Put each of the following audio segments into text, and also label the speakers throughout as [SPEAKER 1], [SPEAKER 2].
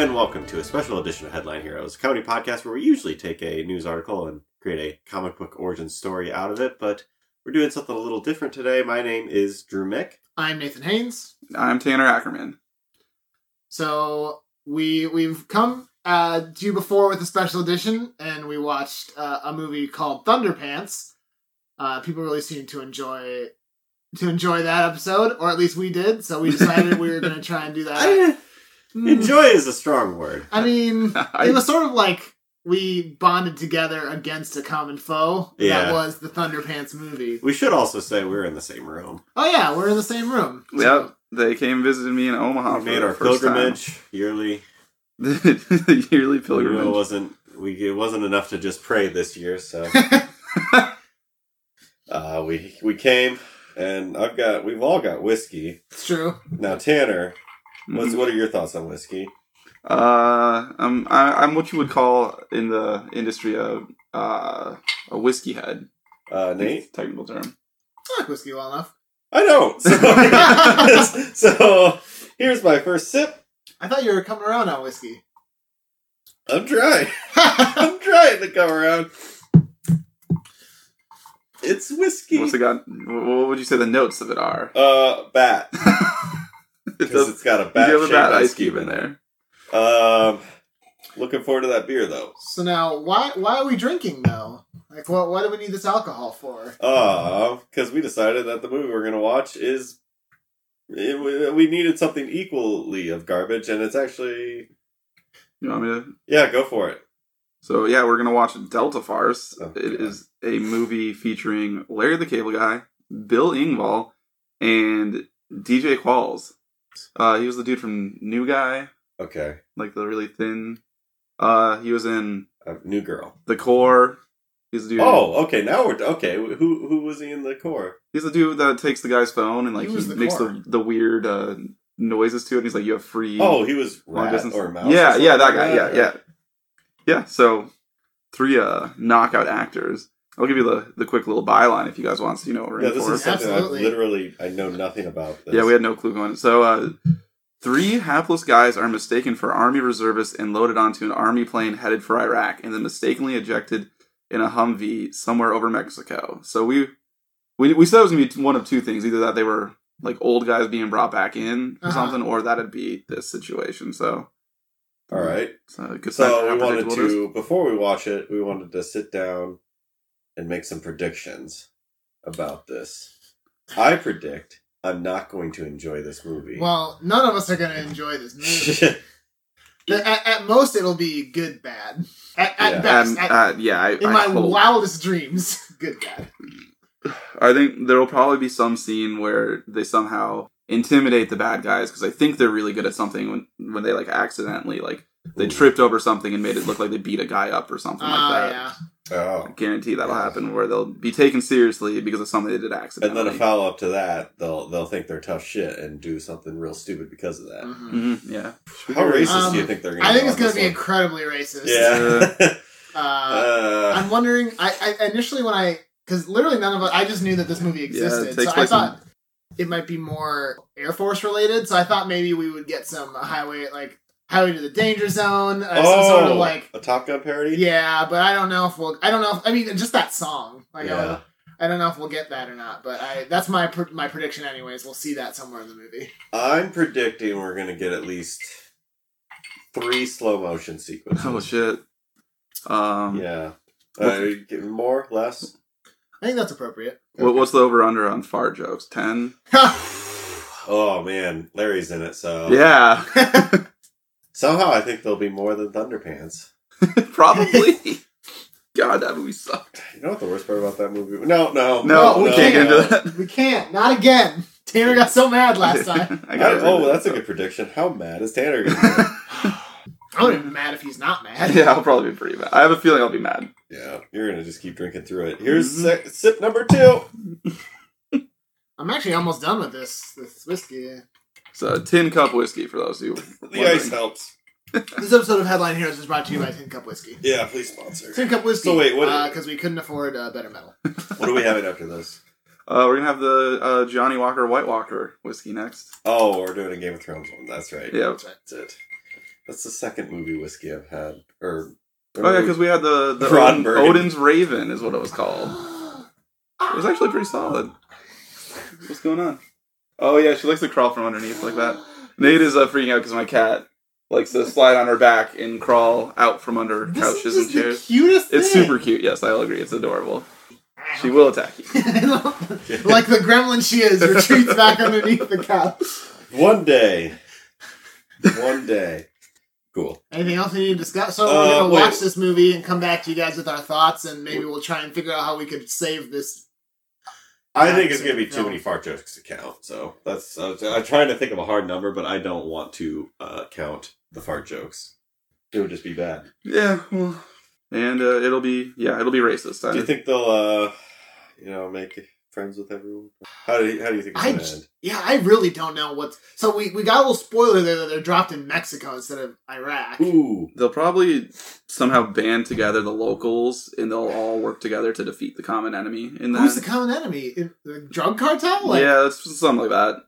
[SPEAKER 1] and welcome to a special edition of Headline Heroes, a comedy podcast where we usually take a news article and create a comic book origin story out of it, but we're doing something a little different today. My name is Drew Mick.
[SPEAKER 2] I'm Nathan Haynes.
[SPEAKER 3] I'm Tanner Ackerman.
[SPEAKER 2] So we we've come uh, to you before with a special edition, and we watched uh, a movie called Thunderpants. Uh, people really seem to enjoy to enjoy that episode, or at least we did. So we decided we were going to try and do
[SPEAKER 3] Uh,
[SPEAKER 2] that. Hmm.
[SPEAKER 1] I,
[SPEAKER 3] hmm.
[SPEAKER 1] enjoy is a strong word.
[SPEAKER 2] I mean, it
[SPEAKER 3] I,
[SPEAKER 2] was sort of like we bonded together against a common foe.
[SPEAKER 1] Yeah.
[SPEAKER 2] That was the Thunderpants movie.
[SPEAKER 1] We should also say we're in the same room.
[SPEAKER 2] Oh yeah, we're in the same room.
[SPEAKER 3] yep, they came and visited me in
[SPEAKER 1] we
[SPEAKER 3] Omaha. Oh, for
[SPEAKER 1] made
[SPEAKER 3] the
[SPEAKER 1] our
[SPEAKER 3] first time.
[SPEAKER 1] pilgrimage yearly.
[SPEAKER 3] the
[SPEAKER 1] You know,
[SPEAKER 3] yearly
[SPEAKER 1] it
[SPEAKER 3] pilgrimage.
[SPEAKER 1] wasn't we it wasn't enough to just pray this year, so uh, we we came and I've got we've all got whiskey.
[SPEAKER 2] It's true.
[SPEAKER 1] Now Tanner, what's,
[SPEAKER 3] Mhm.
[SPEAKER 1] what are your thoughts on whiskey?
[SPEAKER 3] Uh, I'm I, I'm what you would call in the industry a uh, a whiskey head.
[SPEAKER 1] Uh, Nate?
[SPEAKER 3] technical term.
[SPEAKER 2] I like whiskey well enough.
[SPEAKER 1] I don't. So, so here's my first sip.
[SPEAKER 2] I thought you were coming around on whiskey.
[SPEAKER 1] I'm trying. I'm trying to come around. It's whiskey.
[SPEAKER 3] What's it got? wh- What would you say the notes of it are?
[SPEAKER 1] uh, bat.
[SPEAKER 3] it
[SPEAKER 1] Because
[SPEAKER 3] does.
[SPEAKER 1] it's got a
[SPEAKER 3] You
[SPEAKER 1] bat.
[SPEAKER 3] have a
[SPEAKER 1] shaped
[SPEAKER 3] bad ice cube in there.
[SPEAKER 1] Um, looking forward to that beer though.
[SPEAKER 2] So now, why why are we drinking though? Like, what what do we need this alcohol for?
[SPEAKER 1] Uh, because we decided that the movie we're gonna watch is it, we- we needed something equally of garbage, and it's actually
[SPEAKER 3] You want me to?
[SPEAKER 1] yeah, go for it.
[SPEAKER 3] So yeah, we're gonna watch Delta Farce.
[SPEAKER 1] Oh,
[SPEAKER 3] It
[SPEAKER 1] yeah.
[SPEAKER 3] is a movie featuring Larry the Cable Guy, Bill Ingvall, and DJ Qualls. Uh, he was the dude from New Guy,
[SPEAKER 1] Okay,
[SPEAKER 3] like the really thin. Uh, he was in
[SPEAKER 1] uh, new girl.
[SPEAKER 3] The Core. He's the dude.
[SPEAKER 1] Oh, okay. Now we're okay. Who who was he in the core?
[SPEAKER 3] he's the dude that takes the guy's phone and like
[SPEAKER 2] He
[SPEAKER 3] he,
[SPEAKER 2] was The
[SPEAKER 3] makes
[SPEAKER 2] Core.
[SPEAKER 3] the, the weird uh, noises to it. he's like, "You have free."
[SPEAKER 1] Oh, he was
[SPEAKER 3] long
[SPEAKER 1] rat
[SPEAKER 3] distance-
[SPEAKER 1] or mouse.
[SPEAKER 3] Yeah,
[SPEAKER 1] or
[SPEAKER 3] yeah, that
[SPEAKER 1] something
[SPEAKER 3] guy. Yeah,
[SPEAKER 1] like
[SPEAKER 3] yeah, yeah. So three uh, knockout actors. I'll give you the the quick little byline if you guys want to. You know what we're
[SPEAKER 1] Yeah,
[SPEAKER 3] in
[SPEAKER 1] this
[SPEAKER 3] for.
[SPEAKER 1] is something I
[SPEAKER 2] Absolutely.
[SPEAKER 1] literally I know nothing about. This.
[SPEAKER 3] Yeah, we had no clue going. So, uh, three hapless guys are mistaken for army reservists and loaded onto an army plane headed for Iraq, and then mistakenly ejected in a Humvee somewhere over Mexico. So we we we said it was gonna be one of two things: either that they were like old guys being brought back in or
[SPEAKER 2] Uh-huh.
[SPEAKER 3] something, or that'd be this situation. So,
[SPEAKER 1] All right.
[SPEAKER 3] so good sign for
[SPEAKER 1] So
[SPEAKER 3] how
[SPEAKER 1] we wanted
[SPEAKER 3] predictable it is.
[SPEAKER 1] to before we watch it, we wanted to sit down and make some predictions about this. I predict I'm not going to enjoy this movie.
[SPEAKER 2] Well, none of us are going to enjoy this movie. The- at, at most, it'll be good bad. At, at
[SPEAKER 1] Yeah.
[SPEAKER 2] best,
[SPEAKER 3] Um,
[SPEAKER 2] at-
[SPEAKER 3] uh, yeah, I,
[SPEAKER 2] in
[SPEAKER 3] I
[SPEAKER 2] my
[SPEAKER 3] hope.
[SPEAKER 2] wildest dreams, good bad.
[SPEAKER 3] I think there will probably be some scene where they somehow intimidate the bad guys because I think they're really good at something when when they like accidentally like they
[SPEAKER 1] Ooh.
[SPEAKER 3] tripped over something and made it look like they beat a guy up or something
[SPEAKER 2] Ah,
[SPEAKER 3] like that.
[SPEAKER 2] yeah.
[SPEAKER 1] oh.
[SPEAKER 3] I guarantee that'll
[SPEAKER 1] Yeah.
[SPEAKER 3] happen where they'll be taken seriously because of something they did
[SPEAKER 1] And
[SPEAKER 3] accidentally.
[SPEAKER 1] then a follow up to that, they'll they'll think they're tough shit and do something real stupid because of that.
[SPEAKER 2] Mhm.
[SPEAKER 3] Mhm, yeah.
[SPEAKER 1] How racist
[SPEAKER 2] Um,
[SPEAKER 1] do you think they're going to
[SPEAKER 2] I think it's
[SPEAKER 1] going
[SPEAKER 2] going to be incredibly racist.
[SPEAKER 1] Yeah.
[SPEAKER 2] Uh,
[SPEAKER 1] Uh,
[SPEAKER 2] I'm wondering. I, I initially when I because literally none of us. I just knew that this movie
[SPEAKER 3] Yeah,
[SPEAKER 2] existed,
[SPEAKER 3] it takes
[SPEAKER 2] so I
[SPEAKER 3] place in-
[SPEAKER 2] thought it might be more Air Force related. So I thought maybe we would get some highway like highway to the danger zone, uh, some
[SPEAKER 1] oh,
[SPEAKER 2] sort of like
[SPEAKER 1] a Top Gun parody.
[SPEAKER 2] yeah. But I don't know if we'll. I don't know. If, I mean, just that song. Like I
[SPEAKER 1] yeah.
[SPEAKER 2] don't- I, don't know if we'll get that or not. But I that's my pr- my prediction. Anyways, we'll see that somewhere in the movie.
[SPEAKER 1] I'm predicting we're gonna get at least three slow motion sequences.
[SPEAKER 3] Oh shit. Um,
[SPEAKER 1] Yeah. Uh, more, less.
[SPEAKER 2] I think that's appropriate.
[SPEAKER 3] what, what's the over under on fart jokes? Ten.
[SPEAKER 1] Oh man, Larry's in it, so
[SPEAKER 3] Yeah,
[SPEAKER 1] somehow I think there'll be more than Thunderpants.
[SPEAKER 3] probably. God, that movie sucked.
[SPEAKER 1] You know what the worst part about that movie? No, no,
[SPEAKER 3] No,
[SPEAKER 2] No,
[SPEAKER 3] we
[SPEAKER 2] no,
[SPEAKER 3] can't get
[SPEAKER 1] no.
[SPEAKER 3] into that.
[SPEAKER 2] we can't. Not again. Tanner got so mad last time.
[SPEAKER 3] I
[SPEAKER 1] I-
[SPEAKER 3] got
[SPEAKER 1] oh, that's a good prediction. How mad is Tanner? Gonna be?
[SPEAKER 2] I wouldn't be mad if he's not mad.
[SPEAKER 3] yeah, I'll probably be pretty mad. I have a feeling I'll be mad.
[SPEAKER 1] yeah, you're gonna just keep drinking through it. Here's
[SPEAKER 3] Mm-hmm.
[SPEAKER 1] sec- sip number two.
[SPEAKER 2] I'm actually almost done with this this whiskey.
[SPEAKER 3] So, tin cup whiskey for those who.
[SPEAKER 1] The ice helps.
[SPEAKER 2] This episode of Headline Heroes is brought to you by Tin Cup Whiskey.
[SPEAKER 1] Yeah, please sponsor.
[SPEAKER 2] Tin Cup Whiskey.
[SPEAKER 1] So wait, what-
[SPEAKER 2] Because we couldn't afford uh, better metal.
[SPEAKER 1] What are we having after this?
[SPEAKER 3] Uh, we're gonna have the uh, Johnny Walker White Walker whiskey next.
[SPEAKER 1] Oh, we're doing a Game of Thrones one. That's right.
[SPEAKER 3] Yeah,
[SPEAKER 2] That's right.
[SPEAKER 1] That's it. That's the second movie whiskey I've had. Or
[SPEAKER 3] Oh yeah, because we had the, the Odin,
[SPEAKER 1] Roddenberry.
[SPEAKER 3] Odin's Raven is what it was called. It was actually pretty solid. What's going on? Oh yeah, she likes to crawl from underneath like that. Nate is uh, freaking out because my cat likes to slide on her back and crawl out from under
[SPEAKER 2] This is
[SPEAKER 3] couches and
[SPEAKER 2] just the
[SPEAKER 3] chairs.
[SPEAKER 2] cutest
[SPEAKER 3] It's
[SPEAKER 2] thing.
[SPEAKER 3] super cute. Yes, I'll agree. It's adorable. She will attack you.
[SPEAKER 2] like the gremlin she is, retreats back underneath the couch.
[SPEAKER 1] one day, one day. Cool.
[SPEAKER 2] Anything else we need to discuss?
[SPEAKER 1] Uh,
[SPEAKER 2] So we're gonna
[SPEAKER 1] wait.
[SPEAKER 2] watch this movie and come back to you guys with our thoughts, and maybe we'll try and figure out how we could save this.
[SPEAKER 1] I think it's gonna be too
[SPEAKER 2] film.
[SPEAKER 1] many fart jokes to count. So that's uh, I'm trying to think of a hard number, but I don't want to uh, count the fart jokes. It would just be bad.
[SPEAKER 3] Yeah. Well, and uh, it'll be yeah, it'll be racist.
[SPEAKER 1] Do you
[SPEAKER 3] I,
[SPEAKER 1] think they'll, uh, you know, make friends with everyone? How do you, how do you think it's
[SPEAKER 2] I
[SPEAKER 1] gonna
[SPEAKER 2] j-
[SPEAKER 1] end?
[SPEAKER 2] Yeah, I really don't know what's. So we, we got a little spoiler there that they're dropped in Mexico instead of Iraq.
[SPEAKER 1] Ooh,
[SPEAKER 3] they'll probably somehow band together the locals and they'll all work together to defeat the common enemy. In that,
[SPEAKER 2] Who's the common enemy? In- The drug cartel? Like,
[SPEAKER 3] yeah, it's something like that.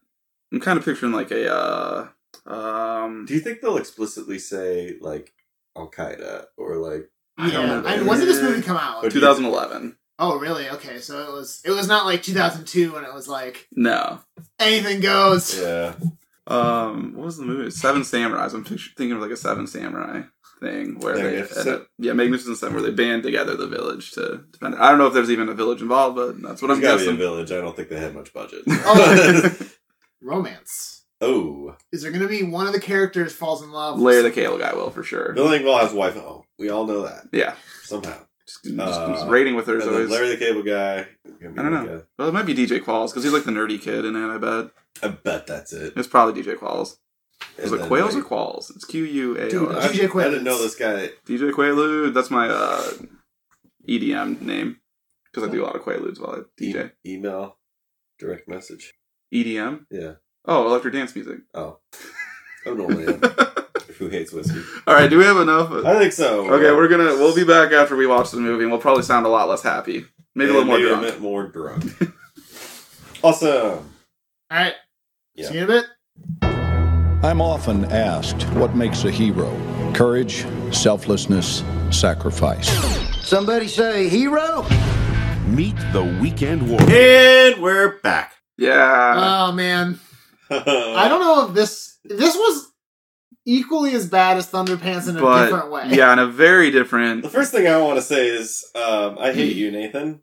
[SPEAKER 3] I'm kind of picturing like a uh, um.
[SPEAKER 1] do you think they'll explicitly say like Al Qaeda or like?
[SPEAKER 2] I don't
[SPEAKER 1] Yeah.
[SPEAKER 2] know. I mean, when did this
[SPEAKER 3] Yeah.
[SPEAKER 2] movie come out?
[SPEAKER 1] But-
[SPEAKER 3] 2011.
[SPEAKER 2] Oh, really? Okay, so it was. It was not like 2002 when it was like
[SPEAKER 3] No.
[SPEAKER 2] anything goes.
[SPEAKER 1] Yeah,
[SPEAKER 3] Um, what was the movie? Seven Samurais. I'm pictu- thinking of like a Seven Samurai thing where they,
[SPEAKER 1] Magnificent.
[SPEAKER 3] yeah, Magnificent Seven, where they band together the village to defend. It. I don't know if there's even a village involved, but that's what
[SPEAKER 1] there's
[SPEAKER 3] I'm
[SPEAKER 1] gotta be a
[SPEAKER 3] guessing.
[SPEAKER 1] village. I don't think they had much budget.
[SPEAKER 2] Oh. Romance.
[SPEAKER 1] oh,
[SPEAKER 2] Is there gonna be one of the characters falls in love?
[SPEAKER 3] Larry the Cable guy will for sure.
[SPEAKER 1] Bill Engvall has a wife at home. We all know that
[SPEAKER 3] Yeah,
[SPEAKER 1] somehow.
[SPEAKER 3] just, just,
[SPEAKER 1] Uh,
[SPEAKER 3] just raiding with her
[SPEAKER 1] And
[SPEAKER 3] is
[SPEAKER 1] then
[SPEAKER 3] always.
[SPEAKER 1] Larry the Cable Guy. I
[SPEAKER 3] don't know. well, it might be DJ Qualls because he's like the nerdy kid in it. I bet
[SPEAKER 1] I bet that's it.
[SPEAKER 3] it's probably DJ Qualls. Is
[SPEAKER 1] And
[SPEAKER 3] it
[SPEAKER 1] then,
[SPEAKER 3] Quails or
[SPEAKER 1] like,
[SPEAKER 3] Qualls? It's Q U A
[SPEAKER 2] Dude,
[SPEAKER 3] L
[SPEAKER 1] I,
[SPEAKER 3] S.
[SPEAKER 2] I- DJ
[SPEAKER 1] I
[SPEAKER 2] Quails.
[SPEAKER 1] didn't know this guy. e-,
[SPEAKER 3] DJ Quaalude. That's my uh, EDM name because I do a lot of Quaaludes while I
[SPEAKER 1] E-
[SPEAKER 3] DJ.
[SPEAKER 1] email, direct message.
[SPEAKER 3] EDM?
[SPEAKER 1] Yeah.
[SPEAKER 3] E Oh, electric dance music.
[SPEAKER 1] Oh, I'm normally am. who hates whiskey.
[SPEAKER 3] All right, do we have enough?
[SPEAKER 1] I think so.
[SPEAKER 3] Okay, we're gonna we'll be back after we watch the movie, and we'll probably sound a lot less happy, maybe a little more
[SPEAKER 1] maybe
[SPEAKER 3] drunk.
[SPEAKER 1] A bit more drunk. awesome.
[SPEAKER 2] All right.
[SPEAKER 1] Yeah.
[SPEAKER 2] See you in a bit.
[SPEAKER 4] I'm often asked what makes a hero courage, selflessness, sacrifice.
[SPEAKER 5] Somebody say hero?
[SPEAKER 6] Meet the Weekend Warrior.
[SPEAKER 1] And we're back.
[SPEAKER 3] Yeah,
[SPEAKER 2] oh man, I
[SPEAKER 1] I
[SPEAKER 2] don't know if this this was equally as bad as Thunderpants in a
[SPEAKER 3] but
[SPEAKER 2] different way.
[SPEAKER 3] yeah, in a very
[SPEAKER 1] The
[SPEAKER 3] different.
[SPEAKER 1] first thing I want to say is um, I hate you, Nathan,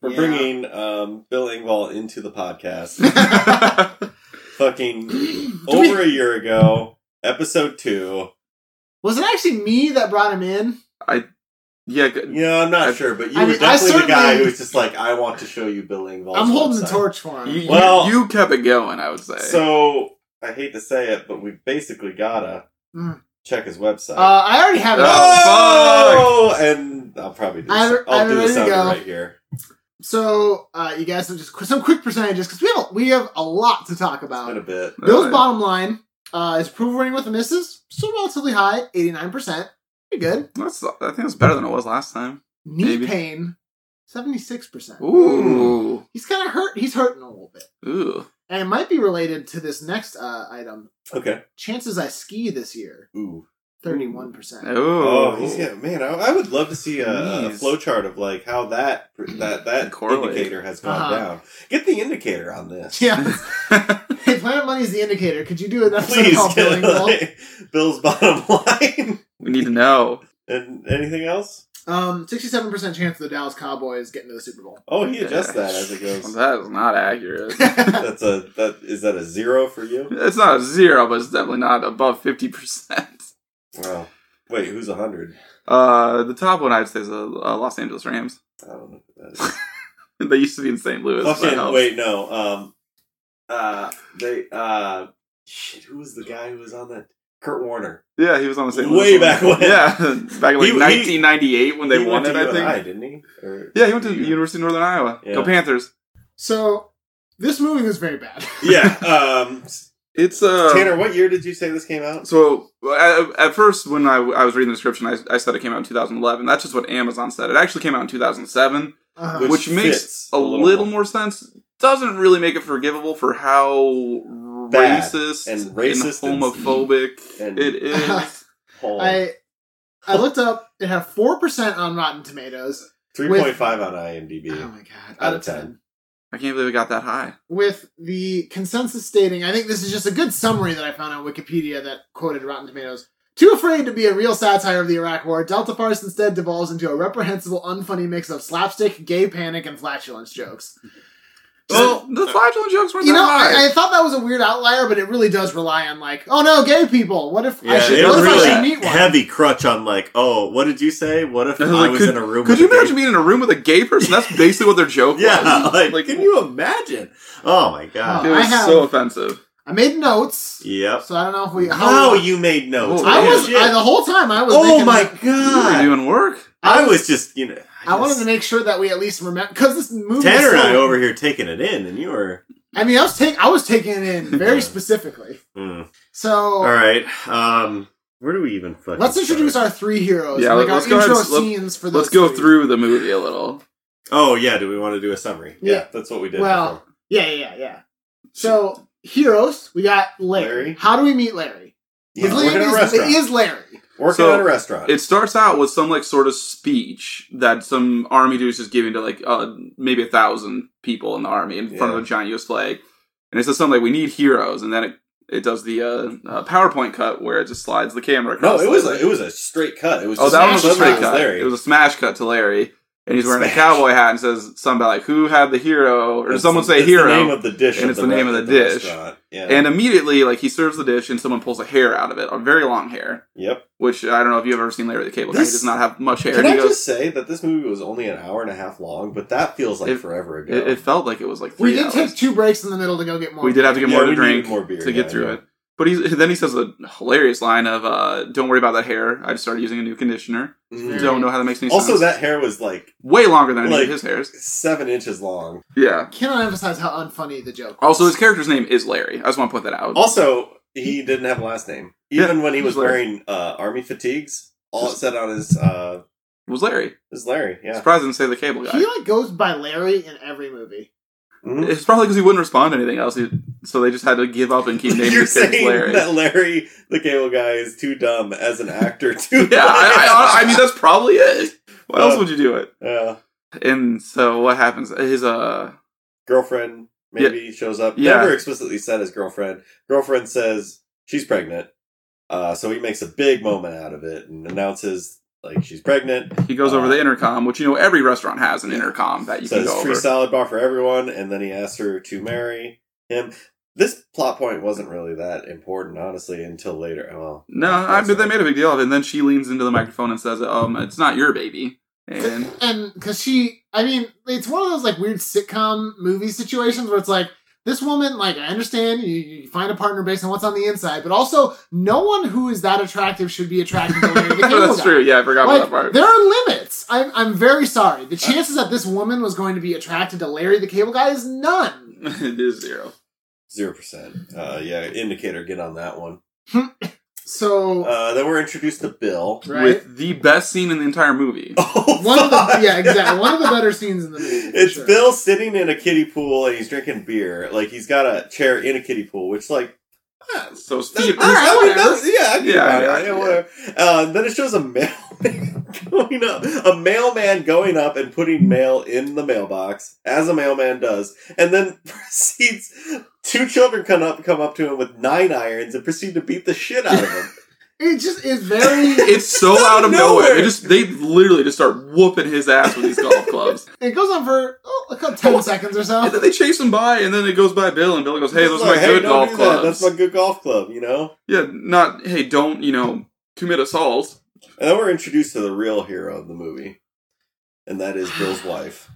[SPEAKER 1] for
[SPEAKER 2] Yeah.
[SPEAKER 1] bringing um, Bill Engvall into the podcast.
[SPEAKER 3] yeah,
[SPEAKER 1] Fucking
[SPEAKER 2] Do we-
[SPEAKER 1] over a year ago, episode two.
[SPEAKER 2] was it actually me that brought him in?
[SPEAKER 3] g-
[SPEAKER 1] You know, I'm not
[SPEAKER 3] I-
[SPEAKER 1] sure, but you
[SPEAKER 2] I
[SPEAKER 1] were
[SPEAKER 2] mean, I
[SPEAKER 1] definitely the guy
[SPEAKER 2] certainly-
[SPEAKER 1] who was just like, I want to show you Bill Engvall.
[SPEAKER 2] I'm holding the torch for
[SPEAKER 3] you,
[SPEAKER 2] him.
[SPEAKER 3] you-
[SPEAKER 1] Well-
[SPEAKER 3] you kept it going. I would say.
[SPEAKER 1] So I hate to say it, but we basically gotta
[SPEAKER 2] Mm.
[SPEAKER 1] check his website.
[SPEAKER 2] Uh, I already have it.
[SPEAKER 3] Oh.
[SPEAKER 1] Oh, and I'll probably do.
[SPEAKER 2] I-
[SPEAKER 1] This,
[SPEAKER 2] I
[SPEAKER 1] I'll do
[SPEAKER 2] ready to
[SPEAKER 1] this sound
[SPEAKER 2] go.
[SPEAKER 1] right here.
[SPEAKER 2] So uh, you guys have just qu- some quick percentages because we have a, we have a lot to talk
[SPEAKER 1] It's been a
[SPEAKER 2] about.
[SPEAKER 1] bit.
[SPEAKER 2] Bill's
[SPEAKER 3] Uh,
[SPEAKER 2] bottom line uh, is approval rating with the misses still relatively high, eighty nine percent. Pretty good.
[SPEAKER 3] that's, I think that's better than it was last time.
[SPEAKER 2] Knee
[SPEAKER 3] Maybe.
[SPEAKER 2] pain, seventy six percent.
[SPEAKER 3] Ooh,
[SPEAKER 2] He's kind of hurt. He's hurting a little bit.
[SPEAKER 3] ooh,
[SPEAKER 2] And it might be related to this next uh, item.
[SPEAKER 1] Okay.
[SPEAKER 2] Chances I ski this year,
[SPEAKER 1] Ooh.
[SPEAKER 2] thirty-one percent.
[SPEAKER 1] Oh,
[SPEAKER 3] oh,
[SPEAKER 1] he's yeah, man. I, I would love to see a, a
[SPEAKER 3] Jeez.
[SPEAKER 1] flowchart of like how that that that
[SPEAKER 3] Correlate.
[SPEAKER 1] indicator has gone
[SPEAKER 2] Uh-huh.
[SPEAKER 1] down. Get the indicator on this.
[SPEAKER 2] Yeah. hey, Planet Money is the indicator. Could you do an episode
[SPEAKER 1] Please
[SPEAKER 2] called
[SPEAKER 1] get
[SPEAKER 2] Billing Bill?
[SPEAKER 1] like, Bill's bottom line.
[SPEAKER 3] we need to know.
[SPEAKER 1] and anything else?
[SPEAKER 2] Um, sixty-seven percent chance of the Dallas Cowboys getting to the Super Bowl.
[SPEAKER 1] Oh, he adjusts
[SPEAKER 3] Yeah.
[SPEAKER 1] that as it goes.
[SPEAKER 3] That is not accurate.
[SPEAKER 1] That's a that is that a zero for you?
[SPEAKER 3] it's not a zero, but it's definitely not above fifty percent.
[SPEAKER 1] Wow. Wait, who's a hundred?
[SPEAKER 3] Uh, the top one I'd say is uh, uh, Los Angeles Rams.
[SPEAKER 1] I don't know who that is.
[SPEAKER 3] they used to be in St. Louis. but
[SPEAKER 1] Fucking
[SPEAKER 3] hell.
[SPEAKER 1] wait, no. Um, uh, they uh, shit. Who was the guy who was on that? Kurt Warner.
[SPEAKER 3] Yeah, he was on the St. Louis.
[SPEAKER 1] Way
[SPEAKER 3] one.
[SPEAKER 1] back when.
[SPEAKER 3] Yeah, back in like
[SPEAKER 1] He- he-
[SPEAKER 3] 1998 when they
[SPEAKER 1] He
[SPEAKER 3] won
[SPEAKER 1] went
[SPEAKER 3] it.
[SPEAKER 1] to
[SPEAKER 3] I think.
[SPEAKER 1] UNI, didn't he? Or-
[SPEAKER 3] Yeah, he went to the University of Northern Iowa.
[SPEAKER 1] Yeah.
[SPEAKER 3] Go Panthers!
[SPEAKER 2] So this movie was very bad.
[SPEAKER 1] Yeah. Um,
[SPEAKER 3] It's uh
[SPEAKER 1] Tanner, what year did you say this came out?
[SPEAKER 3] So at, at first, when I, I was reading the description, I, I said it came out in 2011. That's just what Amazon said. It actually came out in 2007,
[SPEAKER 2] Uh,
[SPEAKER 1] Which
[SPEAKER 3] which, makes
[SPEAKER 1] fits
[SPEAKER 3] a
[SPEAKER 1] a
[SPEAKER 3] little,
[SPEAKER 1] little more.
[SPEAKER 3] more sense. Doesn't really make it forgivable for how
[SPEAKER 1] Bad
[SPEAKER 3] racist
[SPEAKER 1] and racist and-
[SPEAKER 3] homophobic
[SPEAKER 1] and-
[SPEAKER 3] it is.
[SPEAKER 1] Hole.
[SPEAKER 2] I I looked up. It had four percent on Rotten Tomatoes.
[SPEAKER 1] 3.5 on IMDb.
[SPEAKER 2] Oh my god!
[SPEAKER 1] Out of 10.
[SPEAKER 3] I can't believe it got that high.
[SPEAKER 2] With the consensus stating, I think this is just a good summary that I found on Wikipedia that quoted Rotten Tomatoes. Too afraid to be a real satire of the Iraq War, Delta Farce instead devolves into a reprehensible, unfunny mix of slapstick, gay panic, and flatulence jokes.
[SPEAKER 3] Well, the flagellant jokes weren't
[SPEAKER 2] You
[SPEAKER 3] that
[SPEAKER 2] know,
[SPEAKER 3] high.
[SPEAKER 2] I, I thought that was a weird outlier, but it really does rely on like, oh no, gay people. What if I
[SPEAKER 1] yeah,
[SPEAKER 2] should,
[SPEAKER 1] it was
[SPEAKER 2] what if
[SPEAKER 1] really
[SPEAKER 2] I should meet one?
[SPEAKER 1] heavy crutch on like, oh, what did you say? What if I
[SPEAKER 3] I
[SPEAKER 1] was,
[SPEAKER 3] was like, could,
[SPEAKER 1] in a room?
[SPEAKER 3] could
[SPEAKER 1] with
[SPEAKER 3] you
[SPEAKER 1] a gay-
[SPEAKER 3] imagine being in a room with a gay person? That's basically what their joke
[SPEAKER 1] Yeah,
[SPEAKER 3] was.
[SPEAKER 1] like, can you imagine? Oh my god.
[SPEAKER 3] It
[SPEAKER 2] Oh.
[SPEAKER 3] was
[SPEAKER 2] I have-
[SPEAKER 3] so offensive.
[SPEAKER 2] I made notes,
[SPEAKER 1] Yep.
[SPEAKER 2] so I don't know if we.
[SPEAKER 1] Wow, you made notes.
[SPEAKER 3] Oh,
[SPEAKER 2] I was
[SPEAKER 1] Shit.
[SPEAKER 2] I, the whole time. I was.
[SPEAKER 1] Oh
[SPEAKER 2] thinking
[SPEAKER 1] my
[SPEAKER 2] that-
[SPEAKER 3] You were
[SPEAKER 1] god.
[SPEAKER 3] doing work.
[SPEAKER 1] I was just, you know.
[SPEAKER 2] I wanted
[SPEAKER 1] just-
[SPEAKER 2] to make sure that we at least remember because this movie.
[SPEAKER 1] Tanner
[SPEAKER 2] is
[SPEAKER 1] and
[SPEAKER 2] so-
[SPEAKER 1] I over here taking it in, and you were.
[SPEAKER 2] I mean, I was taking I was taking it in very specifically.
[SPEAKER 1] Mm.
[SPEAKER 2] So
[SPEAKER 1] All right. Um, where do we even fucking
[SPEAKER 2] Oh. let's introduce
[SPEAKER 1] start?
[SPEAKER 2] our three heroes.
[SPEAKER 3] Yeah,
[SPEAKER 2] and, like
[SPEAKER 3] let- let's
[SPEAKER 2] our
[SPEAKER 3] go ahead
[SPEAKER 2] intro
[SPEAKER 3] and s- let-
[SPEAKER 2] scenes for those.
[SPEAKER 3] Let's go
[SPEAKER 2] three.
[SPEAKER 3] through the movie a little.
[SPEAKER 1] Oh yeah, do we want to do a summary? Yeah,
[SPEAKER 2] Yeah.
[SPEAKER 1] that's what we did.
[SPEAKER 2] Well, Yeah, yeah, yeah, yeah. So heroes, we got Larry.
[SPEAKER 1] Larry.
[SPEAKER 2] How do we meet Larry?
[SPEAKER 1] before.
[SPEAKER 2] His
[SPEAKER 1] yeah, working
[SPEAKER 2] name
[SPEAKER 1] at a
[SPEAKER 2] is,
[SPEAKER 1] restaurant.
[SPEAKER 2] it is Larry.
[SPEAKER 1] working
[SPEAKER 3] So,
[SPEAKER 1] at a restaurant.
[SPEAKER 3] It starts out with some like sort of speech that some army dude is giving to like uh, maybe a thousand people in the army in front of
[SPEAKER 1] Yeah.
[SPEAKER 3] a giant U.S. flag, and it says something like "We need heroes," and then it it does the uh, uh, PowerPoint cut where it just slides the camera
[SPEAKER 1] no,
[SPEAKER 3] across.
[SPEAKER 1] it was
[SPEAKER 3] the-
[SPEAKER 1] a, it was a straight cut. It was
[SPEAKER 3] oh
[SPEAKER 1] just
[SPEAKER 3] that one was a
[SPEAKER 2] smash
[SPEAKER 3] straight
[SPEAKER 2] cut.
[SPEAKER 3] cut.
[SPEAKER 1] Larry.
[SPEAKER 3] It was a smash cut to Larry, and he's wearing
[SPEAKER 1] Smash.
[SPEAKER 3] a cowboy hat and says something about like "Who had the hero?" or
[SPEAKER 1] That's-
[SPEAKER 3] someone say
[SPEAKER 1] that's
[SPEAKER 3] "hero."
[SPEAKER 1] The name of the dish,
[SPEAKER 3] and
[SPEAKER 1] of
[SPEAKER 3] it's the name of
[SPEAKER 1] re-
[SPEAKER 3] the
[SPEAKER 1] at
[SPEAKER 3] dish.
[SPEAKER 1] restaurant. Yeah.
[SPEAKER 3] and immediately, like he serves the dish, and someone pulls a hair out of it, a very long hair.
[SPEAKER 1] yep.
[SPEAKER 3] Which I don't know if you've ever seen Larry the Cable Guy. He
[SPEAKER 1] This-
[SPEAKER 3] does not have much hair.
[SPEAKER 1] Can
[SPEAKER 3] He
[SPEAKER 1] I
[SPEAKER 3] goes-
[SPEAKER 1] just say that this movie was only an hour and a half long, but that feels like
[SPEAKER 3] It-
[SPEAKER 1] forever ago.
[SPEAKER 3] It, it felt like it was like three
[SPEAKER 2] We did
[SPEAKER 3] hours.
[SPEAKER 2] take two breaks in the middle to go get more.
[SPEAKER 3] we did have to get
[SPEAKER 1] Yeah,
[SPEAKER 3] more
[SPEAKER 1] we
[SPEAKER 3] to
[SPEAKER 1] needed
[SPEAKER 3] drink
[SPEAKER 1] more beer,
[SPEAKER 3] to get
[SPEAKER 1] yeah,
[SPEAKER 3] through
[SPEAKER 1] yeah.
[SPEAKER 3] it. But he then he says a hilarious line of uh, "Don't worry about that hair. I just started using a new conditioner.
[SPEAKER 1] Mm.
[SPEAKER 3] Don't know how that makes any
[SPEAKER 1] Also,
[SPEAKER 3] sense."
[SPEAKER 1] that hair was like
[SPEAKER 3] way longer than any
[SPEAKER 1] like-
[SPEAKER 3] of his hairs.
[SPEAKER 1] seven inches long.
[SPEAKER 3] Yeah.
[SPEAKER 2] Cannot emphasize how unfunny the joke. was.
[SPEAKER 3] Also, his character's name is Larry. I just want to put that out.
[SPEAKER 1] Also, he didn't have a last name. Even
[SPEAKER 3] Yeah,
[SPEAKER 1] when he
[SPEAKER 3] he
[SPEAKER 1] was
[SPEAKER 3] was Larry.
[SPEAKER 1] wearing uh, army fatigues, all it said on his uh,
[SPEAKER 3] It was Larry?
[SPEAKER 1] is Larry. Yeah.
[SPEAKER 3] Surprised didn't say the cable guy.
[SPEAKER 2] he like goes by Larry in every movie.
[SPEAKER 1] Mhm.
[SPEAKER 3] It's probably because he wouldn't respond to anything else, he, so they just had to give up and keep naming
[SPEAKER 1] You're
[SPEAKER 3] his kids
[SPEAKER 1] saying
[SPEAKER 3] Larry.
[SPEAKER 1] that Larry, the cable guy, is too dumb as an actor to.
[SPEAKER 3] yeah, I, I, I mean that's probably it. Why else would you do it?
[SPEAKER 1] Uh,
[SPEAKER 3] And so what happens? His uh,
[SPEAKER 1] girlfriend maybe shows up.
[SPEAKER 3] Yeah.
[SPEAKER 1] Never explicitly said his girlfriend. Girlfriend says she's pregnant. Uh, so he makes a big moment out of it and announces like she's pregnant.
[SPEAKER 3] he goes over
[SPEAKER 1] Uh,
[SPEAKER 3] the intercom, which you know every restaurant has an intercom that you can
[SPEAKER 1] says
[SPEAKER 3] go
[SPEAKER 1] free
[SPEAKER 3] over.
[SPEAKER 1] salad bar for everyone, and then he asks her to marry him. This plot point wasn't really that important, honestly, until later. Well,
[SPEAKER 3] No, I mean, they made a big deal of it. And then she leans into the microphone and says, um, it's not your baby. And
[SPEAKER 2] and because she i mean it's one of those like weird sitcom movie situations where it's like this woman like i understand you, you find a partner based on what's on the inside but also no one who is that attractive should be attracted to Larry the Cable
[SPEAKER 3] that's
[SPEAKER 2] Guy.
[SPEAKER 3] true. Yeah, I forgot
[SPEAKER 2] Like,
[SPEAKER 3] about that part.
[SPEAKER 2] there are limits I'm, I'm very sorry the chances that this woman was going to be attracted to larry the cable guy is none
[SPEAKER 3] it is zero.
[SPEAKER 1] zero percent. Uh, yeah, indicator. Get on that one.
[SPEAKER 2] so
[SPEAKER 1] Uh, then we're introduced to Bill.
[SPEAKER 2] right
[SPEAKER 3] With the best scene in the entire movie.
[SPEAKER 1] Oh,
[SPEAKER 2] one of the
[SPEAKER 1] fuck.
[SPEAKER 2] yeah exactly one of the better scenes in the movie for
[SPEAKER 1] It's
[SPEAKER 2] sure.
[SPEAKER 1] Bill sitting in a kiddie pool and he's drinking beer. Like he's got a chair in a kiddie pool, which like Oh,
[SPEAKER 3] So
[SPEAKER 1] that,
[SPEAKER 3] Steve,
[SPEAKER 1] I mean, that's- yeah, I can
[SPEAKER 3] Yeah,
[SPEAKER 1] buy
[SPEAKER 3] yeah,
[SPEAKER 1] it.
[SPEAKER 3] yeah.
[SPEAKER 1] whatever. Uh, then it shows a mailman going up, a mailman going up and putting mail in the mailbox as a mailman does, and then proceeds. Two children come up, come up to him with nine irons and proceed to beat the shit out of him.
[SPEAKER 2] it just is very
[SPEAKER 3] it's so
[SPEAKER 1] Out
[SPEAKER 3] out
[SPEAKER 1] of
[SPEAKER 3] of nowhere.
[SPEAKER 1] nowhere.
[SPEAKER 3] They just they literally just start whooping his ass with these golf clubs.
[SPEAKER 2] it goes on for oh, like 10 seconds or so
[SPEAKER 3] And then they chase him by, and then it goes by Bill, and Bill goes, "Hey, those are
[SPEAKER 1] Like,
[SPEAKER 3] my good
[SPEAKER 1] don't
[SPEAKER 3] golf
[SPEAKER 1] do that.
[SPEAKER 3] clubs."
[SPEAKER 1] That's my good golf club, you know.
[SPEAKER 3] yeah, not hey, don't you know commit assault.
[SPEAKER 1] And then we're introduced to the real hero of the movie, and that is Bill's wife.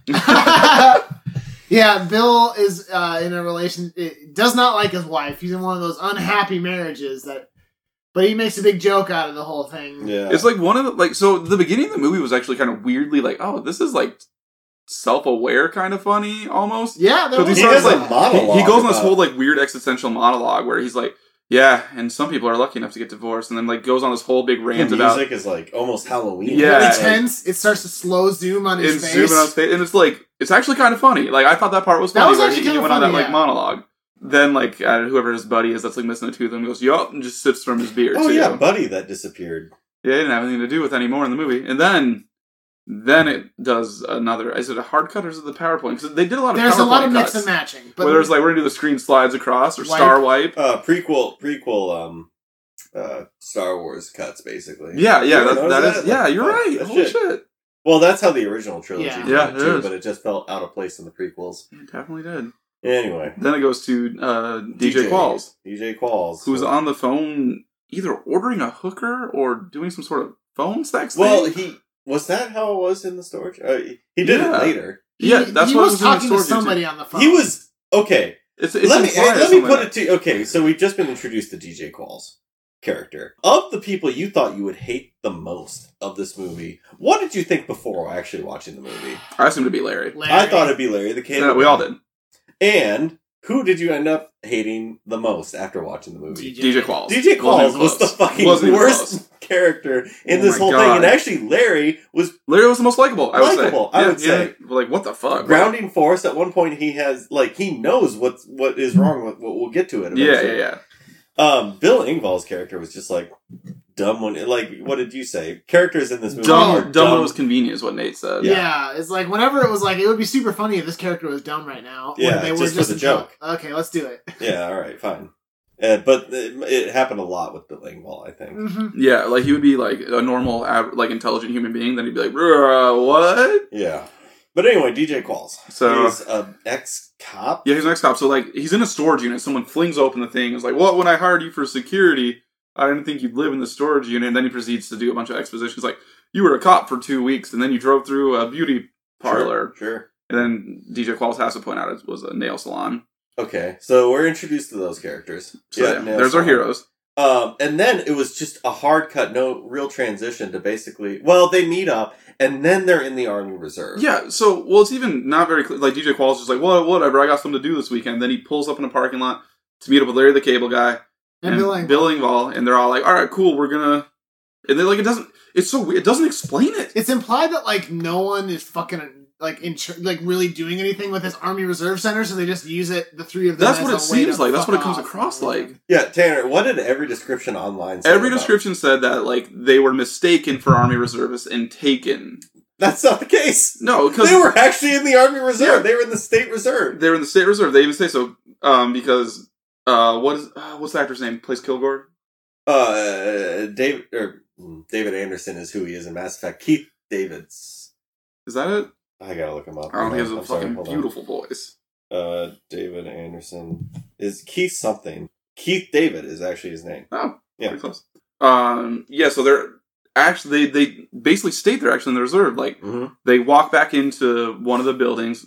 [SPEAKER 2] yeah, Bill is uh, in a relation. It, does not like his wife. He's in one of those unhappy marriages that. But he makes a big joke out of the whole thing.
[SPEAKER 1] Yeah,
[SPEAKER 3] It's like one of the like so the beginning of the movie was actually kind of weirdly like, oh, this is like self-aware kind of funny almost.
[SPEAKER 2] Yeah, that
[SPEAKER 3] Because
[SPEAKER 2] was
[SPEAKER 3] he
[SPEAKER 1] he does
[SPEAKER 3] starts,
[SPEAKER 1] a
[SPEAKER 2] awesome.
[SPEAKER 3] like, He,
[SPEAKER 1] monologue.
[SPEAKER 3] he goes on this
[SPEAKER 1] about-
[SPEAKER 3] whole like weird existential monologue where he's like, yeah, and some people are lucky enough to get divorced, and then like goes on this whole big
[SPEAKER 1] the
[SPEAKER 3] rant
[SPEAKER 1] music
[SPEAKER 3] about
[SPEAKER 1] is like almost Halloween.
[SPEAKER 3] Yeah.
[SPEAKER 2] really
[SPEAKER 1] Like,
[SPEAKER 2] tense. It starts to slow zoom on
[SPEAKER 3] and
[SPEAKER 2] his
[SPEAKER 3] zoom
[SPEAKER 2] face.
[SPEAKER 3] in on his face, and it's like it's actually kind of funny. Like I thought that part was
[SPEAKER 2] That
[SPEAKER 3] funny.
[SPEAKER 2] was
[SPEAKER 3] where
[SPEAKER 2] actually
[SPEAKER 3] he, he
[SPEAKER 2] kinda
[SPEAKER 3] went on that
[SPEAKER 2] funny,
[SPEAKER 3] like
[SPEAKER 2] yeah.
[SPEAKER 3] monologue. Then like uh, whoever his buddy is that's like missing a tooth and goes yup and just sips from his beer.
[SPEAKER 1] Oh
[SPEAKER 3] too.
[SPEAKER 1] yeah, Buddy that disappeared.
[SPEAKER 3] Yeah, it didn't have anything to do with anymore in the movie. And then then it does another. Is it a hard cut or is it the PowerPoint? Because they did a lot of
[SPEAKER 2] There's a lot of
[SPEAKER 3] PowerPoint
[SPEAKER 2] mix
[SPEAKER 3] cuts,
[SPEAKER 2] and matching, but
[SPEAKER 3] Whether it's like we're gonna do the screen slides across or
[SPEAKER 2] Wipe.
[SPEAKER 3] star wipe.
[SPEAKER 1] Uh, prequel, prequel, um, uh, Star Wars cuts basically.
[SPEAKER 3] Yeah, yeah,
[SPEAKER 1] You
[SPEAKER 3] that,
[SPEAKER 1] notice
[SPEAKER 3] that is. Yeah, you're
[SPEAKER 1] Oh,
[SPEAKER 3] right.
[SPEAKER 1] that's
[SPEAKER 3] Holy
[SPEAKER 1] shit.
[SPEAKER 3] shit!
[SPEAKER 1] Well, that's how the original trilogy
[SPEAKER 2] Yeah.
[SPEAKER 1] did
[SPEAKER 3] Yeah,
[SPEAKER 1] it
[SPEAKER 3] it
[SPEAKER 1] too,
[SPEAKER 3] is.
[SPEAKER 1] but it just felt out of place in the prequels.
[SPEAKER 3] It definitely did.
[SPEAKER 1] Anyway,
[SPEAKER 3] Then it goes to uh, DJ, Qualls,
[SPEAKER 1] DJ Qualls,
[SPEAKER 3] who's on the phone either ordering a hooker or doing some sort of phone sex.
[SPEAKER 1] Well,
[SPEAKER 3] thing.
[SPEAKER 1] he was that how it was in the storage. Uh, he did
[SPEAKER 3] Yeah.
[SPEAKER 1] it later.
[SPEAKER 2] he,
[SPEAKER 3] yeah, that's
[SPEAKER 2] he
[SPEAKER 3] what
[SPEAKER 2] was,
[SPEAKER 3] I was gonna
[SPEAKER 2] talking to
[SPEAKER 3] sort you to.
[SPEAKER 2] somebody on the phone.
[SPEAKER 1] He was okay.
[SPEAKER 3] it's, it's
[SPEAKER 1] let me
[SPEAKER 3] implied
[SPEAKER 1] let me
[SPEAKER 3] somewhere.
[SPEAKER 1] put it to okay. So we've just been introduced to DJ Qualls character of the people you thought you would hate the most of this movie. What did you think before actually watching the movie?
[SPEAKER 3] I assume to be Larry.
[SPEAKER 2] Larry.
[SPEAKER 1] I thought it'd be Larry the Cable.
[SPEAKER 3] Yeah, we all did.
[SPEAKER 1] And who did you end up hating the most after watching the movie?
[SPEAKER 3] DJ Qualls.
[SPEAKER 1] DJ Qualls
[SPEAKER 3] Wasn't even
[SPEAKER 1] was the
[SPEAKER 3] close.
[SPEAKER 1] fucking
[SPEAKER 3] Wasn't even close.
[SPEAKER 1] worst character in
[SPEAKER 3] Oh
[SPEAKER 1] this
[SPEAKER 3] my
[SPEAKER 1] whole thing.
[SPEAKER 3] God.
[SPEAKER 1] And actually, Larry was
[SPEAKER 3] Larry was the most likable. I would
[SPEAKER 1] Likable,
[SPEAKER 3] say.
[SPEAKER 1] I would say.
[SPEAKER 3] Like what the fuck?
[SPEAKER 1] grounding force. At one point, he has like he knows what's what is wrong with what we'll get to it.
[SPEAKER 3] Yeah, yeah,
[SPEAKER 1] eventually.
[SPEAKER 3] yeah.
[SPEAKER 1] Um, Bill Ingvall's character was just like dumb when like what did you say? Characters in this movie
[SPEAKER 3] Dumb,
[SPEAKER 1] are
[SPEAKER 3] dumb, when it was convenient is what Nate said.
[SPEAKER 2] Yeah. it's like whenever it was like it would be super funny if this character was dumb right now. when
[SPEAKER 1] Yeah,
[SPEAKER 2] they
[SPEAKER 1] just
[SPEAKER 2] were
[SPEAKER 1] for
[SPEAKER 2] just
[SPEAKER 1] the
[SPEAKER 2] a
[SPEAKER 1] joke.
[SPEAKER 2] Okay, let's do it.
[SPEAKER 1] yeah, all right, fine. Uh, but it, it happened a lot with Bill Ingvall, I think.
[SPEAKER 2] hmm
[SPEAKER 3] Yeah, like he would be like a normal, av- like intelligent human being. Then he'd be like, "Bruh, "What?"
[SPEAKER 1] Yeah. But anyway, DJ Qualls.
[SPEAKER 3] So-
[SPEAKER 1] he's an ex cop.
[SPEAKER 3] Yeah, he's an ex-cop. So like, he's in a storage unit. Someone flings open the thing. Is like, "Well, when I hired you for security, I didn't think you'd live in the storage unit." And then he proceeds to do a bunch of expositions, like, "You were a cop for two weeks, and then you drove through a beauty parlor."
[SPEAKER 1] Sure.
[SPEAKER 3] And then DJ Qualls has to point out it was a nail salon.
[SPEAKER 1] Okay. So we're introduced to those characters.
[SPEAKER 3] So yeah,
[SPEAKER 1] nail
[SPEAKER 3] there's our
[SPEAKER 1] salon.
[SPEAKER 3] heroes.
[SPEAKER 1] Um, and then it was just a hard cut, no real transition to basically. Well, they meet up, and then they're in the Army Reserve.
[SPEAKER 3] Yeah, so well, it's even not very clear. Like DJ Qualls is just like, well, whatever, I got something to do this weekend. Then he pulls up in a parking lot to meet up with Larry the Cable Guy
[SPEAKER 2] And, be like,
[SPEAKER 3] Bill Engvall, and they're all like, all right, cool, we're gonna. And then like it doesn't. It's so weird. It doesn't explain it.
[SPEAKER 2] it's implied that like no one is fucking like in tr- like really doing anything with this Army Reserve Center, so they just use it. The three of them.
[SPEAKER 3] That's
[SPEAKER 2] as
[SPEAKER 3] what
[SPEAKER 2] a
[SPEAKER 3] it
[SPEAKER 2] way to
[SPEAKER 3] seems like. That's
[SPEAKER 2] fuck
[SPEAKER 3] what it comes
[SPEAKER 2] off.
[SPEAKER 3] across like.
[SPEAKER 1] Yeah, Tanner. What did every description online? say
[SPEAKER 3] Every
[SPEAKER 1] about-
[SPEAKER 3] description said that like they were mistaken for army reservists and taken.
[SPEAKER 1] That's not the case.
[SPEAKER 3] No, because
[SPEAKER 1] They were actually in the Army Reserve.
[SPEAKER 3] Yeah.
[SPEAKER 1] They were in the State Reserve.
[SPEAKER 3] they're in the state reserve. They even say so um, because uh, what is uh, what's the actor's name? Plays Kilgore.
[SPEAKER 1] Uh, David or mm, David Anderson is who he is in Mass Effect. Keith Davids.
[SPEAKER 3] Is that it?
[SPEAKER 1] I gotta look him up.
[SPEAKER 3] I don't know. He has
[SPEAKER 1] I'm
[SPEAKER 3] a
[SPEAKER 1] sorry,
[SPEAKER 3] fucking
[SPEAKER 1] hold on.
[SPEAKER 3] beautiful voice.
[SPEAKER 1] Uh, David Anderson is Keith something. Keith David is actually his name.
[SPEAKER 3] Oh,
[SPEAKER 1] Yeah.
[SPEAKER 3] pretty close. Um, yeah, so they're actually they they basically state they're actually in the reserve. Like
[SPEAKER 1] Mhm.
[SPEAKER 3] they walk back into one of the buildings,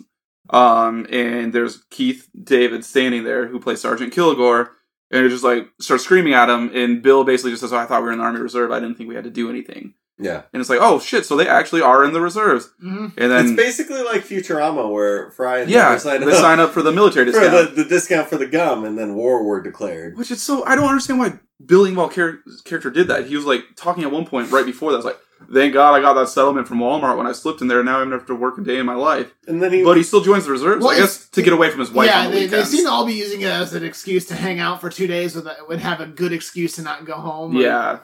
[SPEAKER 3] um, and there's Keith David standing there who plays Sergeant Kilgore, and it just like starts screaming at him. And Bill basically just says, oh, "I thought we were in the Army Reserve. I didn't think we had to do anything."
[SPEAKER 1] Yeah,
[SPEAKER 3] And it's like, "Oh shit!" So they actually are in the reserves,
[SPEAKER 2] Mhm.
[SPEAKER 3] and then
[SPEAKER 1] it's basically like Futurama, where Fry and
[SPEAKER 3] yeah,
[SPEAKER 1] Homer sign
[SPEAKER 3] they
[SPEAKER 1] up
[SPEAKER 3] sign up for the military
[SPEAKER 1] for
[SPEAKER 3] discount.
[SPEAKER 1] the, the discount for the gum, and then war were declared.
[SPEAKER 3] Which is so I don't understand why Bill Engvall char- character did that. He was like talking at one point right before that. was like, "Thank God I got that settlement from Walmart when I slipped in there. Now I don't have to work a day in my life."
[SPEAKER 1] And then he,
[SPEAKER 3] But he still joins the reserves,
[SPEAKER 2] Well,
[SPEAKER 3] I guess,
[SPEAKER 2] it's-
[SPEAKER 3] to get away from his wife.
[SPEAKER 2] yeah,
[SPEAKER 3] on the
[SPEAKER 2] they, they
[SPEAKER 3] weekends.
[SPEAKER 2] seem to all be using it as an excuse to hang out for two days with a, would have a good excuse to not go home. or-
[SPEAKER 3] Yeah,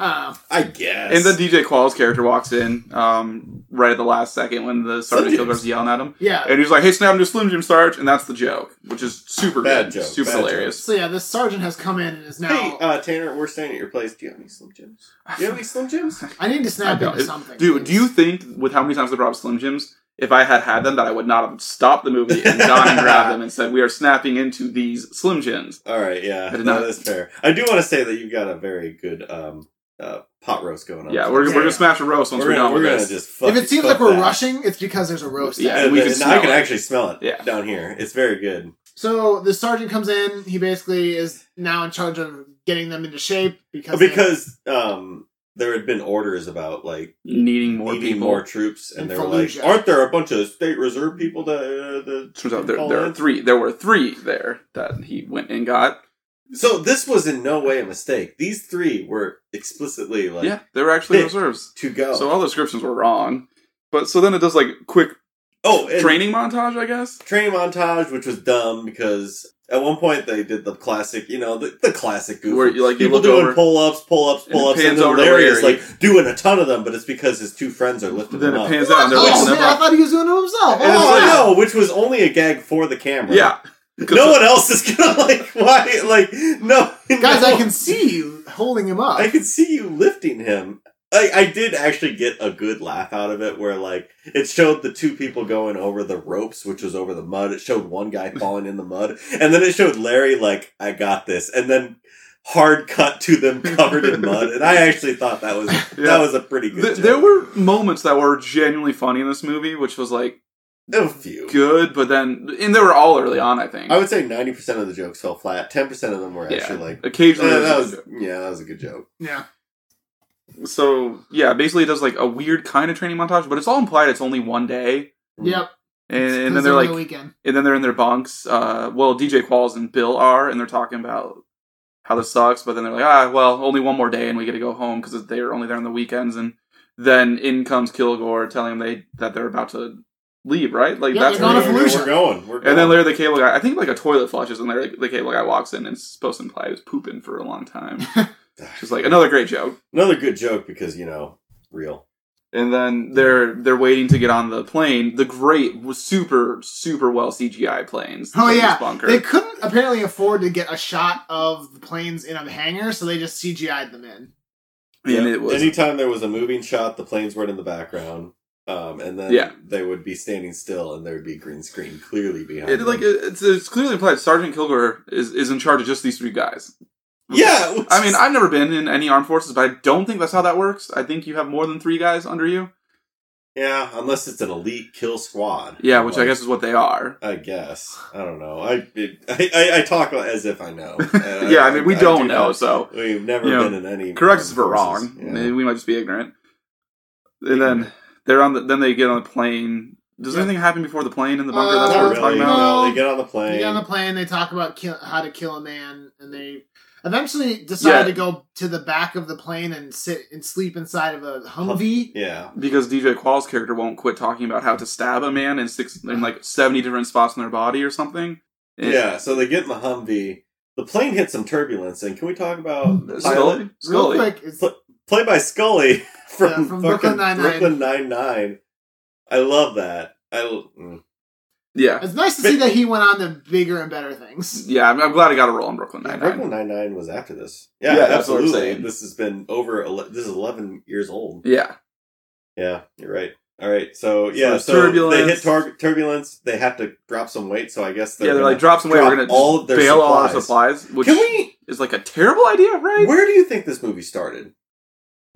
[SPEAKER 2] Uh,
[SPEAKER 1] I guess,
[SPEAKER 3] and then DJ Qualls' character walks in um, right at the last second when the sergeant
[SPEAKER 1] Slim
[SPEAKER 3] Kilgore's
[SPEAKER 1] Jims.
[SPEAKER 3] yelling at him,
[SPEAKER 2] yeah.
[SPEAKER 3] and he's like, "Hey, snap into Slim Jim Sarge," and that's the joke, which is super
[SPEAKER 1] Bad
[SPEAKER 3] good,
[SPEAKER 1] joke,
[SPEAKER 3] super
[SPEAKER 1] bad
[SPEAKER 3] hilarious.
[SPEAKER 2] so yeah, this sergeant has come in and is now.
[SPEAKER 1] hey, uh, Tanner, we're staying at your place. Do you have any Slim Jims? Do you have any Slim Jims?
[SPEAKER 2] I need to snap
[SPEAKER 3] I know.
[SPEAKER 2] into something.
[SPEAKER 3] Dude, do you think with how many times they brought up Slim Jims, if I had had them, that I would not have stopped the movie and gone and grabbed them and said, "We are snapping into these Slim Jims"?
[SPEAKER 1] All right, yeah,
[SPEAKER 3] I did
[SPEAKER 1] no,
[SPEAKER 3] not-
[SPEAKER 1] that's fair. I do want to say that you've got a very good um, uh, pot roast going on.
[SPEAKER 3] Yeah, we're,
[SPEAKER 1] We're
[SPEAKER 3] we're gonna smash a roast once we're, done
[SPEAKER 1] gonna, we're
[SPEAKER 3] with
[SPEAKER 1] gonna
[SPEAKER 3] this.
[SPEAKER 1] just fuck,
[SPEAKER 2] If it seems
[SPEAKER 1] fuck
[SPEAKER 2] like we're
[SPEAKER 1] that.
[SPEAKER 2] rushing, it's because there's a roast.
[SPEAKER 3] Yeah.
[SPEAKER 2] Yeah.
[SPEAKER 1] and
[SPEAKER 3] we
[SPEAKER 1] we
[SPEAKER 3] can
[SPEAKER 1] can
[SPEAKER 3] smell
[SPEAKER 1] I can
[SPEAKER 3] it.
[SPEAKER 1] actually smell it
[SPEAKER 3] Yeah.
[SPEAKER 1] down here. It's very good.
[SPEAKER 2] So the sergeant comes in. He basically is now in charge of getting them into shape because they-
[SPEAKER 1] Because um, there had been orders about like
[SPEAKER 3] Needing more
[SPEAKER 1] needing
[SPEAKER 3] people.
[SPEAKER 1] more troops, and
[SPEAKER 2] In
[SPEAKER 1] they were like,
[SPEAKER 2] Fallujah.
[SPEAKER 1] "Aren't there a bunch of state reserve people that?" Uh, that
[SPEAKER 3] Turns out there,
[SPEAKER 1] fall
[SPEAKER 3] there are
[SPEAKER 1] in?"
[SPEAKER 3] three. There were three there that he went and got.
[SPEAKER 1] So this was in no way a mistake. These three were explicitly like
[SPEAKER 3] yeah, they were actually
[SPEAKER 1] Hey.
[SPEAKER 3] reserves.
[SPEAKER 1] to go.
[SPEAKER 3] So all the descriptions were wrong. But so then it does like quick
[SPEAKER 1] Oh, and
[SPEAKER 3] Training montage, I guess.
[SPEAKER 1] training montage, which was dumb because at one point they did the classic, you know, the, the classic goof.
[SPEAKER 3] Where you, like, you
[SPEAKER 1] People
[SPEAKER 3] look
[SPEAKER 1] doing
[SPEAKER 3] over-
[SPEAKER 1] pull ups, pull ups,
[SPEAKER 3] and
[SPEAKER 1] pull ups,
[SPEAKER 3] it
[SPEAKER 1] and
[SPEAKER 3] pans
[SPEAKER 1] then
[SPEAKER 3] over to
[SPEAKER 1] Larry is
[SPEAKER 3] Larry.
[SPEAKER 1] like doing a ton of them, but it's because his two friends are lifting
[SPEAKER 3] Then
[SPEAKER 1] them
[SPEAKER 3] it
[SPEAKER 1] up.
[SPEAKER 3] pans out and they're
[SPEAKER 2] Oh,
[SPEAKER 3] lifting
[SPEAKER 2] man,
[SPEAKER 3] him
[SPEAKER 2] I
[SPEAKER 3] up.
[SPEAKER 2] thought he was doing it himself.
[SPEAKER 1] And it's
[SPEAKER 2] Oh,
[SPEAKER 1] like,
[SPEAKER 2] wow.
[SPEAKER 1] no, which was only a gag for the camera.
[SPEAKER 3] Yeah.
[SPEAKER 1] No one else is gonna like why like no
[SPEAKER 2] Guys,
[SPEAKER 1] no.
[SPEAKER 2] I can see you holding him up.
[SPEAKER 1] I could see you lifting him. I, I did actually get a good laugh out of it where like it showed the two people going over the ropes, which was over the mud. It showed one guy falling in the mud, and then it showed Larry like, I got this, and then hard cut to them covered in mud. And I actually thought that was that
[SPEAKER 3] Yeah.
[SPEAKER 1] was a pretty good
[SPEAKER 3] Th-
[SPEAKER 1] joke.
[SPEAKER 3] there were moments that were genuinely funny in this movie, which was like
[SPEAKER 1] a few.
[SPEAKER 3] good, but then and they were all early on. I think
[SPEAKER 1] I would say ninety percent of the jokes fell flat. Ten percent of them were
[SPEAKER 3] Yeah.
[SPEAKER 1] actually like
[SPEAKER 3] occasionally.
[SPEAKER 1] "Eh,
[SPEAKER 3] there's
[SPEAKER 1] that
[SPEAKER 3] a
[SPEAKER 1] was
[SPEAKER 3] joke.
[SPEAKER 1] yeah, that was a good joke.
[SPEAKER 2] yeah.
[SPEAKER 3] So yeah, basically it does like a weird kind of training montage, but it's all implied it's only one day.
[SPEAKER 2] Yep.
[SPEAKER 3] And, and then
[SPEAKER 2] It's
[SPEAKER 3] they're
[SPEAKER 2] over
[SPEAKER 3] like,
[SPEAKER 2] the weekend.
[SPEAKER 3] and then they're in their bunks. Uh, well, DJ Qualls and Bill are, and they're talking about how this sucks. But then they're like, ah, well, only one more day, and we get to go home because they're only there on the weekends. And then in comes Kilgore telling them they that they're about to leave, right? Like
[SPEAKER 2] Yeah,
[SPEAKER 3] that's
[SPEAKER 2] they're going
[SPEAKER 3] when
[SPEAKER 2] to
[SPEAKER 3] they-
[SPEAKER 1] We're-
[SPEAKER 2] Fallujah.
[SPEAKER 1] We're going. We're going.
[SPEAKER 3] and then Larry the Cable Guy, I think like a toilet flushes, and Larry the Cable Guy walks in, and it's supposed to imply he was pooping for a long time. Just like another great joke.
[SPEAKER 1] another good joke because you know real.
[SPEAKER 3] And then they're they're waiting to get on the plane. The great, super super well CGI planes.
[SPEAKER 2] Oh,
[SPEAKER 3] in this
[SPEAKER 2] yeah.
[SPEAKER 3] bunker.
[SPEAKER 2] They couldn't apparently afford to get a shot of the planes in a hangar, so they just CGI'd them in.
[SPEAKER 1] Yeah.
[SPEAKER 3] and it was
[SPEAKER 1] anytime there was a moving shot, the planes weren't in the background, um, and then
[SPEAKER 3] Yeah.
[SPEAKER 1] they would be standing still, and there would be green screen clearly behind.
[SPEAKER 3] It,
[SPEAKER 1] them.
[SPEAKER 3] like it- it's, it's clearly implied Sergeant Kilgore is, is in charge of just these three guys.
[SPEAKER 1] yeah, which
[SPEAKER 3] I mean,
[SPEAKER 1] is-
[SPEAKER 3] I've never been in any armed forces, but I don't think that's how that works. I think you have more than three guys under you.
[SPEAKER 1] yeah, unless it's an elite kill squad.
[SPEAKER 3] Yeah, which I
[SPEAKER 1] Like,
[SPEAKER 3] guess is what they are.
[SPEAKER 1] I guess I don't know. I it, I, I, I talk as if I know. And
[SPEAKER 3] yeah, I mean, we don't
[SPEAKER 1] uh, do
[SPEAKER 3] know,
[SPEAKER 1] not-
[SPEAKER 3] so
[SPEAKER 1] We've never
[SPEAKER 3] you know,
[SPEAKER 1] been in any.
[SPEAKER 3] correct us if we're
[SPEAKER 1] forces.
[SPEAKER 3] wrong.
[SPEAKER 1] Yeah.
[SPEAKER 3] Maybe We might just be ignorant. And then they're on the then they get on the plane. Does
[SPEAKER 2] Yeah.
[SPEAKER 3] anything happen before the plane in the bunker?
[SPEAKER 2] Uh,
[SPEAKER 3] that's what
[SPEAKER 1] Not
[SPEAKER 3] we're
[SPEAKER 1] really.
[SPEAKER 3] talking about.
[SPEAKER 1] No,
[SPEAKER 2] No.
[SPEAKER 1] they get on the
[SPEAKER 2] They
[SPEAKER 1] plane.
[SPEAKER 2] get on the plane. They talk about kill, how to kill a man, and they eventually decide
[SPEAKER 3] Yeah.
[SPEAKER 2] to go to the back of the plane and sit and sleep inside of a Humvee.
[SPEAKER 1] yeah,
[SPEAKER 3] Because DJ Qualls' character won't quit talking about how to stab a man in six in like seventy different spots in their body or something. And-
[SPEAKER 1] yeah. So they get in the Humvee. The plane hits some turbulence, and can we talk about the pilot?
[SPEAKER 3] Scully,
[SPEAKER 2] Real
[SPEAKER 3] Scully.
[SPEAKER 2] quick, it's,
[SPEAKER 1] Pl- played by Scully from,
[SPEAKER 2] Yeah, from
[SPEAKER 1] fucking
[SPEAKER 2] Brooklyn Nine-Nine.
[SPEAKER 1] Brooklyn Nine Nine. I love that. I l- mm.
[SPEAKER 3] Yeah,
[SPEAKER 2] it's nice to see that he went on to bigger and better things.
[SPEAKER 3] yeah. I'm, I'm glad I got a role on Brooklyn
[SPEAKER 1] Yeah,
[SPEAKER 3] Nine
[SPEAKER 1] Brooklyn
[SPEAKER 3] Nine.
[SPEAKER 1] Nine Nine was after this. Yeah,
[SPEAKER 3] Yeah, that's what I'm
[SPEAKER 1] absolutely.
[SPEAKER 3] saying.
[SPEAKER 1] This has been over. Ele- this is eleven years old.
[SPEAKER 3] Yeah,
[SPEAKER 1] Yeah, you're right. All right, so yeah,
[SPEAKER 3] there's
[SPEAKER 1] so
[SPEAKER 3] turbulence.
[SPEAKER 1] they hit tar- turbulence. They have to drop some weight, so I guess they're
[SPEAKER 3] yeah. They're
[SPEAKER 1] gonna-
[SPEAKER 3] like drop some weight.
[SPEAKER 1] drop
[SPEAKER 3] We're gonna
[SPEAKER 1] all
[SPEAKER 3] all
[SPEAKER 1] of their
[SPEAKER 3] bail all our
[SPEAKER 1] supplies.
[SPEAKER 3] supplies, which
[SPEAKER 1] Can we?
[SPEAKER 3] is like a terrible idea, right?
[SPEAKER 1] Where do you think this movie started?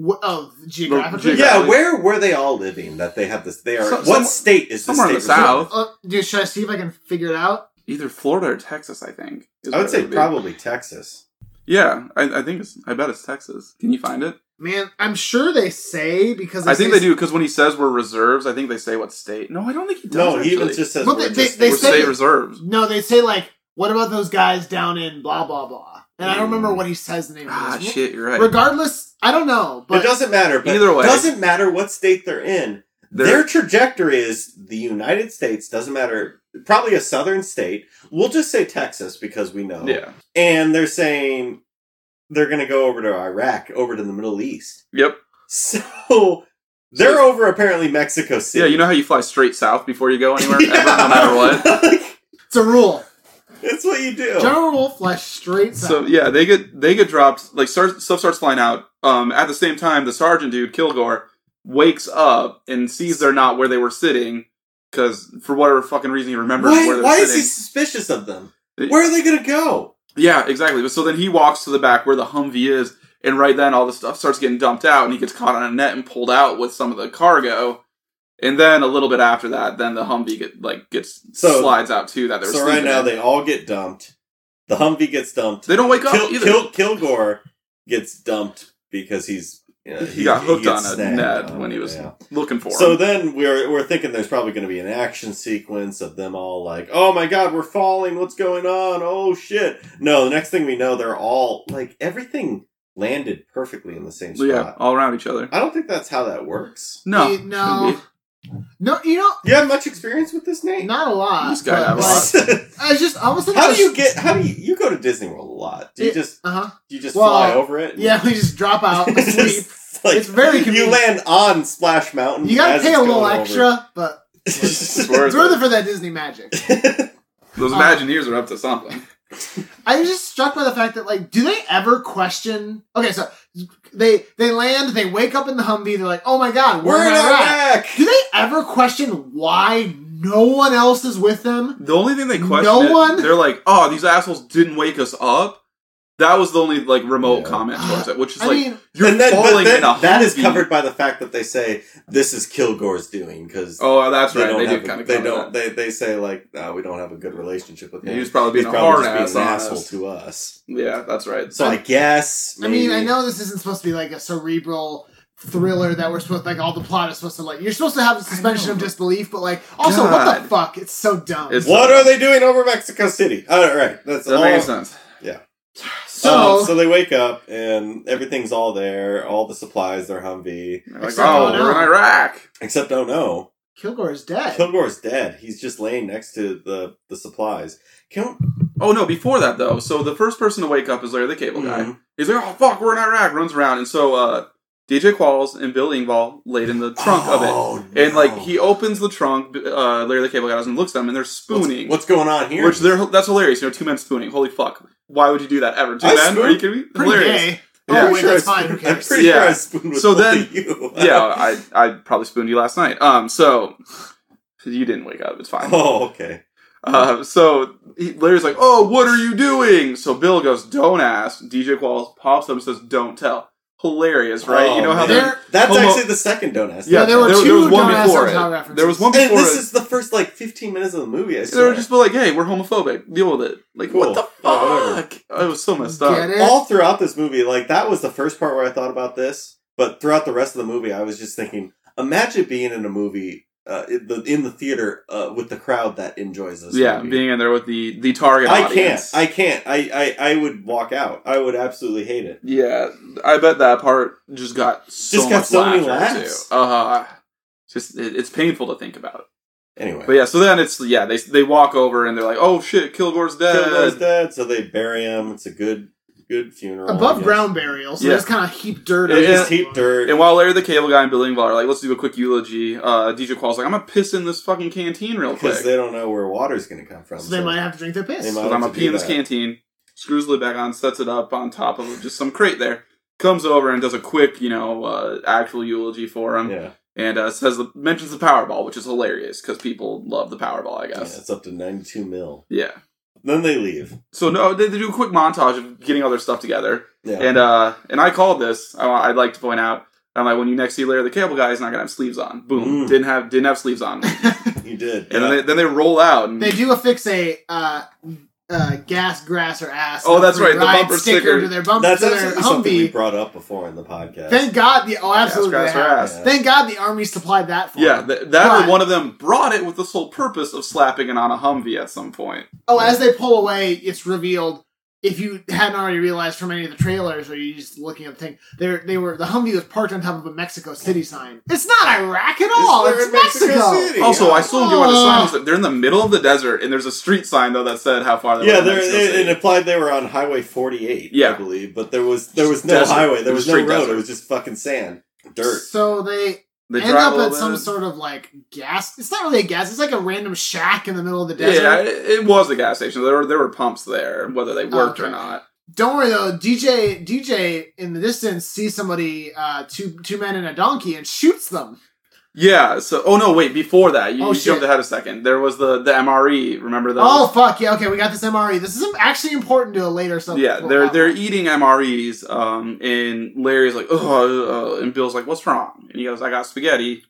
[SPEAKER 2] Wh- Oh, geographically,
[SPEAKER 3] Geographically.
[SPEAKER 1] Yeah, where were they all living? That they have this. They are.
[SPEAKER 3] So-
[SPEAKER 1] what
[SPEAKER 3] some-
[SPEAKER 1] state is this
[SPEAKER 3] somewhere in
[SPEAKER 1] state?
[SPEAKER 3] the South.
[SPEAKER 2] Uh, dude, should I see if I can figure it out?
[SPEAKER 3] Either Florida or Texas, I think. is
[SPEAKER 1] I
[SPEAKER 3] where
[SPEAKER 1] would
[SPEAKER 3] it
[SPEAKER 1] say
[SPEAKER 3] be.
[SPEAKER 1] probably Texas.
[SPEAKER 3] Yeah, I, I think it's. I bet it's Texas. Can you find it?
[SPEAKER 2] Man, I'm sure they say because
[SPEAKER 3] I think
[SPEAKER 2] say-
[SPEAKER 3] they do because when he says we're reserves, I think they say what state. No, I don't think he does.
[SPEAKER 1] No, he
[SPEAKER 3] actually.
[SPEAKER 1] even just says
[SPEAKER 2] Well,
[SPEAKER 1] we're
[SPEAKER 2] they-
[SPEAKER 1] just-
[SPEAKER 2] they
[SPEAKER 3] we're
[SPEAKER 1] we're
[SPEAKER 2] say-
[SPEAKER 3] state reserves.
[SPEAKER 2] No, they say like, "What about those guys down in blah blah blah?" And I don't remember
[SPEAKER 1] Mm.
[SPEAKER 2] what he says the name.
[SPEAKER 3] Ah,
[SPEAKER 2] of this.
[SPEAKER 3] shit, you're right.
[SPEAKER 2] Regardless, I don't know,
[SPEAKER 1] it
[SPEAKER 2] but
[SPEAKER 1] doesn't matter. But
[SPEAKER 3] Either way-
[SPEAKER 1] it doesn't matter what state they're in.
[SPEAKER 3] They're-
[SPEAKER 1] Their trajectory is the United States. Doesn't matter. Probably a southern state. We'll just say Texas because we know.
[SPEAKER 3] yeah.
[SPEAKER 1] And they're saying they're going to go over to Iraq, over to the Middle East.
[SPEAKER 3] Yep.
[SPEAKER 1] So they're over apparently Mexico City.
[SPEAKER 3] Yeah, you know how you fly straight south before you go anywhere,
[SPEAKER 1] Yeah.
[SPEAKER 3] ever, no matter what.
[SPEAKER 1] Like,
[SPEAKER 2] it's a rule.
[SPEAKER 1] it's what you do.
[SPEAKER 2] General rule, flesh straight.
[SPEAKER 3] So
[SPEAKER 2] south.
[SPEAKER 3] yeah, they get they get dropped. Like star, stuff starts flying out. Um, at the same time, the sergeant dude Kilgore wakes up and sees they're not where they were sitting because for whatever fucking reason he remembers where
[SPEAKER 1] why
[SPEAKER 3] they're
[SPEAKER 1] why is
[SPEAKER 3] sitting.
[SPEAKER 1] he suspicious of them? Where are they going to go?
[SPEAKER 3] Yeah, exactly. But so then he walks to the back where the Humvee is, and right then all the stuff starts getting dumped out, and he gets caught on a net and pulled out with some of the cargo. And then a little bit after that, then the Humvee get like gets
[SPEAKER 1] So-
[SPEAKER 3] slides out too. That they were
[SPEAKER 1] So right
[SPEAKER 3] sleeping
[SPEAKER 1] now
[SPEAKER 3] in.
[SPEAKER 1] they all get dumped. The Humvee gets dumped.
[SPEAKER 3] they don't wake up
[SPEAKER 1] Kil-
[SPEAKER 3] either.
[SPEAKER 1] Kil- Kilgore gets dumped because he's you know,
[SPEAKER 3] he, got hooked
[SPEAKER 1] gets
[SPEAKER 3] on a
[SPEAKER 1] snagged
[SPEAKER 3] net
[SPEAKER 1] on
[SPEAKER 3] when
[SPEAKER 1] it,
[SPEAKER 3] he was
[SPEAKER 1] yeah.
[SPEAKER 3] looking for
[SPEAKER 1] So
[SPEAKER 3] him.
[SPEAKER 1] then we're we're thinking there's probably going to be an action sequence of them all like, oh my god, we're falling, what's going on? Oh shit! No, the next thing we know, they're all like everything landed perfectly in the same
[SPEAKER 3] So
[SPEAKER 1] spot.
[SPEAKER 3] yeah, all around each other.
[SPEAKER 1] I don't think that's how that works.
[SPEAKER 3] No,
[SPEAKER 2] Eh, no. No, you know,
[SPEAKER 1] You have much experience with this name?
[SPEAKER 2] not a lot.
[SPEAKER 3] This guy
[SPEAKER 2] but,
[SPEAKER 3] have a
[SPEAKER 2] like,
[SPEAKER 3] lot.
[SPEAKER 2] I just I was thinking.
[SPEAKER 1] how do you get? How do you? You go to Disney World a lot. Do you
[SPEAKER 2] It-
[SPEAKER 1] just
[SPEAKER 2] Uh huh.
[SPEAKER 1] do you just
[SPEAKER 2] well,
[SPEAKER 1] fly over it? and-
[SPEAKER 2] Yeah, we just drop out
[SPEAKER 1] It's
[SPEAKER 2] sleep.
[SPEAKER 1] just like-
[SPEAKER 2] It's very
[SPEAKER 1] You
[SPEAKER 2] convenient.
[SPEAKER 1] land on Splash Mountain.
[SPEAKER 2] You gotta
[SPEAKER 1] as
[SPEAKER 2] pay
[SPEAKER 1] it's
[SPEAKER 2] a little
[SPEAKER 1] going over.
[SPEAKER 2] extra, but
[SPEAKER 3] It's worth
[SPEAKER 2] it's worth
[SPEAKER 3] it.
[SPEAKER 2] it for that Disney magic.
[SPEAKER 3] Those
[SPEAKER 2] Uh,
[SPEAKER 3] Imagineers are up to something.
[SPEAKER 2] I was just struck by the fact that like, do they ever question? Okay, so they they land, they wake up in the Humvee, they're like, oh my god, where
[SPEAKER 1] We're in
[SPEAKER 2] am I at?
[SPEAKER 1] Iraq.
[SPEAKER 2] Do they ever question why no one else is with them?
[SPEAKER 3] The only thing they question,
[SPEAKER 2] No
[SPEAKER 3] it,
[SPEAKER 2] one-
[SPEAKER 3] they're like, "Oh, these assholes didn't wake us up." That was the only like remote
[SPEAKER 1] Yeah.
[SPEAKER 3] comment towards it, which is
[SPEAKER 2] I
[SPEAKER 3] like
[SPEAKER 2] mean,
[SPEAKER 3] you're
[SPEAKER 1] And then, but
[SPEAKER 3] falling
[SPEAKER 1] then
[SPEAKER 3] in a
[SPEAKER 1] that is
[SPEAKER 3] Humvee.
[SPEAKER 1] covered by the fact that they say this is Kilgore's doing because
[SPEAKER 3] Oh, that's
[SPEAKER 1] they
[SPEAKER 3] right.
[SPEAKER 1] don't
[SPEAKER 3] They,
[SPEAKER 1] have
[SPEAKER 3] do kind
[SPEAKER 1] a,
[SPEAKER 3] of
[SPEAKER 1] they don't they they say like no, we don't have a good relationship with him.
[SPEAKER 3] He was probably
[SPEAKER 1] He's
[SPEAKER 3] being a
[SPEAKER 1] probably
[SPEAKER 3] hard
[SPEAKER 1] just being
[SPEAKER 3] ass
[SPEAKER 1] an
[SPEAKER 3] on
[SPEAKER 1] asshole
[SPEAKER 3] us.
[SPEAKER 1] to us.
[SPEAKER 3] Yeah, that's right.
[SPEAKER 1] So I guess
[SPEAKER 2] I mean,
[SPEAKER 1] maybe-
[SPEAKER 2] I know this isn't supposed to be like a cerebral thriller that we're supposed like all the plot is supposed to like you're supposed to have a suspension of disbelief, but like also what the
[SPEAKER 3] God.
[SPEAKER 2] fuck? It's so dumb.
[SPEAKER 3] It's-
[SPEAKER 1] What are they doing over Mexico City? All right, that's
[SPEAKER 3] That
[SPEAKER 1] all.
[SPEAKER 3] makes sense.
[SPEAKER 2] so
[SPEAKER 1] Um, so they wake up and everything's all there, all the supplies, their Humvee.
[SPEAKER 3] They're Like,
[SPEAKER 2] Except-
[SPEAKER 3] oh,
[SPEAKER 2] oh, no.
[SPEAKER 3] we're in Iraq.
[SPEAKER 1] Except, oh no,
[SPEAKER 2] Kilgore is dead.
[SPEAKER 1] Kilgore's dead. He's just laying next to the the supplies. Kill-
[SPEAKER 3] Oh no! Before that though, so the first person to wake up is Larry the Cable Guy.
[SPEAKER 1] Mhm.
[SPEAKER 3] He's like, "Oh fuck, we're in Iraq." Runs around, and so uh, DJ Qualls and Bill Engvall laid in the trunk of
[SPEAKER 1] Oh,
[SPEAKER 3] it, and like
[SPEAKER 1] no.
[SPEAKER 3] he opens the trunk, uh, Larry the Cable Guy does, and looks at them, and they're spooning.
[SPEAKER 1] What's going on here?
[SPEAKER 3] which they're that's hilarious. You know, two men spooning. Holy fuck! Why would you do that ever? Two
[SPEAKER 1] I
[SPEAKER 3] men?
[SPEAKER 1] spoon-
[SPEAKER 3] Are you kidding me?
[SPEAKER 2] Pretty
[SPEAKER 3] hilarious.
[SPEAKER 2] gay.
[SPEAKER 3] Yeah.
[SPEAKER 2] Oh wait, that's
[SPEAKER 1] I
[SPEAKER 2] fine. Who
[SPEAKER 1] spooned- I'm
[SPEAKER 2] cares?
[SPEAKER 1] pretty
[SPEAKER 3] Yeah.
[SPEAKER 1] sure I spooned with
[SPEAKER 3] So
[SPEAKER 1] both
[SPEAKER 3] then-
[SPEAKER 1] of you.
[SPEAKER 3] yeah, I I probably spooned you last night. Um, so you didn't wake up. It's fine.
[SPEAKER 1] oh, okay.
[SPEAKER 3] Uh, so he, Larry's like, "Oh, what are you doing?" So Bill goes, "Don't ask." DJ Qualls pops up and says, "Don't tell." Hilarious, right?
[SPEAKER 1] Oh,
[SPEAKER 3] you know how
[SPEAKER 1] man.
[SPEAKER 3] they're
[SPEAKER 2] There-
[SPEAKER 1] That's
[SPEAKER 3] Homo-
[SPEAKER 1] actually the second don't ask.
[SPEAKER 3] yeah.
[SPEAKER 2] there were two don't ask
[SPEAKER 3] before
[SPEAKER 2] don't tell
[SPEAKER 3] it.
[SPEAKER 2] references.
[SPEAKER 3] There was one
[SPEAKER 1] And
[SPEAKER 3] before
[SPEAKER 1] this
[SPEAKER 3] it.
[SPEAKER 1] is the first like 15 minutes of the movie. I
[SPEAKER 3] they were
[SPEAKER 1] swear.
[SPEAKER 3] just like, "Hey, we're homophobic. Deal with it." Like,
[SPEAKER 1] Cool.
[SPEAKER 3] what the
[SPEAKER 1] Oh, whatever.
[SPEAKER 3] fuck? I was so messed
[SPEAKER 2] Get
[SPEAKER 3] up.
[SPEAKER 2] it?
[SPEAKER 1] all throughout this movie, like that was the first part where I thought about this. But throughout the rest of the movie, I was just thinking: imagine being in a movie uh, in, the, in the theater uh, with the crowd that enjoys this.
[SPEAKER 3] Yeah,
[SPEAKER 1] movie.
[SPEAKER 3] being in there with the the target.
[SPEAKER 1] I can't.
[SPEAKER 3] audience.
[SPEAKER 1] I can't. I, I I would walk out. I would absolutely hate it.
[SPEAKER 3] Yeah, I bet that part just got so
[SPEAKER 1] Just
[SPEAKER 3] much
[SPEAKER 1] got so many
[SPEAKER 3] laughter,
[SPEAKER 1] laughs.
[SPEAKER 3] Too. Uh, just it, it's painful to think about.
[SPEAKER 1] Anyway,
[SPEAKER 3] But yeah, so then it's yeah they they walk over and they're like, "Oh shit, Kilgore's dead."
[SPEAKER 1] Kilgore's dead, so they bury him. It's a good good funeral. I
[SPEAKER 2] above
[SPEAKER 1] guess.
[SPEAKER 2] ground burial, so
[SPEAKER 3] Yeah.
[SPEAKER 2] there's kind of heap dirt.
[SPEAKER 3] It
[SPEAKER 1] They
[SPEAKER 2] on
[SPEAKER 1] just
[SPEAKER 2] it.
[SPEAKER 1] heap dirt.
[SPEAKER 3] And while Larry the Cable Guy and Bill Engvall are like, let's do a quick eulogy, uh, DJ Qualls like, I'm gonna piss in this fucking canteen real quick.
[SPEAKER 1] because they don't know where water's going to come from.
[SPEAKER 2] So they might have to drink their piss.
[SPEAKER 1] They might-
[SPEAKER 3] 'Cause I'm
[SPEAKER 1] have
[SPEAKER 3] gonna
[SPEAKER 1] to
[SPEAKER 3] pee
[SPEAKER 1] do
[SPEAKER 3] in this
[SPEAKER 1] that.
[SPEAKER 3] canteen. Screws the lid back on, sets it up on top of just some crate there. Comes over and does a quick, you know, uh, actual eulogy for him,
[SPEAKER 1] Yeah,
[SPEAKER 3] and uh, says the, mentions the Powerball, which is hilarious because people love the Powerball, I
[SPEAKER 1] yeah,
[SPEAKER 3] guess.
[SPEAKER 1] it's up to ninety two mil.
[SPEAKER 3] Yeah.
[SPEAKER 1] Then they leave.
[SPEAKER 3] So no, they, they do a quick montage of getting all their stuff together,
[SPEAKER 1] Yeah,
[SPEAKER 3] and uh, and I called this. I, I'd like to point out, I'm like, when you next see Larry the Cable Guy, he's not gonna have sleeves on. Boom,
[SPEAKER 1] Mm.
[SPEAKER 3] didn't have didn't have sleeves on.
[SPEAKER 1] you did.
[SPEAKER 3] And
[SPEAKER 1] Yeah.
[SPEAKER 3] then, they, then they roll out. And,
[SPEAKER 2] They do affix a uh, uh, gas, grass, or ass.
[SPEAKER 3] Oh, that's
[SPEAKER 2] free
[SPEAKER 3] right, the
[SPEAKER 2] ride
[SPEAKER 3] bumper
[SPEAKER 2] sticker,
[SPEAKER 3] sticker.
[SPEAKER 2] to their bumper
[SPEAKER 1] That's
[SPEAKER 2] to their
[SPEAKER 1] absolutely something we
[SPEAKER 2] Humvee.
[SPEAKER 1] brought up before in the podcast.
[SPEAKER 2] Thank God the oh,
[SPEAKER 3] ass,
[SPEAKER 2] absolutely.
[SPEAKER 3] grass,
[SPEAKER 2] they
[SPEAKER 3] or
[SPEAKER 2] have.
[SPEAKER 3] ass.
[SPEAKER 1] Yeah.
[SPEAKER 2] Thank God the army supplied that for.
[SPEAKER 3] Yeah,
[SPEAKER 2] them.
[SPEAKER 3] th- that
[SPEAKER 2] But-
[SPEAKER 3] or one of them brought it with the sole purpose of slapping it on a Humvee at some point.
[SPEAKER 2] Oh, as they pull away, it's revealed. If you hadn't already realized from any of the trailers, or you just looking at the thing, they they were the Humvee was parked on top of a Mexico City sign. It's not Iraq at all.
[SPEAKER 1] It's
[SPEAKER 2] It's,
[SPEAKER 1] in Mexico
[SPEAKER 2] Mexico.
[SPEAKER 1] City.
[SPEAKER 3] Also, I still don't get why the sign
[SPEAKER 2] Oh.
[SPEAKER 3] was. that They're in the middle of the desert, and there's a street sign though that said how far they
[SPEAKER 1] Yeah,
[SPEAKER 3] were.
[SPEAKER 1] there,
[SPEAKER 3] from Mexico
[SPEAKER 1] it,
[SPEAKER 3] City.
[SPEAKER 1] it implied they were on Highway 48, I
[SPEAKER 3] Yeah.
[SPEAKER 1] believe, but there was there was no
[SPEAKER 3] Desert.
[SPEAKER 1] highway, there
[SPEAKER 3] It
[SPEAKER 1] was
[SPEAKER 3] was
[SPEAKER 1] no road,
[SPEAKER 3] straight desert.
[SPEAKER 1] it was just fucking sand, dirt.
[SPEAKER 2] So they
[SPEAKER 3] they
[SPEAKER 2] end
[SPEAKER 3] drive
[SPEAKER 2] up
[SPEAKER 3] a little
[SPEAKER 2] at some
[SPEAKER 3] bit.
[SPEAKER 2] sort of like gas. It's not really a gas. It's like a random shack in the middle of the desert.
[SPEAKER 3] Yeah, it, it was a gas station. There were there were pumps there, whether they worked or
[SPEAKER 2] okay.
[SPEAKER 3] not.
[SPEAKER 2] Don't worry though. DJ DJ in the distance sees somebody, uh, two two men and a donkey, and shoots them.
[SPEAKER 3] Yeah. So, oh no, wait. Before that, you,
[SPEAKER 2] Oh,
[SPEAKER 3] you
[SPEAKER 2] shit.
[SPEAKER 3] jumped ahead a second. There was the the MRE. Remember those?
[SPEAKER 2] Oh fuck yeah! Okay, we got this MRE. This is actually important to a later subject.
[SPEAKER 3] Yeah,
[SPEAKER 2] We'll
[SPEAKER 3] they're
[SPEAKER 2] have
[SPEAKER 3] they're e-
[SPEAKER 2] it.
[SPEAKER 3] eating MREs, um, and Larry's like, oh, uh, and Bill's like, what's wrong? And he goes, I got spaghetti,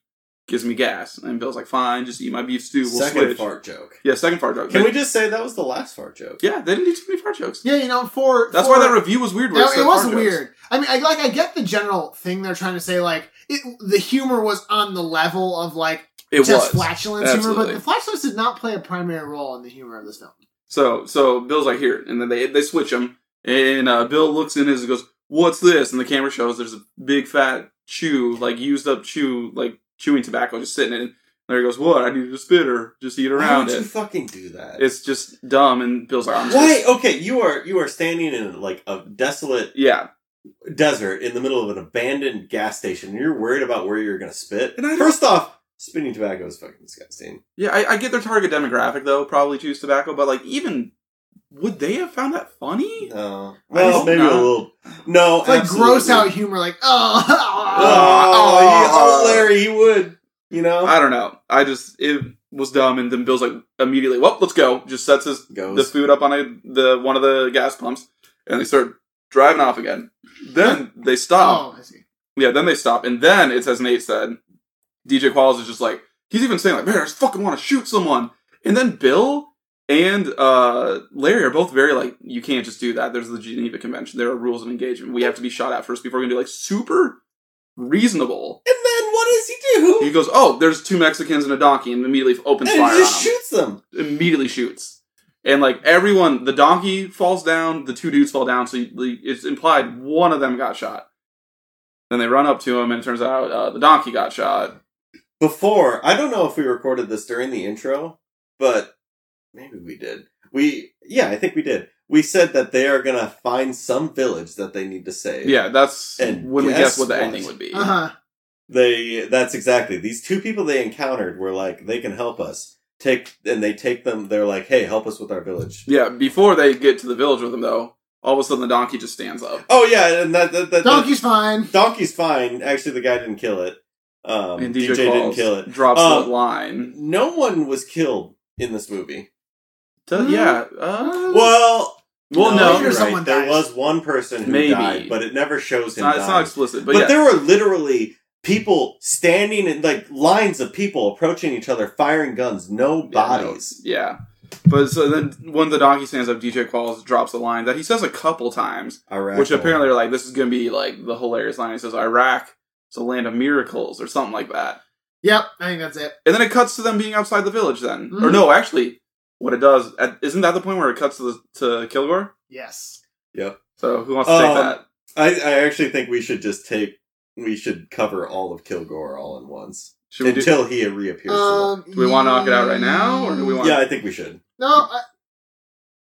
[SPEAKER 3] gives me gas, and Bill's like, fine, just eat my beef stew. We'll
[SPEAKER 1] Second
[SPEAKER 3] switch.
[SPEAKER 1] fart joke.
[SPEAKER 3] Yeah, second fart joke.
[SPEAKER 1] Can
[SPEAKER 3] They-
[SPEAKER 1] we just say that was the last fart joke?
[SPEAKER 3] Yeah, they didn't do too many fart jokes.
[SPEAKER 2] yeah. You know, for
[SPEAKER 3] That's
[SPEAKER 2] for-
[SPEAKER 3] why that review was weird. where
[SPEAKER 2] No,
[SPEAKER 3] said
[SPEAKER 2] it was
[SPEAKER 3] fart jokes.
[SPEAKER 2] weird. I mean, I like I get the general thing they're trying to say. Like it, the humor was on the level of like
[SPEAKER 3] It
[SPEAKER 2] just
[SPEAKER 3] was.
[SPEAKER 2] flatulence humor, but
[SPEAKER 3] Absolutely.
[SPEAKER 2] the flatulence did not play a primary role in the humor of this film.
[SPEAKER 3] So so Bill's like here, and then they they switch him, and uh, Bill looks in his and goes, "What's this?" And the camera shows there's a big fat chew, like used up chew, like chewing tobacco, just sitting in. Larry goes, "What? I needed a spitter. Just eat
[SPEAKER 1] Why
[SPEAKER 3] around
[SPEAKER 1] would you
[SPEAKER 3] it."
[SPEAKER 1] fucking do that?
[SPEAKER 3] It's just dumb. And Bill's like, "I'm just-
[SPEAKER 1] Why? Oh. Okay, you are you are standing in like a desolate
[SPEAKER 3] Yeah,
[SPEAKER 1] desert in the middle of an abandoned gas station, and you're worried about where you're gonna spit.
[SPEAKER 3] And I don't-
[SPEAKER 1] First off, spitting tobacco is fucking disgusting.
[SPEAKER 3] yeah. I, I get their target demographic though. Probably choose tobacco, but like, even would they have found that funny?
[SPEAKER 1] No,
[SPEAKER 3] I
[SPEAKER 1] Uh, well,
[SPEAKER 3] hope
[SPEAKER 1] maybe
[SPEAKER 3] not.
[SPEAKER 1] a little. No,
[SPEAKER 2] It's like gross
[SPEAKER 1] absolutely.
[SPEAKER 2] out humor, like oh,
[SPEAKER 1] Oh, he-
[SPEAKER 3] Oh.
[SPEAKER 1] oh, Larry, he would. You know,
[SPEAKER 3] I don't know. I just it was dumb, and then Bill's like immediately, "Well, let's go." Just sets his
[SPEAKER 1] goes.
[SPEAKER 3] the food up on a, the one of the gas pumps, and they start driving off again. Then they stop.
[SPEAKER 2] oh, I see.
[SPEAKER 3] Yeah, then they stop, and then it's as Nate said, DJ Qualls is just like he's even saying like, "Man, I just fucking want to shoot someone." And then Bill and uh, Larry are both very like, "You can't just do that." There's the Geneva Convention. There are rules of engagement. We have to be shot at first before we can do like super reasonable.
[SPEAKER 1] and then what does he do?
[SPEAKER 3] He goes, "Oh, there's two Mexicans and a donkey," and immediately opens
[SPEAKER 1] and
[SPEAKER 3] fire
[SPEAKER 1] he just
[SPEAKER 3] on 'em
[SPEAKER 1] shoots them.
[SPEAKER 3] immediately shoots. And like everyone, the donkey falls down, the two dudes fall down, so you- it's implied one of them got shot. Then they run up to him, and it turns out uh, the donkey got shot.
[SPEAKER 1] Before, I don't know if we recorded this during the intro, but maybe we did. We, yeah, I think we did. We said that they are gonna find some village that they need to save.
[SPEAKER 3] Yeah, that's
[SPEAKER 1] And
[SPEAKER 3] when we
[SPEAKER 1] guess
[SPEAKER 3] guess what the
[SPEAKER 1] what?
[SPEAKER 3] ending would be.
[SPEAKER 2] Uh huh.
[SPEAKER 1] they. That's exactly these two people they encountered were like they can help us take, and they take them. They're like, hey, help us with our village.
[SPEAKER 3] Yeah, before they get to the village with him, though, all of a sudden the donkey just stands up,
[SPEAKER 1] Oh yeah, and that that, that
[SPEAKER 2] Donkey's fine.
[SPEAKER 1] donkey's fine. Actually, the guy didn't kill it. Um,
[SPEAKER 3] and
[SPEAKER 1] DJ,
[SPEAKER 3] DJ,
[SPEAKER 1] didn't
[SPEAKER 3] Qualls
[SPEAKER 1] kill it.
[SPEAKER 3] Drops
[SPEAKER 1] Um,
[SPEAKER 3] the line.
[SPEAKER 1] No one was killed in this movie.
[SPEAKER 3] To- yeah. Uh,
[SPEAKER 1] Well,
[SPEAKER 3] well,
[SPEAKER 2] no,
[SPEAKER 3] no,
[SPEAKER 2] you're
[SPEAKER 1] you're right.
[SPEAKER 2] someone
[SPEAKER 1] There
[SPEAKER 2] dies.
[SPEAKER 1] was one person who
[SPEAKER 3] Maybe.
[SPEAKER 1] died, but it never shows
[SPEAKER 3] it's,
[SPEAKER 1] him.
[SPEAKER 3] not, it's
[SPEAKER 1] dying.
[SPEAKER 3] not explicit, but,
[SPEAKER 1] but
[SPEAKER 3] yeah,
[SPEAKER 1] there were literally people standing in like lines of people approaching each other, firing guns, no
[SPEAKER 3] Yeah, no,
[SPEAKER 1] bodies.
[SPEAKER 3] Yeah. But so then when the donkey stands up, DJ Qualls drops a line that he says a couple times,
[SPEAKER 1] Iraq
[SPEAKER 3] which
[SPEAKER 1] War.
[SPEAKER 3] apparently are like, this is going to be like the hilarious line. He says, Iraq is a land of miracles or something like that.
[SPEAKER 2] Yep, I think that's it.
[SPEAKER 3] And then it cuts to them being outside the village then. Or
[SPEAKER 2] Mhm.
[SPEAKER 3] no, actually, what it does, at, isn't that the point where it cuts to, the, to Kilgore?
[SPEAKER 2] Yes.
[SPEAKER 3] So who wants to take
[SPEAKER 1] Um,
[SPEAKER 3] that?
[SPEAKER 1] I, I actually think we should just take. We should cover all of Kilgore all in once
[SPEAKER 3] Should we do,
[SPEAKER 1] until he reappears.
[SPEAKER 2] Um,
[SPEAKER 3] do we want to knock it out right now or do we want
[SPEAKER 1] yeah, I think we should.
[SPEAKER 2] No, I,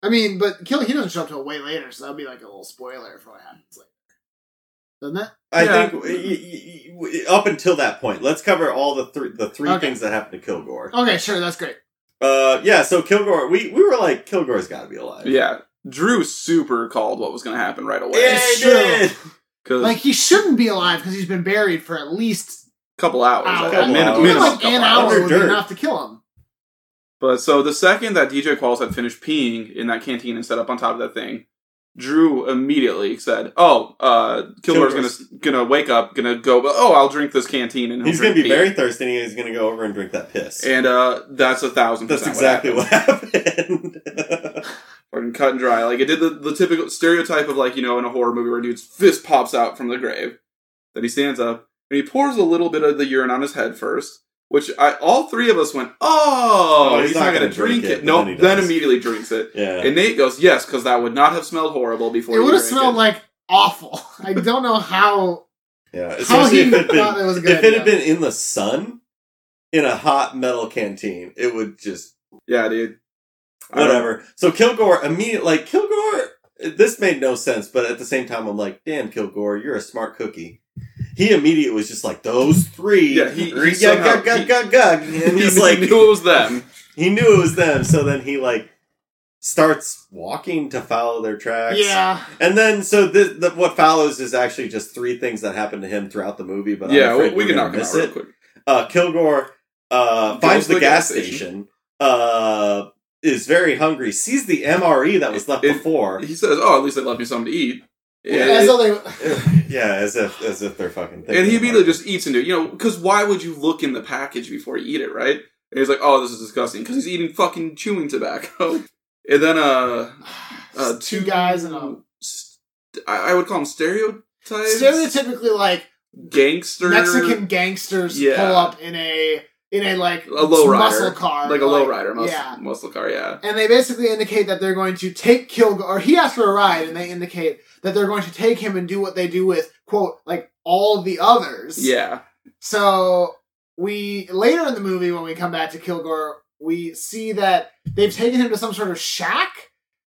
[SPEAKER 2] I mean, but kill he doesn't show up till way later, so that'd be like a little spoiler for what happens later, doesn't it?
[SPEAKER 1] I
[SPEAKER 3] Yeah.
[SPEAKER 1] think y- y- y- up until that point, let's cover all the three the three
[SPEAKER 2] Okay.
[SPEAKER 1] things that happened to Kilgore.
[SPEAKER 2] Okay, sure, that's great.
[SPEAKER 1] Uh, yeah. So Kilgore, we we were like, Kilgore's got to be alive.
[SPEAKER 3] Yeah. Drew super called what was going to happen right
[SPEAKER 1] Yeah,
[SPEAKER 3] away.
[SPEAKER 2] It's
[SPEAKER 1] he
[SPEAKER 2] true.
[SPEAKER 1] did.
[SPEAKER 3] Because
[SPEAKER 2] Like he shouldn't be alive because he's been buried for at least
[SPEAKER 3] couple hours.
[SPEAKER 2] hour,
[SPEAKER 3] a Oh, min-
[SPEAKER 1] hours.
[SPEAKER 2] even
[SPEAKER 3] minimum
[SPEAKER 2] like
[SPEAKER 3] couple
[SPEAKER 2] an
[SPEAKER 3] hours.
[SPEAKER 2] hour
[SPEAKER 1] Under
[SPEAKER 2] would be
[SPEAKER 1] dirt.
[SPEAKER 2] enough to kill him.
[SPEAKER 3] But so the second that DJ Qualls had finished peeing in that canteen and set up on top of that thing, Drew immediately said, "Oh, uh, Kilgore's gonna gonna wake up, gonna go. Oh, I'll drink this canteen and he'll
[SPEAKER 1] He's gonna be
[SPEAKER 3] drink pee."
[SPEAKER 1] very thirsty. and He's gonna go over and drink that piss.
[SPEAKER 3] And uh, that's a thousand.
[SPEAKER 1] That's
[SPEAKER 3] percent
[SPEAKER 1] exactly
[SPEAKER 3] what.
[SPEAKER 1] what happened.
[SPEAKER 3] happened. Fucking cut and dry. Like it did the, the typical stereotype of like you know in a horror movie where a dude's fist pops out from the grave. Then he stands up and he pours a little bit of the urine on his head first. Which I all three of us went, oh, he's, not, gonna, drink, it.
[SPEAKER 1] but
[SPEAKER 3] No,
[SPEAKER 1] then he
[SPEAKER 3] then
[SPEAKER 1] does.
[SPEAKER 3] immediately drinks it.
[SPEAKER 1] yeah.
[SPEAKER 3] And Nate goes, yes, because that would not have smelled horrible before.
[SPEAKER 2] It
[SPEAKER 3] you
[SPEAKER 2] would have
[SPEAKER 3] drank
[SPEAKER 2] smelled
[SPEAKER 3] it."
[SPEAKER 2] like awful. I don't know how.
[SPEAKER 1] yeah.
[SPEAKER 2] How
[SPEAKER 1] Especially
[SPEAKER 2] he
[SPEAKER 1] if it had
[SPEAKER 2] thought
[SPEAKER 1] been,
[SPEAKER 2] that was a
[SPEAKER 1] if
[SPEAKER 2] good
[SPEAKER 1] it had
[SPEAKER 2] idea.
[SPEAKER 1] been in the sun, in a hot metal canteen, it would just
[SPEAKER 3] Yeah, dude. I don't-
[SPEAKER 1] whatever. So Kilgore immediate like Kilgore. This made no sense, but at the same time, I'm like, damn, Kilgore, you're a smart cookie. He immediately was just like those three.
[SPEAKER 3] Yeah, he- he
[SPEAKER 1] gug,
[SPEAKER 3] somehow-
[SPEAKER 1] gug, gug,
[SPEAKER 3] he-
[SPEAKER 1] gug, gug. and
[SPEAKER 3] He
[SPEAKER 1] he's like,
[SPEAKER 3] knew it was them.
[SPEAKER 1] he knew it was them. So then he like starts walking to follow their tracks.
[SPEAKER 2] Yeah,
[SPEAKER 1] And then, so this, the, what follows is actually just three things that happen to him throughout the movie. But I'm
[SPEAKER 3] yeah, we,
[SPEAKER 1] afraid
[SPEAKER 3] we
[SPEAKER 1] we're
[SPEAKER 3] can
[SPEAKER 1] gonna
[SPEAKER 3] knock him out
[SPEAKER 1] miss
[SPEAKER 3] real
[SPEAKER 1] it.
[SPEAKER 3] quick.
[SPEAKER 1] Uh, Kilgore uh,
[SPEAKER 3] Goes
[SPEAKER 1] finds
[SPEAKER 3] to
[SPEAKER 1] the gas station. uh, is very hungry. Sees the MRE that was left
[SPEAKER 3] It-
[SPEAKER 1] before.
[SPEAKER 3] He says, "Oh, at least they left me something to eat."
[SPEAKER 2] as
[SPEAKER 3] And,
[SPEAKER 2] though they.
[SPEAKER 1] yeah, as if as if they're fucking.
[SPEAKER 3] and he
[SPEAKER 1] thinking
[SPEAKER 3] immediately
[SPEAKER 1] about it.
[SPEAKER 3] just eats into it, you know, because why would you look in the package before you eat it, right? And he's like, "Oh, this is disgusting," because he's eating fucking chewing tobacco. and then, uh, uh
[SPEAKER 2] Two guys and a-
[SPEAKER 3] st- I, I would call them stereotypes,
[SPEAKER 2] Stereotypically, like
[SPEAKER 3] gangster,
[SPEAKER 2] Mexican gangsters
[SPEAKER 3] Yeah.
[SPEAKER 2] pull up in a in a like
[SPEAKER 3] A lowrider.
[SPEAKER 2] muscle car,
[SPEAKER 3] like a lowrider, muscle,
[SPEAKER 2] Yeah,
[SPEAKER 3] muscle car, yeah.
[SPEAKER 2] and they basically indicate that they're going to take Kilgore, or he asks for a ride, and they indicate that they're going to take him and do what they do with quote like all the others.
[SPEAKER 3] Yeah.
[SPEAKER 2] So we later in the movie when we come back to Kilgore, we see that they've taken him to some sort of shack,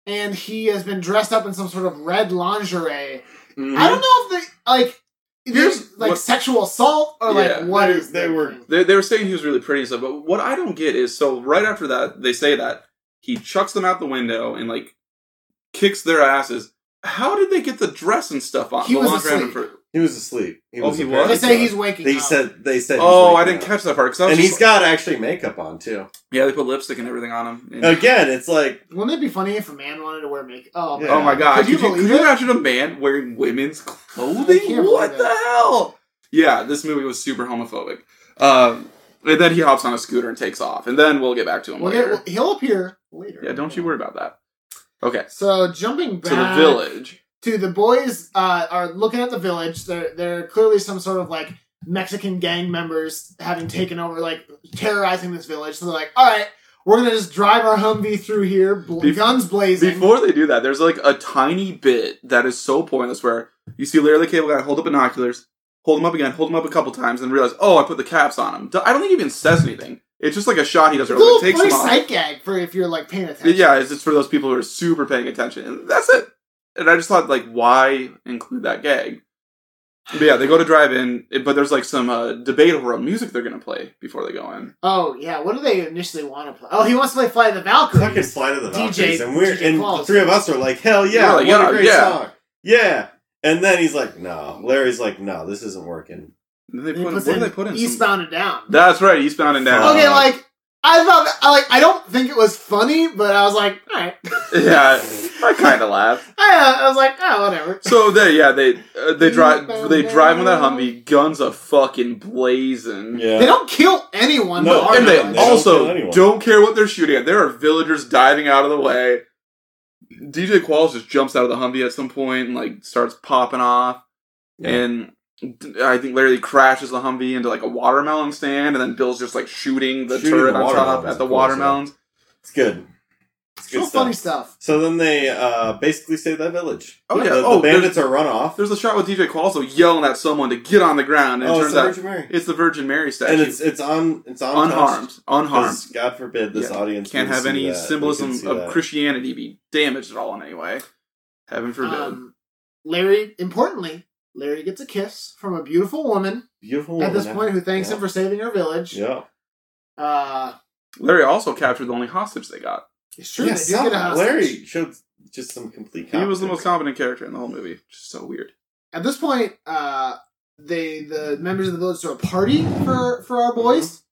[SPEAKER 2] and he has been dressed up in some sort of red lingerie.
[SPEAKER 3] Mm-hmm.
[SPEAKER 2] I don't
[SPEAKER 1] Mm-hmm.
[SPEAKER 2] know if they like. There's
[SPEAKER 3] Here's
[SPEAKER 2] like
[SPEAKER 3] what-
[SPEAKER 2] sexual assault or
[SPEAKER 3] Yeah,
[SPEAKER 2] like what
[SPEAKER 1] they-
[SPEAKER 2] is
[SPEAKER 1] they
[SPEAKER 2] the
[SPEAKER 1] were-
[SPEAKER 2] thing?
[SPEAKER 3] They, they were saying he was really pretty and stuff, but what I don't get is so right after that, they say that he chucks them out the window and like kicks their asses. How did they get the dress and stuff on?
[SPEAKER 2] He
[SPEAKER 3] the
[SPEAKER 2] was
[SPEAKER 3] lingerie on
[SPEAKER 2] asleep.
[SPEAKER 3] for-
[SPEAKER 1] He was asleep. He
[SPEAKER 3] Oh,
[SPEAKER 1] was
[SPEAKER 3] he
[SPEAKER 1] apparently
[SPEAKER 2] They
[SPEAKER 3] was?
[SPEAKER 2] say
[SPEAKER 1] drunk.
[SPEAKER 2] he's waking
[SPEAKER 1] They
[SPEAKER 2] up.
[SPEAKER 1] said they said. he's
[SPEAKER 3] Oh, I
[SPEAKER 1] waking
[SPEAKER 3] didn't
[SPEAKER 1] up.
[SPEAKER 3] catch that part. Cause I was
[SPEAKER 1] And
[SPEAKER 3] just
[SPEAKER 1] he's got actually makeup on too.
[SPEAKER 3] like- yeah, they put lipstick and everything on him. And-
[SPEAKER 1] Again, it's like
[SPEAKER 2] Wouldn't it be funny if a man wanted to wear makeup? Oh,
[SPEAKER 1] Yeah.
[SPEAKER 2] man.
[SPEAKER 3] Oh my god!
[SPEAKER 2] Could you
[SPEAKER 3] Could you, could
[SPEAKER 2] believe
[SPEAKER 3] you
[SPEAKER 2] it?
[SPEAKER 3] imagine a man wearing women's
[SPEAKER 2] I
[SPEAKER 3] clothing?
[SPEAKER 2] can't
[SPEAKER 3] What
[SPEAKER 2] believe
[SPEAKER 3] the hell? Yeah, this movie was super homophobic. Um, and then he hops on a scooter and takes off, and then we'll get back to him
[SPEAKER 2] We'll get-
[SPEAKER 3] later.
[SPEAKER 2] well, he'll appear later.
[SPEAKER 3] yeah, don't you worry about that. Okay,
[SPEAKER 2] So jumping back
[SPEAKER 3] to the village.
[SPEAKER 2] to the boys uh, are looking at the village. They're they're clearly some sort of like Mexican gang members having taken over, like terrorizing this village. So they're like, all right, we're gonna just drive our Humvee through here, bl-
[SPEAKER 3] Bef-
[SPEAKER 2] guns blazing.
[SPEAKER 3] Before they do that, there's like a tiny bit that is so pointless where you see Larry the Cable Guy hold up binoculars, hold them up again, hold them up a couple times, and realize, oh, I put the caps on him. I don't think he even says anything. It's just like a shot he does.
[SPEAKER 2] it's a
[SPEAKER 3] or like,
[SPEAKER 2] little
[SPEAKER 3] takes
[SPEAKER 2] free
[SPEAKER 3] them off.
[SPEAKER 2] sight gag for if you're like paying attention.
[SPEAKER 3] Yeah, it's just for those people who are super paying attention. And that's it. And I just thought, like, why include that gag? But yeah, they go to drive in, but there's like some uh, debate over what music they're gonna play before they go in.
[SPEAKER 2] Oh yeah. What do they initially want to play? Oh, he wants to play Fly the
[SPEAKER 1] fucking
[SPEAKER 2] Valkyries.
[SPEAKER 1] fly to the
[SPEAKER 2] DJ
[SPEAKER 1] Valkyries, and we're
[SPEAKER 2] DJ
[SPEAKER 1] and the
[SPEAKER 2] Qualls.
[SPEAKER 1] three of us are like, hell yeah,
[SPEAKER 3] We're like,
[SPEAKER 1] what
[SPEAKER 3] yeah,
[SPEAKER 1] a great
[SPEAKER 3] yeah.
[SPEAKER 1] song, yeah. And then he's like, no. Larry's like, no, this isn't working.
[SPEAKER 3] And they
[SPEAKER 2] And he
[SPEAKER 3] put,
[SPEAKER 2] puts
[SPEAKER 3] what do
[SPEAKER 2] in
[SPEAKER 3] they put in? Some-
[SPEAKER 2] Eastbound and Down.
[SPEAKER 3] That's right, Eastbound and Down.
[SPEAKER 2] okay, like I thought, I, like I don't think it was funny, but I was like, all right.
[SPEAKER 3] yeah, I kind of laugh.
[SPEAKER 2] I, uh, I was like, oh, whatever.
[SPEAKER 3] So they, yeah, they uh, they drive
[SPEAKER 2] Eastbound
[SPEAKER 3] they drive in that
[SPEAKER 2] Down.
[SPEAKER 3] Humvee, guns a fucking blazing.
[SPEAKER 2] They don't kill anyone.
[SPEAKER 1] No,
[SPEAKER 2] but are
[SPEAKER 3] And they
[SPEAKER 1] They
[SPEAKER 2] nice.
[SPEAKER 1] don't kill
[SPEAKER 3] also
[SPEAKER 1] anyone.
[SPEAKER 3] don't, care what they're shooting at. There are villagers diving out of the way. DJ Qualls just jumps out of the Humvee at some point and like starts popping off.
[SPEAKER 1] Yeah.
[SPEAKER 3] And I think Larry crashes the Humvee into like a watermelon stand, and then Bill's just like shooting the
[SPEAKER 1] Shooting
[SPEAKER 3] turret
[SPEAKER 1] the
[SPEAKER 3] on top
[SPEAKER 1] watermelons,
[SPEAKER 3] at the
[SPEAKER 1] of course, yeah.
[SPEAKER 3] watermelons.
[SPEAKER 1] it's good. It's
[SPEAKER 2] Real
[SPEAKER 1] good
[SPEAKER 2] funny
[SPEAKER 1] stuff.
[SPEAKER 2] stuff.
[SPEAKER 1] So then they uh, basically save that village.
[SPEAKER 3] Oh, yeah.
[SPEAKER 1] the, the
[SPEAKER 3] Oh, there's-
[SPEAKER 1] bandits are run off.
[SPEAKER 3] There's a shot with DJ Qualls though yelling at someone to get on the ground, and it
[SPEAKER 1] Oh, it's
[SPEAKER 3] turns
[SPEAKER 1] the
[SPEAKER 3] out
[SPEAKER 1] Virgin Mary,
[SPEAKER 3] it's the Virgin Mary statue,
[SPEAKER 1] and it's it's on it's on
[SPEAKER 3] unharmed, unharmed.
[SPEAKER 1] God forbid this
[SPEAKER 3] Yeah.
[SPEAKER 1] audience
[SPEAKER 3] Can't
[SPEAKER 1] will
[SPEAKER 3] have
[SPEAKER 1] see
[SPEAKER 3] any
[SPEAKER 1] that. They can
[SPEAKER 3] symbolism
[SPEAKER 1] see
[SPEAKER 3] of
[SPEAKER 1] that.
[SPEAKER 3] Christianity be damaged at all in any way. Heaven forbid.
[SPEAKER 2] Um, Larry, importantly, Larry gets a kiss from a beautiful woman
[SPEAKER 1] beautiful woman
[SPEAKER 2] at this point who thanks
[SPEAKER 1] yeah.
[SPEAKER 2] him for saving her village.
[SPEAKER 1] Yeah,
[SPEAKER 2] Uh,
[SPEAKER 3] Larry also captured the only hostage they got.
[SPEAKER 2] it's true.
[SPEAKER 1] Yeah,
[SPEAKER 2] they do
[SPEAKER 1] some-
[SPEAKER 2] get a hostage.
[SPEAKER 1] Larry showed just some complete.
[SPEAKER 3] He was the most
[SPEAKER 1] competence.
[SPEAKER 3] competent character in the whole movie, which is so weird.
[SPEAKER 2] At this point, uh, they the members of the village throw a party for for our boys.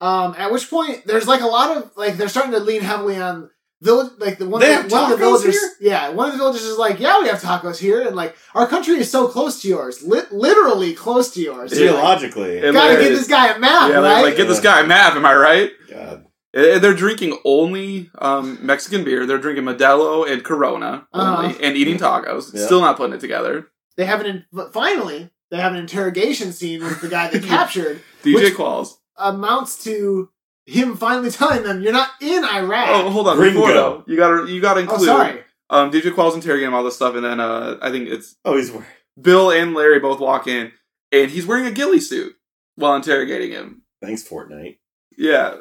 [SPEAKER 2] Um, at which point, there's like a lot of like they're starting to lean heavily on village. Like the one,
[SPEAKER 1] They
[SPEAKER 2] the-
[SPEAKER 1] have
[SPEAKER 2] one of the
[SPEAKER 1] tacos
[SPEAKER 2] villagers,
[SPEAKER 1] here?
[SPEAKER 2] yeah, one of the villagers is like, "Yeah, we have tacos here," and like our country is so close to yours, Lit literally close to yours. You're like,
[SPEAKER 1] Geologically,
[SPEAKER 3] Yeah.
[SPEAKER 2] Gotta
[SPEAKER 3] Hilarious.
[SPEAKER 2] give this guy a map,
[SPEAKER 3] yeah,
[SPEAKER 2] right?
[SPEAKER 3] they're like, get this guy a map, am I right?
[SPEAKER 1] God,
[SPEAKER 3] And They're drinking only um, Mexican beer. They're drinking Modelo and Corona only,
[SPEAKER 2] Uh-huh.
[SPEAKER 3] and eating tacos.
[SPEAKER 1] Yeah.
[SPEAKER 3] Still not putting it together.
[SPEAKER 2] they have an in- but finally they have an interrogation scene with the guy they captured
[SPEAKER 3] DJ
[SPEAKER 2] Which-
[SPEAKER 3] Qualls.
[SPEAKER 2] amounts to him finally telling them, "You're not in Iraq."
[SPEAKER 3] Oh, hold on.
[SPEAKER 1] Gringo.
[SPEAKER 3] Before though, you gotta you gotta
[SPEAKER 2] Ah. Oh,
[SPEAKER 3] include
[SPEAKER 2] sorry.
[SPEAKER 3] um, DJ Qualls interrogating him, all this stuff, and then uh, I think it's
[SPEAKER 1] oh, he's wearing.
[SPEAKER 3] Bill and Larry both walk in, and he's wearing a ghillie suit while interrogating him.
[SPEAKER 1] Thanks, Fortnite.
[SPEAKER 3] Yeah.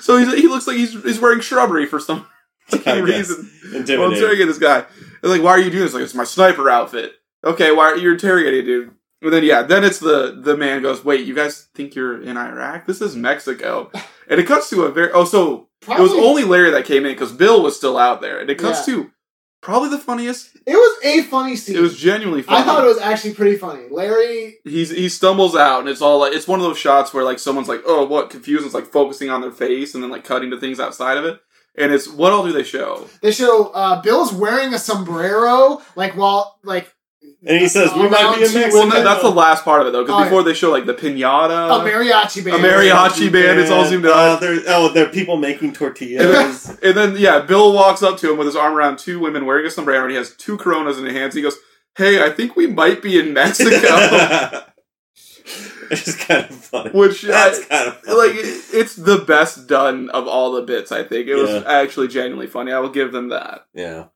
[SPEAKER 3] so he's, he looks like he's, he's wearing shrubbery for some
[SPEAKER 1] I
[SPEAKER 3] fucking
[SPEAKER 1] guess.
[SPEAKER 3] reason.
[SPEAKER 1] Intimidating.
[SPEAKER 3] Well, interrogate this guy. And like, why are you doing this? Like, it's my sniper outfit. Okay, why are you interrogating, dude? And then yeah, then it's the the man goes, wait, you guys think you're in Iraq? This is Mexico. And it cuts to a very oh, so it
[SPEAKER 2] Probably-
[SPEAKER 3] was only Larry that came in because Bill was still out there, and it cuts to probably the funniest.
[SPEAKER 2] It was a funny scene.
[SPEAKER 3] It was genuinely funny.
[SPEAKER 2] I thought it was actually pretty funny. Larry,
[SPEAKER 3] he's he stumbles out and it's all like it's one of those shots where like someone's like oh what confused it's like focusing on their face and then like cutting to things outside of it and it's what all do they show
[SPEAKER 2] they show uh, Bill's wearing a sombrero, like while like
[SPEAKER 1] and he says, "We might be in
[SPEAKER 2] Around two-
[SPEAKER 1] Mexico."
[SPEAKER 3] well no, that's the last part of it though because
[SPEAKER 2] Oh, yeah.
[SPEAKER 3] before they show like the
[SPEAKER 2] a
[SPEAKER 3] piñata
[SPEAKER 2] mariachi band.
[SPEAKER 3] a mariachi band it's all zoomed
[SPEAKER 1] Uh,
[SPEAKER 3] out
[SPEAKER 1] there, oh, there are people making tortillas.
[SPEAKER 3] and then yeah bill walks up to him with his arm around two women wearing a sombrero and he has two coronas in his hands he goes hey i think we might be in mexico
[SPEAKER 1] it's kind of funny.
[SPEAKER 3] which I-
[SPEAKER 1] that's kind of funny.
[SPEAKER 3] like it- it's the best done of all the bits i think it was
[SPEAKER 1] Yeah.
[SPEAKER 3] actually genuinely funny i will give them that
[SPEAKER 1] Yeah.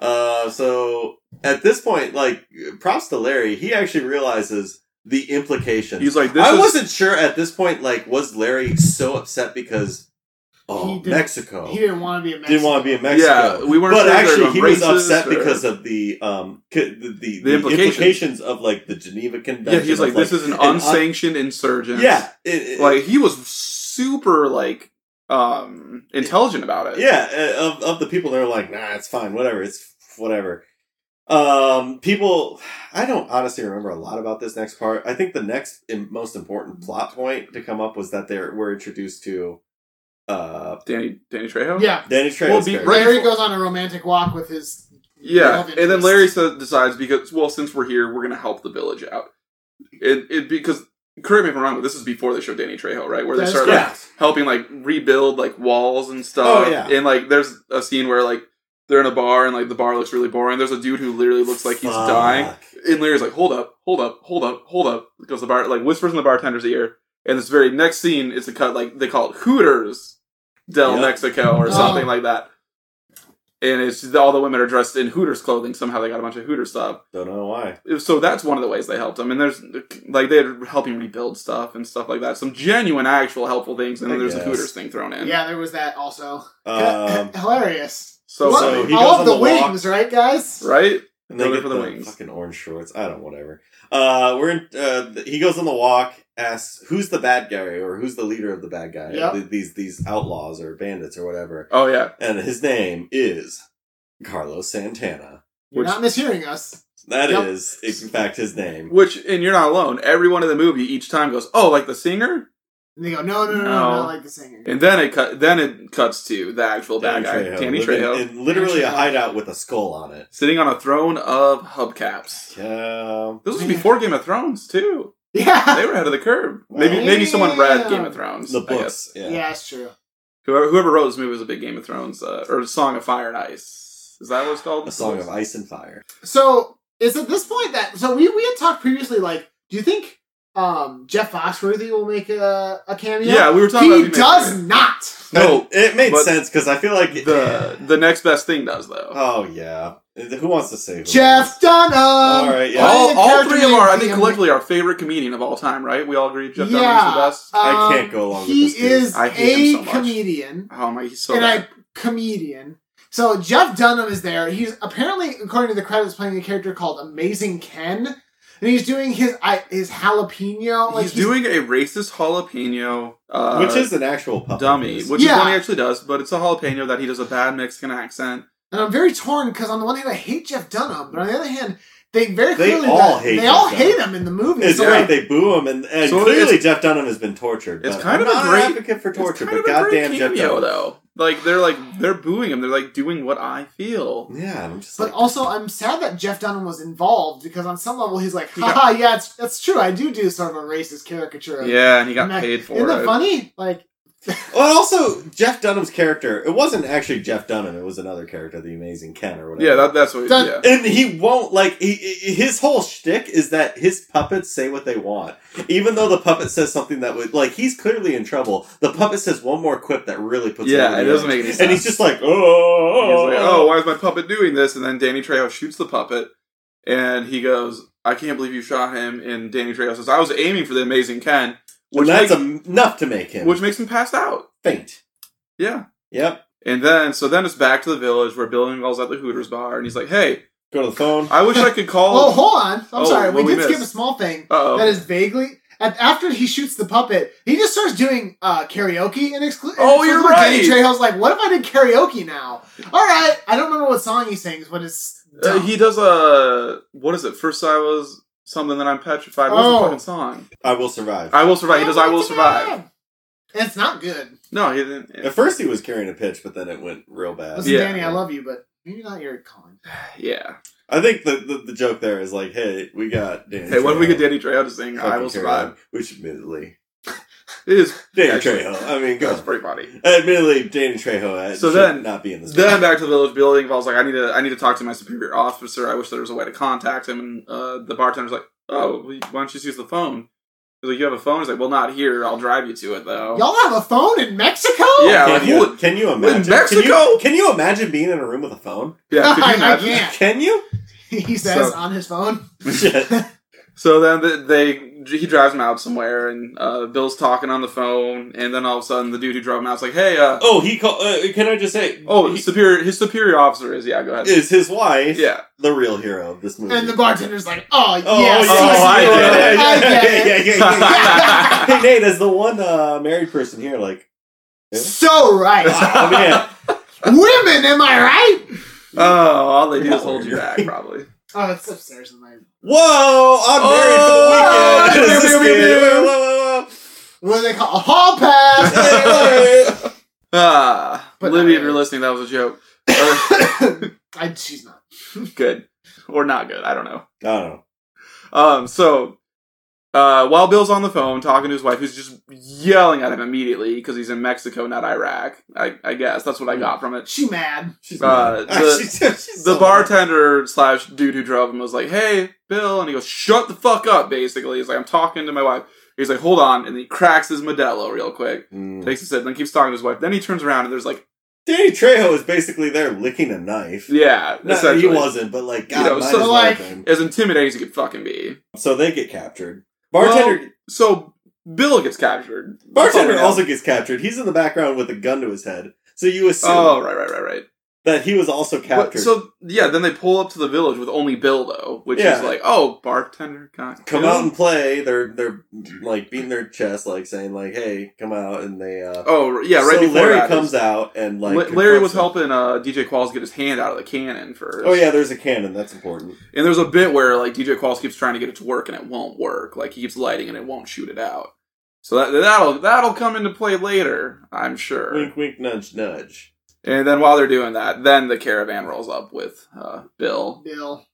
[SPEAKER 1] Uh, so at this point, like props to Larry, he actually realizes the implications.
[SPEAKER 3] He's like, this
[SPEAKER 1] I
[SPEAKER 3] is-
[SPEAKER 1] wasn't sure at this point. Like, was Larry so upset because oh
[SPEAKER 2] He didn't-
[SPEAKER 3] Oh.
[SPEAKER 1] Mexico?
[SPEAKER 2] He didn't want to be a Mexican.
[SPEAKER 1] didn't want to be in Mexico.
[SPEAKER 3] Yeah, we weren't.
[SPEAKER 1] but
[SPEAKER 3] sure if they were
[SPEAKER 1] actually, he
[SPEAKER 3] going
[SPEAKER 1] was
[SPEAKER 3] racist
[SPEAKER 1] upset
[SPEAKER 3] or-
[SPEAKER 1] because of the um c- the, the, the
[SPEAKER 3] implications.
[SPEAKER 1] implications. of like the Geneva Convention.
[SPEAKER 3] Yeah, he's
[SPEAKER 1] of,
[SPEAKER 3] like, this is an
[SPEAKER 1] un-
[SPEAKER 3] unsanctioned insurgent.
[SPEAKER 1] uh, yeah, it- it-
[SPEAKER 3] like he was super like um intelligent about it.
[SPEAKER 1] yeah uh, of, of the people that are like nah it's fine whatever it's whatever um people i don't honestly remember a lot about this next part i think the next im- most important plot point to come up was that they were introduced to uh
[SPEAKER 3] Danny Danny Trejo.
[SPEAKER 2] Yeah.
[SPEAKER 1] danny Trejo's
[SPEAKER 3] Well, be-
[SPEAKER 1] character.
[SPEAKER 3] right-
[SPEAKER 2] Larry goes on a romantic walk with his.
[SPEAKER 3] Yeah,
[SPEAKER 2] love
[SPEAKER 3] and then
[SPEAKER 2] interest.
[SPEAKER 3] Larry sa decides because well, since we're here, we're gonna help the village out. It it because correct me if I'm wrong, but this is before they show Danny Trejo, right? Where they
[SPEAKER 2] That is
[SPEAKER 3] start like,
[SPEAKER 2] correct.
[SPEAKER 3] helping like rebuild like walls and stuff.
[SPEAKER 1] Oh, yeah.
[SPEAKER 3] and like there's a scene where like they're in a bar and like the bar looks really boring. There's a dude who literally looks like he's
[SPEAKER 1] Fuck.
[SPEAKER 3] dying, and Larry's like, "Hold up, hold up, hold up, hold up," because the bar like whispers in the bartender's ear. And this very next scene is the cut like they call it Hooters del
[SPEAKER 1] Yep.
[SPEAKER 3] Mexico or
[SPEAKER 2] Oh.
[SPEAKER 3] something like that. And it's all the women are dressed in Hooters clothing. Somehow they got a bunch of Hooters stuff.
[SPEAKER 1] don't know why
[SPEAKER 3] So that's one of the ways they helped them. And there's like they're helping rebuild stuff and stuff like that. Some genuine, actual helpful things. And then
[SPEAKER 1] I
[SPEAKER 3] there's a
[SPEAKER 1] guess.
[SPEAKER 3] Hooters thing thrown in.
[SPEAKER 2] Yeah, there was that also.
[SPEAKER 1] um
[SPEAKER 2] Hilarious.
[SPEAKER 3] So,
[SPEAKER 1] What?
[SPEAKER 3] so
[SPEAKER 1] he
[SPEAKER 2] I
[SPEAKER 1] goes
[SPEAKER 2] love
[SPEAKER 1] on
[SPEAKER 2] the,
[SPEAKER 1] the walk.
[SPEAKER 2] wings, right, guys?
[SPEAKER 3] right?
[SPEAKER 1] and they
[SPEAKER 3] Go
[SPEAKER 1] get
[SPEAKER 3] for
[SPEAKER 1] the,
[SPEAKER 3] the wings.
[SPEAKER 1] fucking orange shorts i don't whatever uh we're in uh th- he goes on the walk asks who's the bad guy or who's the leader of the bad guy
[SPEAKER 2] Yep.
[SPEAKER 1] Th- these these outlaws or bandits or whatever
[SPEAKER 3] Oh yeah.
[SPEAKER 1] and his name is Carlos Santana.
[SPEAKER 2] You're
[SPEAKER 3] Which-
[SPEAKER 2] not mishearing us.
[SPEAKER 1] That
[SPEAKER 2] Yep.
[SPEAKER 1] is, in fact, his name.
[SPEAKER 3] Which and you're not alone. Everyone in the movie each time goes, "Oh, like the singer."
[SPEAKER 2] And they go, no, no, no, no,
[SPEAKER 3] No.
[SPEAKER 2] not like the singer.
[SPEAKER 3] And then it cut. Then it cuts to the actual bad
[SPEAKER 1] Danny
[SPEAKER 3] guy,
[SPEAKER 1] Trejo,
[SPEAKER 3] Danny
[SPEAKER 1] living
[SPEAKER 3] Trejo,
[SPEAKER 1] in literally a
[SPEAKER 2] Trejo.
[SPEAKER 1] hideout with a skull on it.
[SPEAKER 3] sitting on a throne of hubcaps.
[SPEAKER 1] Yeah,
[SPEAKER 3] This was before Game of Thrones too.
[SPEAKER 2] Yeah.
[SPEAKER 3] They were ahead of the curve. Maybe
[SPEAKER 1] Wow.
[SPEAKER 3] maybe someone read
[SPEAKER 2] Yeah.
[SPEAKER 3] Game of Thrones.
[SPEAKER 1] the
[SPEAKER 3] I guess.
[SPEAKER 1] books. Yeah.
[SPEAKER 2] Yeah, that's true.
[SPEAKER 3] Whoever whoever wrote this movie was a big Game of Thrones uh, or Song of Fire and Ice. Is that what it's called?
[SPEAKER 1] a song of ice and fire.
[SPEAKER 2] So it's at this point that so we we had talked previously. Like, do you think um Jeff Foxworthy will make a, a cameo?
[SPEAKER 3] Yeah, we were talking about
[SPEAKER 2] He
[SPEAKER 3] if he
[SPEAKER 2] does
[SPEAKER 3] made-
[SPEAKER 2] not.
[SPEAKER 3] No,
[SPEAKER 1] And it made
[SPEAKER 3] but
[SPEAKER 1] sense because I feel like
[SPEAKER 3] The the next best thing does though.
[SPEAKER 1] Oh yeah, who wants to say who
[SPEAKER 2] Jeff Dunham. All
[SPEAKER 1] right, yeah.
[SPEAKER 3] all all three of our I think collectively our favorite comedian of all time. Right? We all agree Jeff Dunham's the best.
[SPEAKER 1] I can't go along with
[SPEAKER 2] Um, He
[SPEAKER 1] this dude.
[SPEAKER 2] is
[SPEAKER 3] I hate
[SPEAKER 2] a
[SPEAKER 3] him so much.
[SPEAKER 2] comedian
[SPEAKER 3] Oh my, he's so.
[SPEAKER 2] and
[SPEAKER 3] bad.
[SPEAKER 2] a comedian. So Jeff Dunham is there. He's apparently, according to the credits, playing a character called Amazing Ken, and he's doing his I, his jalapeno. Like
[SPEAKER 3] he's, doing a racist jalapeno, uh,
[SPEAKER 1] Which is an actual puppet
[SPEAKER 3] dummy,
[SPEAKER 1] piece.
[SPEAKER 3] which is
[SPEAKER 2] Yeah.
[SPEAKER 3] what he actually does. But it's a jalapeno that he does a bad Mexican accent.
[SPEAKER 2] And I'm very torn because on the one hand I hate Jeff Dunham, but on the other hand, they very
[SPEAKER 1] They
[SPEAKER 2] clearly
[SPEAKER 1] all
[SPEAKER 2] that-
[SPEAKER 1] hate
[SPEAKER 2] they
[SPEAKER 1] Jeff
[SPEAKER 2] all
[SPEAKER 1] Dunham.
[SPEAKER 2] hate him in the movie.
[SPEAKER 1] It's
[SPEAKER 2] so
[SPEAKER 1] like
[SPEAKER 2] like,
[SPEAKER 1] they boo him, and, and
[SPEAKER 3] So
[SPEAKER 1] clearly
[SPEAKER 3] it's-
[SPEAKER 1] Jeff Dunham has been tortured.
[SPEAKER 3] It's
[SPEAKER 1] but
[SPEAKER 3] kind of
[SPEAKER 1] I'm
[SPEAKER 3] a
[SPEAKER 1] not an
[SPEAKER 3] great-
[SPEAKER 1] advocate for
[SPEAKER 3] It's
[SPEAKER 1] torture,
[SPEAKER 3] kind
[SPEAKER 1] but
[SPEAKER 3] of a great
[SPEAKER 1] goddamn Jeff
[SPEAKER 3] cameo,
[SPEAKER 1] Dunham.
[SPEAKER 3] though. Like they're like they're booing him. They're like doing what I feel.
[SPEAKER 1] Yeah, I'm just.
[SPEAKER 2] but
[SPEAKER 1] like,
[SPEAKER 2] also I'm sad that Jeff Dunham was involved because on some level he's like,
[SPEAKER 3] He got-
[SPEAKER 2] haha, yeah, it's, that's true. I do do sort of a racist caricature. Of
[SPEAKER 3] Yeah, and he got
[SPEAKER 2] Mac-
[SPEAKER 3] paid for
[SPEAKER 2] Isn't
[SPEAKER 3] it.
[SPEAKER 2] that funny? Like,
[SPEAKER 1] Well, also Jeff Dunham's character. It wasn't actually Jeff Dunham. It was another character, the Amazing Ken or whatever.
[SPEAKER 3] Yeah, that, that's what.
[SPEAKER 2] Dun-
[SPEAKER 3] yeah.
[SPEAKER 1] And he won't like he, he- his whole shtick is that his puppets say what they want, even though the puppet says something that would like he's clearly in trouble. The puppet says one more quip that really puts him
[SPEAKER 3] Yeah,
[SPEAKER 1] over
[SPEAKER 3] it
[SPEAKER 1] the
[SPEAKER 3] doesn't
[SPEAKER 1] edge.
[SPEAKER 3] make any sense.
[SPEAKER 1] and he's just like, oh,
[SPEAKER 3] He's like, oh, why is my puppet doing this? And then Danny Trejo shoots the puppet, and he goes, I can't believe you shot him. And Danny Trejo says, I was aiming for the amazing Ken,
[SPEAKER 1] And
[SPEAKER 3] which,
[SPEAKER 1] that's
[SPEAKER 3] makes,
[SPEAKER 1] enough to make him
[SPEAKER 3] which makes him pass out.
[SPEAKER 1] faint.
[SPEAKER 3] Yeah.
[SPEAKER 1] Yep.
[SPEAKER 3] And then, so then it's back to the village where Bill Engvall's at the Hooters bar, and he's like, hey,
[SPEAKER 1] Go to the phone.
[SPEAKER 3] I wish I could
[SPEAKER 2] oh,
[SPEAKER 3] call.
[SPEAKER 2] hold on. I'm
[SPEAKER 3] Oh,
[SPEAKER 2] sorry, we
[SPEAKER 3] what we
[SPEAKER 2] did skip a
[SPEAKER 3] missed. Oh.
[SPEAKER 2] small thing
[SPEAKER 3] Uh-oh.
[SPEAKER 2] that is vaguely. And after he shoots the puppet, he just starts doing uh, karaoke and exclusive.
[SPEAKER 3] Oh, you're right.
[SPEAKER 2] Trejo's like, "What if I did karaoke now?" All right, I don't remember what song he sings, but it's
[SPEAKER 3] Uh,
[SPEAKER 2] dumb.
[SPEAKER 3] he does a, what is it? First I was something that I'm petrified. What's
[SPEAKER 2] Oh.
[SPEAKER 3] the fucking song?
[SPEAKER 1] I will survive.
[SPEAKER 3] I will survive. He does I will survive.
[SPEAKER 2] And It's not good.
[SPEAKER 3] No, he didn't.
[SPEAKER 1] At first, he was carrying a pitch, but then it went real bad.
[SPEAKER 2] Listen,
[SPEAKER 3] Yeah.
[SPEAKER 2] Danny, I love you, but maybe not your calling.
[SPEAKER 3] Yeah.
[SPEAKER 1] I think the, the the joke there is like, hey, we got Danny.
[SPEAKER 3] Hey, what if we
[SPEAKER 1] Trejo.
[SPEAKER 3] get Danny Trejo to sing
[SPEAKER 1] Fucking
[SPEAKER 3] I Will
[SPEAKER 1] carry
[SPEAKER 3] Survive?
[SPEAKER 1] on, Which admittedly,
[SPEAKER 3] It is
[SPEAKER 1] Danny
[SPEAKER 3] Actually,
[SPEAKER 1] Trejo. I mean,
[SPEAKER 3] That's
[SPEAKER 1] God.
[SPEAKER 3] pretty funny.
[SPEAKER 1] Admittedly, Danny Trejo uh,
[SPEAKER 3] So
[SPEAKER 1] should
[SPEAKER 3] then-
[SPEAKER 1] not be in this.
[SPEAKER 3] Then
[SPEAKER 1] movie.
[SPEAKER 3] back to the village building. I was like, I need to, I need to talk to my superior officer. I wish there was a way to contact him. And uh, the bartender's like, Oh, well, why don't you just use the phone? He's like, You have a phone? He's like, Well, not here. I'll drive you to it though.
[SPEAKER 2] Y'all have a phone in Mexico?
[SPEAKER 3] Oh. Yeah,
[SPEAKER 1] can,
[SPEAKER 3] like,
[SPEAKER 1] you,
[SPEAKER 3] who-
[SPEAKER 1] can you imagine?
[SPEAKER 3] Mexico?
[SPEAKER 1] Can you, can you imagine being in a room with a phone?
[SPEAKER 3] yeah. Could you
[SPEAKER 2] I
[SPEAKER 3] imagine?
[SPEAKER 2] can't.
[SPEAKER 1] Can you?
[SPEAKER 2] He says
[SPEAKER 3] So-
[SPEAKER 2] on his phone.
[SPEAKER 1] Shit.
[SPEAKER 3] So then they, they he drives him out somewhere, and uh, Bill's talking on the phone, and then all of a sudden the dude who drove him out's like, "Hey, uh,
[SPEAKER 1] Oh, he called. Uh, can I just say?
[SPEAKER 3] oh,
[SPEAKER 1] he,
[SPEAKER 3] his superior, his superior officer is yeah, go ahead,
[SPEAKER 1] is his wife
[SPEAKER 3] yeah."
[SPEAKER 1] the real hero of this movie?
[SPEAKER 2] And the bartender's like, oh,
[SPEAKER 1] Oh,
[SPEAKER 2] yes.
[SPEAKER 1] yeah,
[SPEAKER 3] oh, I
[SPEAKER 2] yes,
[SPEAKER 3] get it.
[SPEAKER 2] I get it.
[SPEAKER 1] yeah, yeah, yeah, yeah, yeah. hey, Nate, as the one uh, married person here, like,
[SPEAKER 2] So right.
[SPEAKER 1] oh, man,
[SPEAKER 2] Women, am I right?
[SPEAKER 3] Oh, all they do is hold you back, probably.
[SPEAKER 2] Oh, it's upstairs in my
[SPEAKER 1] whoa, I'm married
[SPEAKER 3] Oh,
[SPEAKER 1] for the weekend. This is
[SPEAKER 3] pew, pew, pew,
[SPEAKER 1] good.
[SPEAKER 3] pew.
[SPEAKER 1] Whoa, whoa, whoa.
[SPEAKER 2] what do they call a hall pass?
[SPEAKER 1] Hey, hey.
[SPEAKER 3] Ah,
[SPEAKER 2] But
[SPEAKER 3] Libby,
[SPEAKER 2] not
[SPEAKER 3] if you're
[SPEAKER 2] really.
[SPEAKER 3] listening, that was a joke. Or-
[SPEAKER 2] I, she's not.
[SPEAKER 3] good or not good, I don't know.
[SPEAKER 1] I don't know.
[SPEAKER 3] Um, so uh, while Bill's on the phone talking to his wife, who's just yelling at him immediately because he's in Mexico, not Iraq. I, I guess that's
[SPEAKER 1] Hmm.
[SPEAKER 3] what I got from it.
[SPEAKER 2] She mad.
[SPEAKER 1] She's
[SPEAKER 3] Uh,
[SPEAKER 1] mad.
[SPEAKER 3] the-
[SPEAKER 1] She's- she's
[SPEAKER 3] The
[SPEAKER 1] so
[SPEAKER 3] bartender slash dude who drove him was like, "Hey, Bill," and he goes, "Shut the fuck up." Basically, he's like, "I'm talking to my wife." He's like, "Hold on," and he cracks his Modelo real quick,
[SPEAKER 1] mad. Mm.
[SPEAKER 3] takes a sip, then keeps talking to his wife. Then he turns around and there's like,
[SPEAKER 1] Danny Trejo is basically there licking a knife.
[SPEAKER 3] "Yeah,
[SPEAKER 1] no, he
[SPEAKER 3] essentially.
[SPEAKER 1] wasn't, but like, God,
[SPEAKER 3] You know,
[SPEAKER 1] might
[SPEAKER 3] so,
[SPEAKER 1] as well
[SPEAKER 2] like-
[SPEAKER 1] have been.
[SPEAKER 3] as intimidating as he could fucking be."
[SPEAKER 1] so they get captured. Bartender,
[SPEAKER 3] Well, so Bill gets captured.
[SPEAKER 1] bartender
[SPEAKER 3] Oh,
[SPEAKER 1] also gets captured. He's in the background with a gun to his head, so you assume
[SPEAKER 3] Oh, right, right, right, right.
[SPEAKER 1] that he was also
[SPEAKER 3] But-
[SPEAKER 1] captured.
[SPEAKER 3] so yeah, then they pull up to the village with only Bill though, which
[SPEAKER 1] Yeah.
[SPEAKER 3] is like, oh, bartender got
[SPEAKER 1] come
[SPEAKER 3] killed?
[SPEAKER 1] out and play. They're they're like beating their chest, like saying like, "Hey, come out!" And they uh,
[SPEAKER 3] Oh yeah, right
[SPEAKER 1] so
[SPEAKER 3] before
[SPEAKER 1] Larry
[SPEAKER 3] that
[SPEAKER 1] comes
[SPEAKER 3] is-
[SPEAKER 1] out and like
[SPEAKER 3] La- Larry
[SPEAKER 1] confronts
[SPEAKER 3] was
[SPEAKER 1] them.
[SPEAKER 3] helping uh, DJ Qualls get his hand out of the cannon first.
[SPEAKER 1] Oh yeah, there's a cannon. That's important.
[SPEAKER 3] and there's a bit where like DJ Qualls keeps trying to get it to work and it won't work. Like he keeps lighting and it won't shoot it out. So that that'll that'll come into play later, I'm sure.
[SPEAKER 1] Wink, wink, nudge, nudge.
[SPEAKER 3] And then while they're doing that, then the caravan rolls up with uh, Bill.
[SPEAKER 2] Bill.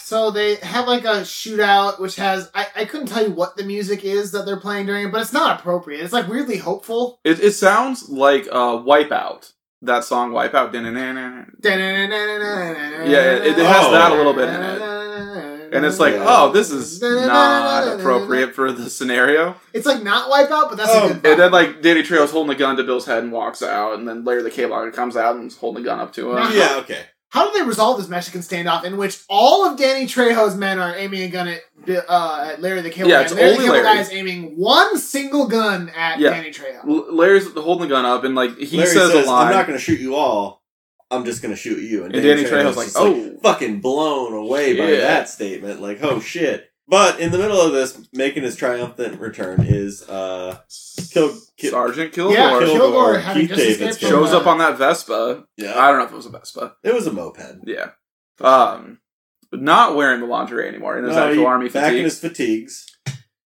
[SPEAKER 2] So they have like a shootout, which has I, I couldn't tell you what the music is that they're playing during it, but it's not appropriate. It's like weirdly hopeful.
[SPEAKER 3] It, it sounds like uh, Wipeout. That song Wipeout.
[SPEAKER 1] Mm.
[SPEAKER 2] Yeah,
[SPEAKER 1] it
[SPEAKER 3] it-
[SPEAKER 1] has that a
[SPEAKER 3] little bit in
[SPEAKER 2] it.
[SPEAKER 3] And it's like,
[SPEAKER 1] Oh. Yeah.
[SPEAKER 3] oh, this is not appropriate for the scenario.
[SPEAKER 2] It's like not wipeout, but that's
[SPEAKER 1] Oh,
[SPEAKER 2] a good.
[SPEAKER 3] And then, like, Danny Trejo's holding a gun to Bill's head and walks out, and then Larry the Cable Logger comes out and is holding a gun up to him.
[SPEAKER 1] Yeah, okay.
[SPEAKER 2] How do they resolve this Mexican standoff in which all of Danny Trejo's men are aiming a gun at Bi- uh, at Larry the Cable
[SPEAKER 3] Yeah,
[SPEAKER 2] Guy?
[SPEAKER 3] it's
[SPEAKER 2] Larry the
[SPEAKER 3] only
[SPEAKER 2] Cable
[SPEAKER 3] Larry.
[SPEAKER 2] Guy is aiming one single gun at
[SPEAKER 3] Yeah.
[SPEAKER 2] Danny Trejo.
[SPEAKER 3] L- Larry's holding the gun up, and, like, he
[SPEAKER 1] Larry
[SPEAKER 3] says,
[SPEAKER 1] says,
[SPEAKER 3] a line.
[SPEAKER 1] "I'm not going to shoot you all. I'm just going to shoot you."
[SPEAKER 3] and Danny Trejo's like,
[SPEAKER 1] just
[SPEAKER 3] oh.
[SPEAKER 1] fucking blown away by
[SPEAKER 3] Yeah.
[SPEAKER 1] that statement. Like, oh shit. But in the middle of this, making his triumphant return is uh kill, kill
[SPEAKER 3] Sergeant Kilgore.
[SPEAKER 2] Yeah,
[SPEAKER 1] Kilgore.
[SPEAKER 2] Kilgore having
[SPEAKER 1] Keith
[SPEAKER 2] just
[SPEAKER 1] David's
[SPEAKER 2] escaped from,
[SPEAKER 3] shows
[SPEAKER 2] uh,
[SPEAKER 3] up on that Vespa.
[SPEAKER 1] yeah.
[SPEAKER 3] I don't know if it was a Vespa.
[SPEAKER 1] It was a moped.
[SPEAKER 3] Yeah. Um, but not wearing the lingerie anymore in his
[SPEAKER 1] No,
[SPEAKER 3] actual
[SPEAKER 1] he-
[SPEAKER 3] army
[SPEAKER 1] back in his
[SPEAKER 3] fatigues.
[SPEAKER 1] fatigues.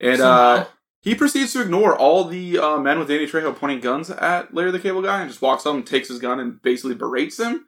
[SPEAKER 3] and, uh,
[SPEAKER 2] somehow.
[SPEAKER 3] He proceeds to ignore all the uh, men with Danny Trejo pointing guns at Larry the Cable Guy and just walks up and takes his gun and basically berates him.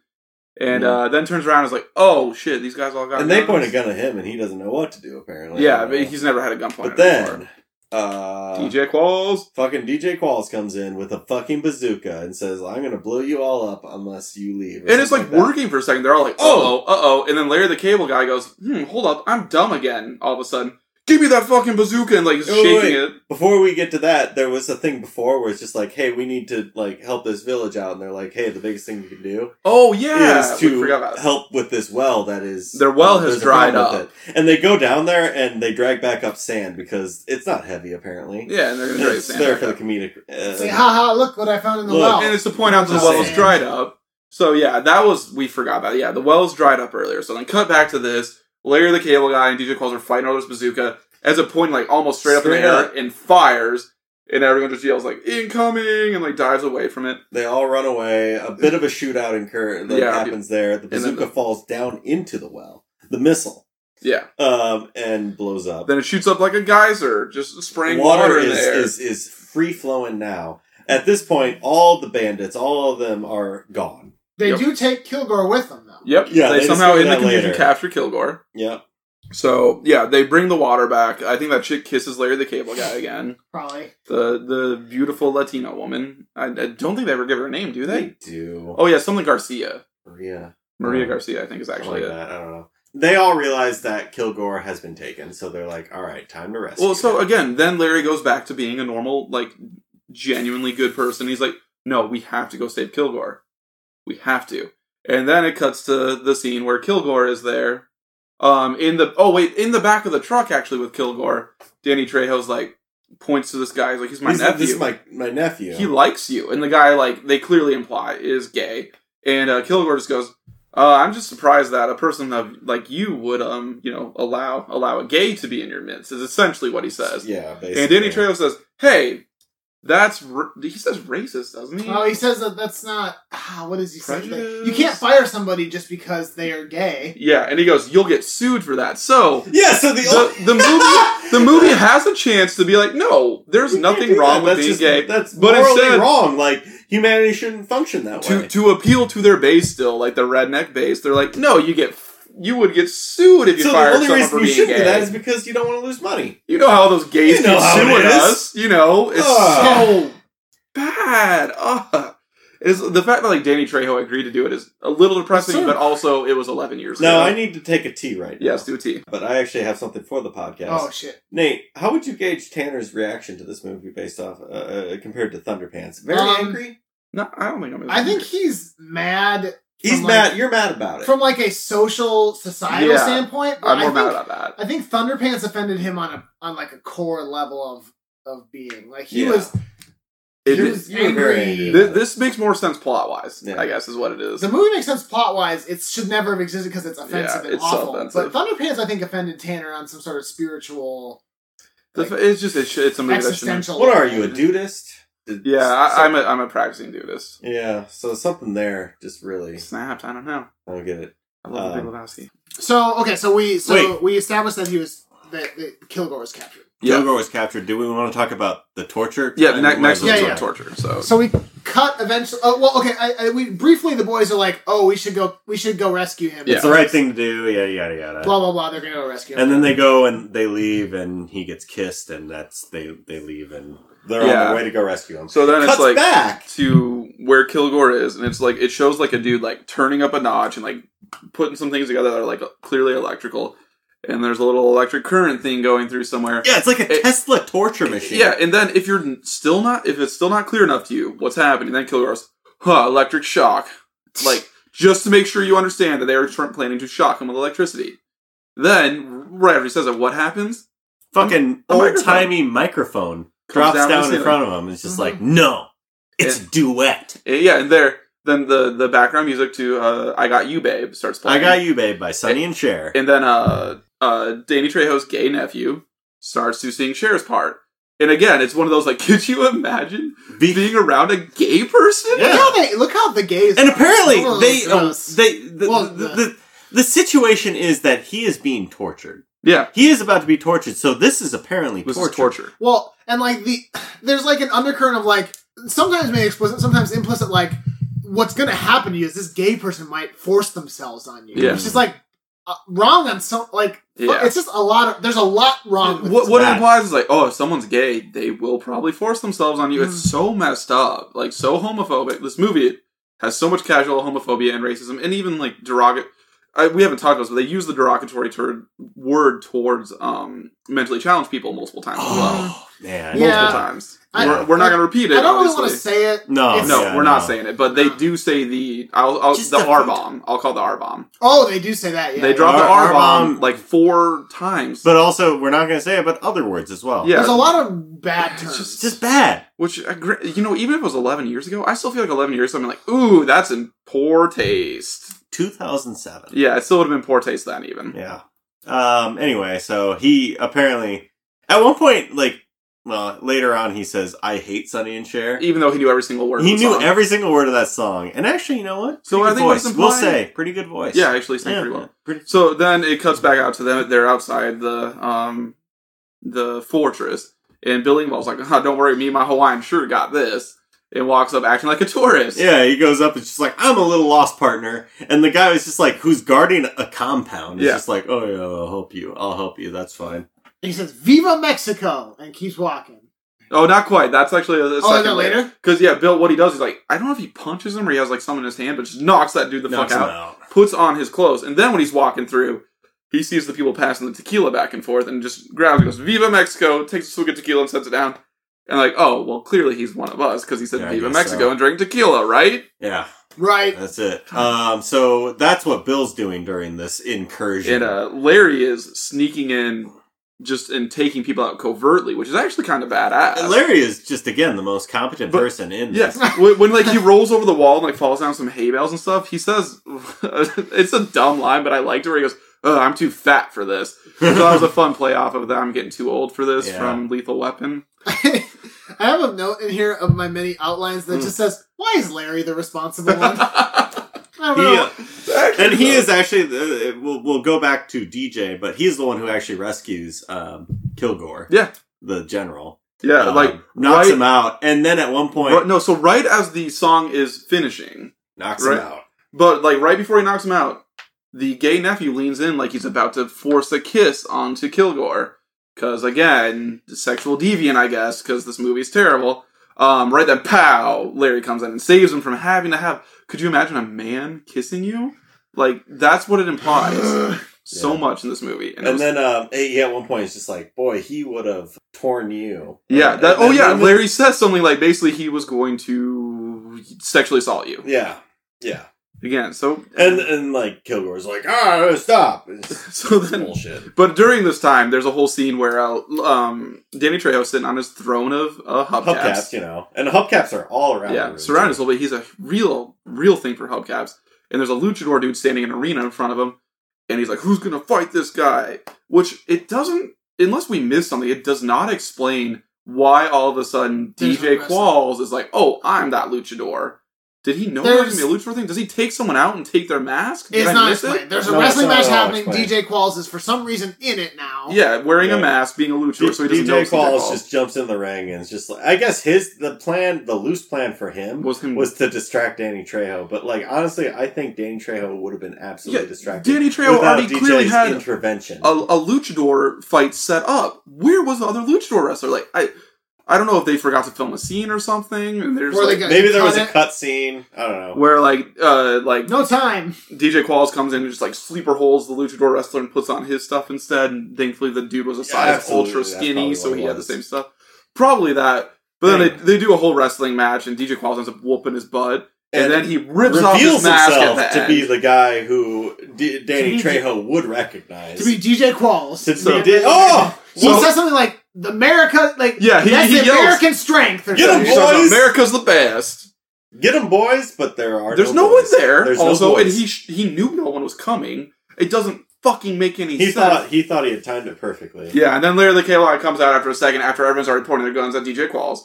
[SPEAKER 3] And
[SPEAKER 1] Mhm.
[SPEAKER 3] uh, then turns around and is like, oh shit, these guys all got
[SPEAKER 1] and they
[SPEAKER 3] guns."
[SPEAKER 1] point a gun at him, and he doesn't know what to do. Apparently,
[SPEAKER 3] Yeah, but he's never had a gun pointed
[SPEAKER 1] But
[SPEAKER 3] at him
[SPEAKER 1] then, uh,
[SPEAKER 3] before. DJ Qualls.
[SPEAKER 1] fucking DJ Qualls comes in with a fucking bazooka and says, "I'm gonna blow you all up unless you leave." or
[SPEAKER 3] And it's like
[SPEAKER 1] something that.
[SPEAKER 3] working for a second. They're all like, uh oh, uh oh. And then Larry the Cable Guy goes, hmm, hold up, I'm dumb again all of a sudden. Give me that fucking bazooka and like he's
[SPEAKER 1] Oh,
[SPEAKER 3] shaking
[SPEAKER 1] wait.
[SPEAKER 3] it.
[SPEAKER 1] Before we get to that, there was a thing before where it's just like, "Hey, we need to like help this village out," and they're like, "Hey, the biggest thing you can do
[SPEAKER 3] Oh yeah,
[SPEAKER 1] is
[SPEAKER 3] we
[SPEAKER 1] to
[SPEAKER 3] forgot about that.
[SPEAKER 1] help with this well that is
[SPEAKER 3] Their well has
[SPEAKER 1] there's a problem
[SPEAKER 3] dried
[SPEAKER 1] with it." And they go down there and they drag back up sand because it's not heavy apparently.
[SPEAKER 3] Yeah, and they're gonna try to
[SPEAKER 1] it's
[SPEAKER 3] stand
[SPEAKER 1] there
[SPEAKER 3] back
[SPEAKER 1] for the
[SPEAKER 3] up.
[SPEAKER 1] comedic. Uh,
[SPEAKER 2] It's like, haha, look what I found in the
[SPEAKER 1] Look,
[SPEAKER 2] well.
[SPEAKER 3] and it's to point out that the
[SPEAKER 2] Just
[SPEAKER 3] well is
[SPEAKER 2] saying.
[SPEAKER 3] dried up. So yeah, that was we forgot about. It. Yeah, the well's dried up earlier. So then cut back to this. Larry the Cable Guy and DJ Qualls are fighting over this bazooka as a point like almost straight, up in
[SPEAKER 1] Straight
[SPEAKER 3] the air
[SPEAKER 1] up.
[SPEAKER 3] and fires, and everyone just yells like "incoming" and like dives away from it.
[SPEAKER 1] They all run away. A bit of a shootout incur that
[SPEAKER 3] Yeah.
[SPEAKER 1] happens there. The
[SPEAKER 3] then
[SPEAKER 1] bazooka
[SPEAKER 3] the-
[SPEAKER 1] falls down into the well, the missile,
[SPEAKER 3] Yeah,
[SPEAKER 1] um, and blows up.
[SPEAKER 3] then it shoots up like a geyser, just spraying water,
[SPEAKER 1] Water
[SPEAKER 3] in
[SPEAKER 1] is,
[SPEAKER 3] there.
[SPEAKER 1] is is free flowing now. At this point, all the bandits, all of them are gone.
[SPEAKER 2] they
[SPEAKER 3] Yep.
[SPEAKER 2] do take Kilgore with them though.
[SPEAKER 3] Yep.
[SPEAKER 1] Yeah,
[SPEAKER 3] they,
[SPEAKER 1] they
[SPEAKER 3] somehow
[SPEAKER 1] discover
[SPEAKER 3] in the
[SPEAKER 1] that
[SPEAKER 3] confusion
[SPEAKER 1] later.
[SPEAKER 3] capture Kilgore.
[SPEAKER 1] Yep.
[SPEAKER 3] So yeah, they bring the water back. I think that chick kisses Larry the Cable Guy again.
[SPEAKER 2] Probably.
[SPEAKER 3] The the beautiful Latino woman. I, I don't think they ever give her a name, do they?
[SPEAKER 1] do.
[SPEAKER 3] Oh yeah, something Garcia.
[SPEAKER 1] yeah,
[SPEAKER 3] Maria
[SPEAKER 1] Mm.
[SPEAKER 3] Garcia, I think, is
[SPEAKER 1] actually,
[SPEAKER 3] actually
[SPEAKER 1] like
[SPEAKER 3] it.
[SPEAKER 1] that. I don't know. They all realize that Kilgore has been taken, so they're like, "All right, time to rest."
[SPEAKER 3] Well, so again, then Larry goes back to being a normal, like, genuinely good person. He's like, "No, we have to go save Kilgore. We have to." And then it cuts to the scene where Kilgore is there, Um, in the oh wait, in the back of the truck actually with Kilgore, Danny Trejo's like points to this guy he's like he's uh, my
[SPEAKER 1] He's like,
[SPEAKER 3] nephew.
[SPEAKER 1] This is my my nephew.
[SPEAKER 3] He likes you, and the guy like they clearly imply is gay, and uh, Kilgore just goes, uh, "I'm just surprised that a person of like you would um you know allow allow a gay to be in your midst." Is essentially what he says.
[SPEAKER 1] yeah, basically.
[SPEAKER 3] and Danny Trejo says, "Hey, that's r he says racist, doesn't he?"
[SPEAKER 2] Oh, he says that that's not. Ah, what does he say? That-
[SPEAKER 3] Prejudice?
[SPEAKER 2] You can't fire somebody just because they are gay.
[SPEAKER 3] yeah, and he goes, "You'll get sued for that." So
[SPEAKER 1] Yeah, so the,
[SPEAKER 3] the, the movie the movie has a chance to be like, no, there's
[SPEAKER 1] You can't
[SPEAKER 3] nothing
[SPEAKER 1] do
[SPEAKER 3] wrong
[SPEAKER 1] that.
[SPEAKER 3] with
[SPEAKER 1] that's
[SPEAKER 3] being
[SPEAKER 1] just,
[SPEAKER 3] gay.
[SPEAKER 1] That's
[SPEAKER 3] but
[SPEAKER 1] morally
[SPEAKER 3] instead,
[SPEAKER 1] wrong. Like humanity shouldn't function that way.
[SPEAKER 3] to to appeal to their base still, like the redneck base, they're like, no, you get you would get sued if you
[SPEAKER 1] so the
[SPEAKER 3] fired
[SPEAKER 1] only
[SPEAKER 3] someone for
[SPEAKER 1] reason you
[SPEAKER 3] being
[SPEAKER 1] shouldn't
[SPEAKER 3] gay.
[SPEAKER 1] do that is because you don't want to lose money.
[SPEAKER 3] you know how those gays
[SPEAKER 1] You know
[SPEAKER 3] keep
[SPEAKER 1] how it
[SPEAKER 3] suing
[SPEAKER 1] is. Ah.
[SPEAKER 3] us. You know, it's
[SPEAKER 1] Ugh.
[SPEAKER 3] so bad. Ugh. Is the fact that like Danny Trejo agreed to do it is a little depressing,
[SPEAKER 2] Sure.
[SPEAKER 3] but also it was 11 years ago.
[SPEAKER 1] Now I need to take a tea right now.
[SPEAKER 3] yes, do a T.
[SPEAKER 1] But I actually have something for the podcast.
[SPEAKER 2] Oh shit!
[SPEAKER 1] Nate, how would you gauge Tanner's reaction to this movie based off uh, uh, compared to Thunderpants? Very
[SPEAKER 2] Um,
[SPEAKER 1] angry.
[SPEAKER 3] No, I don't think I'm.
[SPEAKER 2] I think he's mad
[SPEAKER 1] He's
[SPEAKER 2] from,
[SPEAKER 1] mad.
[SPEAKER 2] like-
[SPEAKER 1] You're mad about it.
[SPEAKER 2] from like a social societal
[SPEAKER 3] Yeah.
[SPEAKER 2] standpoint. But
[SPEAKER 3] I'm more
[SPEAKER 2] I
[SPEAKER 3] mad
[SPEAKER 2] think,
[SPEAKER 3] about that.
[SPEAKER 2] I think Thunderpants offended him on a on like a core level of of being like he
[SPEAKER 1] Yeah.
[SPEAKER 2] was
[SPEAKER 3] It-
[SPEAKER 2] he
[SPEAKER 1] You're-
[SPEAKER 2] was
[SPEAKER 1] you were very angry.
[SPEAKER 2] angry.
[SPEAKER 3] Th- this makes more sense plot wise,
[SPEAKER 1] Yeah.
[SPEAKER 3] I guess, is what it is.
[SPEAKER 2] The movie makes sense plot wise. It should never have existed because it's offensive
[SPEAKER 3] Yeah,
[SPEAKER 2] and
[SPEAKER 3] it's so
[SPEAKER 2] awful. But
[SPEAKER 3] offensive.
[SPEAKER 2] Thunderpants, I think, offended Tanner on some sort of spiritual,
[SPEAKER 3] The f- it's just it's, it's a movie that shouldn't.
[SPEAKER 2] existential.
[SPEAKER 1] what are you, a dudist? Did-
[SPEAKER 3] Yeah,
[SPEAKER 1] so-
[SPEAKER 3] I, I'm a I'm a practicing nudist.
[SPEAKER 1] Yeah, so something there just really.
[SPEAKER 3] Snapped. I don't know.
[SPEAKER 1] I don't get it.
[SPEAKER 3] I love the Big
[SPEAKER 1] Um,
[SPEAKER 3] Lebowski.
[SPEAKER 2] So okay, so we so
[SPEAKER 1] Wait.
[SPEAKER 2] we established that he was that, that Kilgore was captured.
[SPEAKER 3] Yeah,
[SPEAKER 1] Kilgore was captured. Do we want to talk about the torture?
[SPEAKER 3] yeah. Ne- next
[SPEAKER 2] Yeah,
[SPEAKER 3] one's
[SPEAKER 2] yeah.
[SPEAKER 3] on torture. So,
[SPEAKER 2] So we cut eventually. Oh well, okay. I, I, we briefly the boys are like, oh, we should go, we should go rescue him.
[SPEAKER 3] Yeah.
[SPEAKER 7] It's the right thing to do, yada yada yada.
[SPEAKER 2] Blah blah blah. They're gonna go rescue him.
[SPEAKER 7] and then they go and they leave, and he gets kissed, and that's they they leave, and
[SPEAKER 1] They're on
[SPEAKER 3] Yeah.
[SPEAKER 1] their way to go rescue him.
[SPEAKER 3] so then it's
[SPEAKER 1] Cuts
[SPEAKER 3] like
[SPEAKER 1] back.
[SPEAKER 3] to where Kilgore is, and it's like it shows like a dude like turning up a notch and like putting some things together that are like clearly electrical, and there's a little electric current thing going through somewhere.
[SPEAKER 7] yeah, it's like a
[SPEAKER 3] It-
[SPEAKER 7] Tesla torture machine.
[SPEAKER 3] Yeah, and then if you're n- still not, if it's still not clear enough to you what's happening, then Kilgore goes, huh, electric shock. Like, just to make sure you understand that they are tr- planning to shock him with electricity. Then, right after he says it, what happens?
[SPEAKER 7] fucking
[SPEAKER 3] A microphone.
[SPEAKER 7] old timey microphone
[SPEAKER 3] Comes
[SPEAKER 7] drops down,
[SPEAKER 3] down to the
[SPEAKER 7] in
[SPEAKER 3] ceiling.
[SPEAKER 7] front of him. It's just
[SPEAKER 3] mm-hmm.
[SPEAKER 7] like no, it's duet.
[SPEAKER 3] Uh, Yeah, and there, then the, the background music to uh, I Got You Babe starts
[SPEAKER 7] I
[SPEAKER 3] playing.
[SPEAKER 7] got you, babe, by Sonny and Cher.
[SPEAKER 3] And then uh, uh, Danny Trejo's gay nephew starts to sing Cher's part. And again, it's one of those like, could you imagine
[SPEAKER 7] Be-
[SPEAKER 3] being around a gay person?
[SPEAKER 2] look how they look how the gays
[SPEAKER 7] and
[SPEAKER 2] are.
[SPEAKER 7] apparently
[SPEAKER 2] Totally
[SPEAKER 7] they um,
[SPEAKER 2] Oh, gross.
[SPEAKER 7] they the,
[SPEAKER 2] Well,
[SPEAKER 7] the,
[SPEAKER 2] the-
[SPEAKER 7] the the situation is that he is being tortured.
[SPEAKER 3] Yeah,
[SPEAKER 7] He is about to be tortured. So this is apparently
[SPEAKER 3] this
[SPEAKER 7] torture.
[SPEAKER 3] is torture.
[SPEAKER 2] Well, and like the there's like an undercurrent of like sometimes made explicit, sometimes implicit. Like what's gonna happen to you is this gay person might force themselves on you.
[SPEAKER 3] Yeah.
[SPEAKER 2] It's just like uh, wrong on some like fu-
[SPEAKER 3] Yeah.
[SPEAKER 2] it's just a lot of there's a lot wrong. With
[SPEAKER 3] Um, what
[SPEAKER 2] this
[SPEAKER 3] what it
[SPEAKER 7] bad.
[SPEAKER 3] implies is like, oh, if someone's gay, they will probably force themselves on you. It's
[SPEAKER 2] Hmm.
[SPEAKER 3] so messed up, like so homophobic. This movie has so much casual homophobia and racism, and even like derogatory. I, we haven't talked about this, but they use the derogatory tur- word towards um, mentally challenged people multiple times. as well.
[SPEAKER 7] Oh man.
[SPEAKER 3] multiple
[SPEAKER 2] Yeah.
[SPEAKER 3] times.
[SPEAKER 2] I-
[SPEAKER 3] we're, we're not going to repeat it.
[SPEAKER 2] I don't really want to
[SPEAKER 3] obviously.
[SPEAKER 2] say it.
[SPEAKER 7] No,
[SPEAKER 2] It's-
[SPEAKER 3] No,
[SPEAKER 7] yeah,
[SPEAKER 3] we're not saying it, but they do say the I'll, I'll,
[SPEAKER 7] Just
[SPEAKER 3] the
[SPEAKER 7] the-
[SPEAKER 3] R bomb. I'll call the R bomb.
[SPEAKER 2] Oh, they do say that. Yeah,
[SPEAKER 3] they drop
[SPEAKER 7] R-
[SPEAKER 3] the R bomb
[SPEAKER 7] R-bomb.
[SPEAKER 3] like four times.
[SPEAKER 7] But also, we're not going to say it. But other words as well.
[SPEAKER 3] Yeah.
[SPEAKER 2] There's a lot of bad
[SPEAKER 3] It's
[SPEAKER 2] terms.
[SPEAKER 7] it's just bad.
[SPEAKER 3] Which I gr- you know, even if it was eleven years ago, I still feel like eleven years. ago, I'm like, ooh, that's in poor taste.
[SPEAKER 7] 2007.
[SPEAKER 3] Yeah, it still would have been poor taste then. Even
[SPEAKER 7] Yeah. Um. Anyway, so he apparently at one point, like, well, later on, he says, "I hate Sonny and Cher."
[SPEAKER 3] even though he knew every single word. of
[SPEAKER 7] He
[SPEAKER 3] the
[SPEAKER 7] knew
[SPEAKER 3] song.
[SPEAKER 7] every single word of that song, and actually, you know what?
[SPEAKER 3] So
[SPEAKER 7] Pretty
[SPEAKER 3] I
[SPEAKER 7] good
[SPEAKER 3] think what's
[SPEAKER 7] voice. we'll
[SPEAKER 3] implied-
[SPEAKER 7] say pretty good voice.
[SPEAKER 3] Yeah, actually, he sang
[SPEAKER 7] Yeah,
[SPEAKER 3] pretty well.
[SPEAKER 7] pretty-
[SPEAKER 3] So then it cuts back out to them. They're outside the um the fortress, and Billy Ball's like, huh, "Don't worry, me and my Hawaiian shirt got this." And walks up acting like a tourist.
[SPEAKER 7] Yeah, he goes up and just like, I'm a little lost partner. And the guy was just like, who's guarding a compound. is
[SPEAKER 3] Yeah.
[SPEAKER 7] just like, oh, yeah, I'll help you. I'll help you. That's fine.
[SPEAKER 2] he says "Viva Mexico" and keeps walking.
[SPEAKER 3] Oh, not quite. That's actually a, a
[SPEAKER 2] Oh, is that
[SPEAKER 3] second
[SPEAKER 2] later?
[SPEAKER 3] Because yeah, Bill, what he does, he's like, I don't know if he punches him or he has like something in his hand, but just knocks that dude the
[SPEAKER 7] Knocks
[SPEAKER 3] fuck
[SPEAKER 7] him
[SPEAKER 3] out. puts on his clothes, and then when he's walking through, he sees the people passing the tequila back and forth, and just grabs, it, goes "Viva Mexico!" takes a swig of tequila and sets it down, and like, oh well, clearly he's one of us because he said
[SPEAKER 7] Yeah, I
[SPEAKER 3] "Viva
[SPEAKER 7] guess
[SPEAKER 3] Mexico"
[SPEAKER 7] so.
[SPEAKER 3] and drank tequila, right?
[SPEAKER 7] Yeah.
[SPEAKER 2] Right.
[SPEAKER 7] That's it. Um, so that's what Bill's doing during this incursion.
[SPEAKER 3] And uh, Larry is sneaking in, just and taking people out covertly, which is actually kind of badass.
[SPEAKER 7] And Larry is just again the most competent
[SPEAKER 3] But-
[SPEAKER 7] person in
[SPEAKER 3] Yes,
[SPEAKER 7] this.
[SPEAKER 3] when, when like he rolls over the wall and like falls down some hay bales and stuff, he says, "It's a dumb line, but I liked it." Where he goes, Ugh, "I'm too fat for this." So that was a fun play off of that. I'm getting too old for this
[SPEAKER 7] Yeah.
[SPEAKER 3] from Lethal Weapon.
[SPEAKER 2] I have a note in here of my many outlines that just says, "Why is Larry the responsible one?" I don't
[SPEAKER 7] He,
[SPEAKER 2] know.
[SPEAKER 7] uh, and he is actually. the- We'll, we'll go back to DJ, but he's the one who actually rescues um, Kilgore,
[SPEAKER 3] Yeah,
[SPEAKER 7] the general.
[SPEAKER 3] yeah,
[SPEAKER 7] Um,
[SPEAKER 3] like
[SPEAKER 7] knocks
[SPEAKER 3] right,
[SPEAKER 7] him out, and then at one point
[SPEAKER 3] right- no. So right as the song is finishing,
[SPEAKER 7] knocks
[SPEAKER 3] right.
[SPEAKER 7] him out.
[SPEAKER 3] but like right before he knocks him out, the gay nephew leans in like he's about to force a kiss onto Kilgore. Because again, sexual deviant, I guess, because this movie's terrible. Um, right then, pow! Larry comes in and saves him from having to have. Could you imagine a man kissing you? Like that's what it implies so
[SPEAKER 7] Yeah.
[SPEAKER 3] much in this movie. it
[SPEAKER 1] And,
[SPEAKER 3] was-
[SPEAKER 1] then um, he at one point is just like, boy, he would have torn you.
[SPEAKER 3] yeah,
[SPEAKER 1] And-
[SPEAKER 3] that.
[SPEAKER 1] and
[SPEAKER 3] Oh yeah,
[SPEAKER 1] then-
[SPEAKER 3] Larry says something like basically he was going to sexually assault you
[SPEAKER 1] Yeah, yeah.
[SPEAKER 3] again. So
[SPEAKER 1] And and like Kilgore's like, ah, stop. It's
[SPEAKER 3] so then
[SPEAKER 1] bullshit.
[SPEAKER 3] But during this time, there's a whole scene where uh, um, Danny Trejo's sitting on his throne of uh,
[SPEAKER 1] Hubcaps,
[SPEAKER 3] hubcaps.
[SPEAKER 1] you know, and hubcaps are all around. the
[SPEAKER 3] yeah,
[SPEAKER 1] room,
[SPEAKER 3] surrounded
[SPEAKER 1] too.
[SPEAKER 3] his whole way. He's a real, real thing for hubcaps. And there's a luchador dude standing in an arena in front of him, and he's like, "Who's gonna fight this guy?" Which it doesn't, unless we miss something, it does not explain why all of a sudden
[SPEAKER 2] There's no
[SPEAKER 3] DJ
[SPEAKER 2] wrestling.
[SPEAKER 3] Qualls is like, "Oh, I'm that luchador." Did he know there was gonna be a luchador thing? Does he take someone out and take their mask? Did
[SPEAKER 2] It's
[SPEAKER 3] I
[SPEAKER 2] not
[SPEAKER 3] miss it?
[SPEAKER 2] explained. There's a
[SPEAKER 1] No, it's
[SPEAKER 2] wrestling
[SPEAKER 1] not
[SPEAKER 2] match
[SPEAKER 1] at all
[SPEAKER 2] happening.
[SPEAKER 1] explained.
[SPEAKER 2] DJ Qualls is for some reason in it now.
[SPEAKER 3] Yeah, wearing a
[SPEAKER 1] Yeah.
[SPEAKER 3] mask, being a luchador, so he doesn't know.
[SPEAKER 1] DJ
[SPEAKER 3] it's DJ
[SPEAKER 1] Qualls
[SPEAKER 3] Qualls.
[SPEAKER 1] just jumps in the ring and is just like I guess his the plan the loose plan for him
[SPEAKER 3] Was him-
[SPEAKER 1] to distract Danny Trejo, but like honestly, I think Danny Trejo would have been absolutely
[SPEAKER 3] Yeah,
[SPEAKER 1] distracted.
[SPEAKER 3] Danny Trejo already clearly had
[SPEAKER 1] intervention.
[SPEAKER 3] a, Oh, a luchador fight set up. Where was the other luchador wrestler? Like I, I don't know if they forgot to film a scene or something. And there's
[SPEAKER 2] Or they
[SPEAKER 3] like,
[SPEAKER 2] got-
[SPEAKER 1] Maybe there was a
[SPEAKER 2] cut it.
[SPEAKER 1] cut scene. I don't know.
[SPEAKER 3] where like uh like
[SPEAKER 2] No time.
[SPEAKER 3] DJ Qualls comes in and just like sleeper holds the luchador wrestler and puts on his stuff instead. And thankfully the dude was a
[SPEAKER 1] Yeah,
[SPEAKER 3] size
[SPEAKER 1] absolutely.
[SPEAKER 3] ultra
[SPEAKER 1] That's probably
[SPEAKER 3] skinny, so
[SPEAKER 1] what it
[SPEAKER 3] he had the
[SPEAKER 1] was.
[SPEAKER 3] same stuff. Probably that. But then
[SPEAKER 1] Yeah.
[SPEAKER 3] they, they do a whole wrestling match, and DJ Qualls ends up whooping his butt, and,
[SPEAKER 1] And
[SPEAKER 3] then he rips off his
[SPEAKER 1] Reveals
[SPEAKER 3] mask at
[SPEAKER 1] himself
[SPEAKER 3] the
[SPEAKER 1] to
[SPEAKER 3] end.
[SPEAKER 1] be the guy who D- Danny
[SPEAKER 2] To be-
[SPEAKER 1] Trejo would recognize.
[SPEAKER 2] To be DJ Qualls.
[SPEAKER 1] To be
[SPEAKER 3] So-
[SPEAKER 1] Dan- oh,
[SPEAKER 2] he
[SPEAKER 1] well,
[SPEAKER 2] says something like "The "America," like
[SPEAKER 3] Yeah, he-
[SPEAKER 2] that's
[SPEAKER 3] he
[SPEAKER 2] the
[SPEAKER 3] yells.
[SPEAKER 2] American strength or
[SPEAKER 1] Get him,
[SPEAKER 3] He
[SPEAKER 2] something.
[SPEAKER 1] boy.
[SPEAKER 3] says,
[SPEAKER 1] boys.
[SPEAKER 3] America's the best.
[SPEAKER 1] get him, boys! But there are
[SPEAKER 3] There's no, one
[SPEAKER 1] boys.
[SPEAKER 3] there.
[SPEAKER 1] There's no
[SPEAKER 3] also, and
[SPEAKER 1] boys.
[SPEAKER 3] he sh- he knew no one was coming. It doesn't fucking make any
[SPEAKER 1] He
[SPEAKER 3] sense.
[SPEAKER 1] thought he thought he had timed it perfectly.
[SPEAKER 3] yeah, and then Larry the K-Line comes out after a second, after everyone's already pointing their guns at DJ Qualls.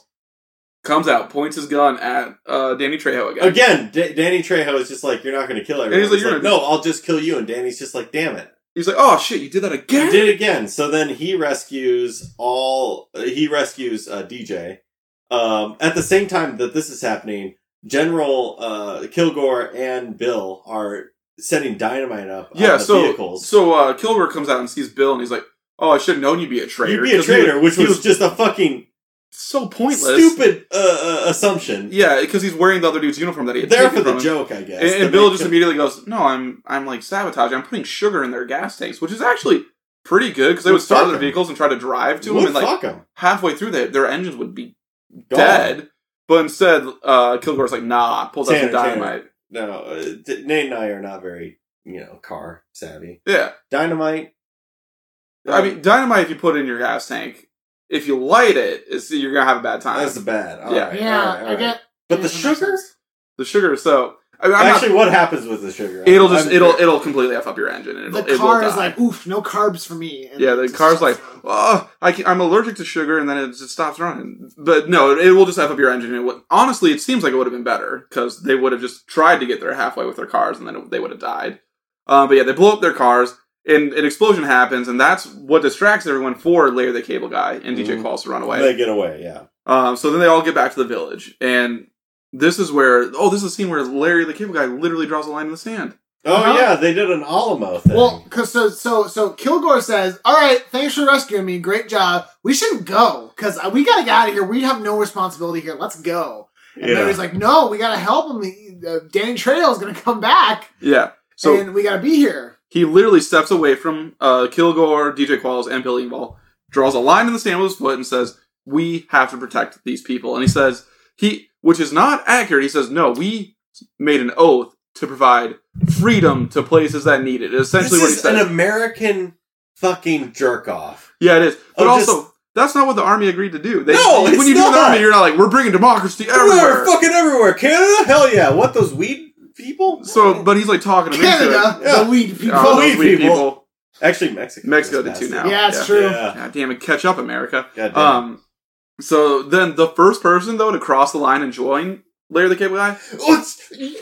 [SPEAKER 3] Comes out, points his gun at uh, Danny Trejo again.
[SPEAKER 1] Again, D- Danny Trejo is just like, "You're not going to kill everyone."
[SPEAKER 3] he's like,
[SPEAKER 1] He's
[SPEAKER 3] "You're
[SPEAKER 1] like,
[SPEAKER 3] gonna-
[SPEAKER 1] "No, I'll just kill you." And Danny's just like, "Damn it!"
[SPEAKER 3] He's like, "Oh shit, you did that
[SPEAKER 1] He
[SPEAKER 3] again."
[SPEAKER 1] did it again. So then he rescues all. uh, He rescues uh, DJ. Um, at the same time that this is happening, General uh, Kilgore and Bill are setting dynamite up.
[SPEAKER 3] yeah.
[SPEAKER 1] on the
[SPEAKER 3] So
[SPEAKER 1] vehicles.
[SPEAKER 3] so uh, Kilgore comes out and sees Bill, and he's like, "Oh, I should have known you'd be a traitor.
[SPEAKER 1] You'd be a
[SPEAKER 3] 'cause he
[SPEAKER 1] traitor, which
[SPEAKER 3] he
[SPEAKER 1] was just a fucking
[SPEAKER 3] so pointless,
[SPEAKER 1] stupid uh, uh, assumption.
[SPEAKER 3] Yeah, because he's wearing the other dude's uniform that he had
[SPEAKER 1] there
[SPEAKER 3] taken
[SPEAKER 1] for the
[SPEAKER 3] from him.
[SPEAKER 1] joke, I guess.
[SPEAKER 3] And,
[SPEAKER 1] to
[SPEAKER 3] and Bill
[SPEAKER 1] make
[SPEAKER 3] just
[SPEAKER 1] him-
[SPEAKER 3] immediately goes, "No, I'm I'm like sabotaging. I'm putting sugar in their gas tanks, which is actually pretty good because they
[SPEAKER 1] Would
[SPEAKER 3] would start
[SPEAKER 1] fuck
[SPEAKER 3] their
[SPEAKER 1] them.
[SPEAKER 3] vehicles and try to drive to them,
[SPEAKER 1] Would
[SPEAKER 3] and like
[SPEAKER 1] fuck him.
[SPEAKER 3] halfway through, they, their engines would be
[SPEAKER 1] Gone.
[SPEAKER 3] dead. But instead, uh, Kilgore's like, "Nah," pulls out some
[SPEAKER 1] Tanner, Tanner.
[SPEAKER 3] dynamite.
[SPEAKER 1] No, uh, D- Nate and I are not very, you know, car savvy. Dynamite.
[SPEAKER 3] Yeah, I mean, dynamite if you put it in your gas tank, if you light it, it's, you're gonna have a bad time.
[SPEAKER 1] Ah, that's bad. All
[SPEAKER 3] Yeah.
[SPEAKER 1] right, all
[SPEAKER 2] Yeah,
[SPEAKER 1] right, all
[SPEAKER 2] I
[SPEAKER 1] right.
[SPEAKER 2] get.
[SPEAKER 1] But the
[SPEAKER 2] Yeah, that makes
[SPEAKER 1] sugar?
[SPEAKER 2] sense.
[SPEAKER 3] the sugar. So I mean, I'm not-
[SPEAKER 1] Actually, what happens with the sugar?
[SPEAKER 3] it'll just
[SPEAKER 1] I'm-
[SPEAKER 3] it'll it'll completely f up your engine. And it'll,
[SPEAKER 2] The
[SPEAKER 3] it will
[SPEAKER 2] car is
[SPEAKER 3] die.
[SPEAKER 2] like, oof, no carbs for me. And
[SPEAKER 3] Yeah,
[SPEAKER 2] it
[SPEAKER 3] the
[SPEAKER 2] just
[SPEAKER 3] car's
[SPEAKER 2] shuts
[SPEAKER 3] like,
[SPEAKER 2] down.
[SPEAKER 3] oh, I can, I'm allergic to sugar, and then it just stops running. But no, it will just F up your engine. It would, honestly, it seems like it would have been better because they would have just tried to get there halfway with their cars, and then it- they would have died. Uh, but yeah, they blow up their cars, and an explosion happens, and that's what distracts everyone for Larry the Cable Guy and DJ
[SPEAKER 1] Mhm.
[SPEAKER 3] Qualls to run away.
[SPEAKER 1] They get away. Yeah.
[SPEAKER 3] Um, so then they all get back to the village, and this is where oh, this is a scene where Larry the Cable Guy literally draws a line in the sand.
[SPEAKER 1] Oh
[SPEAKER 2] Uh-huh.
[SPEAKER 1] yeah, they did an Alamo
[SPEAKER 3] "Oh."
[SPEAKER 1] thing.
[SPEAKER 2] Well, because so so so Kilgore says, "All right, thanks for rescuing me. Great job. We should go because we gotta get out of here. We have no responsibility here. Let's go." And
[SPEAKER 7] Yeah.
[SPEAKER 2] Larry's like, "No, we gotta help him. He- Uh, Danny Trejo's gonna come back,
[SPEAKER 3] Yeah. So
[SPEAKER 2] and we gotta be here."
[SPEAKER 3] He literally steps away from uh, Kilgore, DJ Qualls, and Billy Ball, draws a line in the sand with his foot, and says, "We have to protect these people." And he says, "He," which is not accurate. He says, "No, we made an oath to provide freedom to places that need it. It's Essentially,
[SPEAKER 1] this is
[SPEAKER 3] what he
[SPEAKER 1] an
[SPEAKER 3] said.
[SPEAKER 1] American fucking jerk off.
[SPEAKER 3] yeah, it is. But
[SPEAKER 1] Oh, just-
[SPEAKER 3] also, that's not what the army agreed to do. They,
[SPEAKER 1] No,
[SPEAKER 3] when
[SPEAKER 1] it's
[SPEAKER 3] you do the
[SPEAKER 1] not.
[SPEAKER 3] army, you're not like we're bringing democracy
[SPEAKER 1] Everywhere,
[SPEAKER 3] everywhere.
[SPEAKER 1] fucking everywhere. Canada, hell yeah. What those weed people?
[SPEAKER 3] So, but he's like talking to me.
[SPEAKER 2] Canada,
[SPEAKER 1] Yeah.
[SPEAKER 2] the lead people.
[SPEAKER 1] Oh,
[SPEAKER 3] weed
[SPEAKER 1] Weed
[SPEAKER 3] Uh, people.
[SPEAKER 1] people. actually Mexico.
[SPEAKER 3] Mexico
[SPEAKER 1] just
[SPEAKER 3] did too
[SPEAKER 1] passed
[SPEAKER 3] now.
[SPEAKER 1] it.
[SPEAKER 2] yeah, it's
[SPEAKER 3] Yeah.
[SPEAKER 2] true.
[SPEAKER 1] Yeah.
[SPEAKER 3] God damn it, catch up, America.
[SPEAKER 1] God damn.
[SPEAKER 3] Um, so then the first person though to cross the line and join Larry the Cable Guy,
[SPEAKER 1] Oh, it's-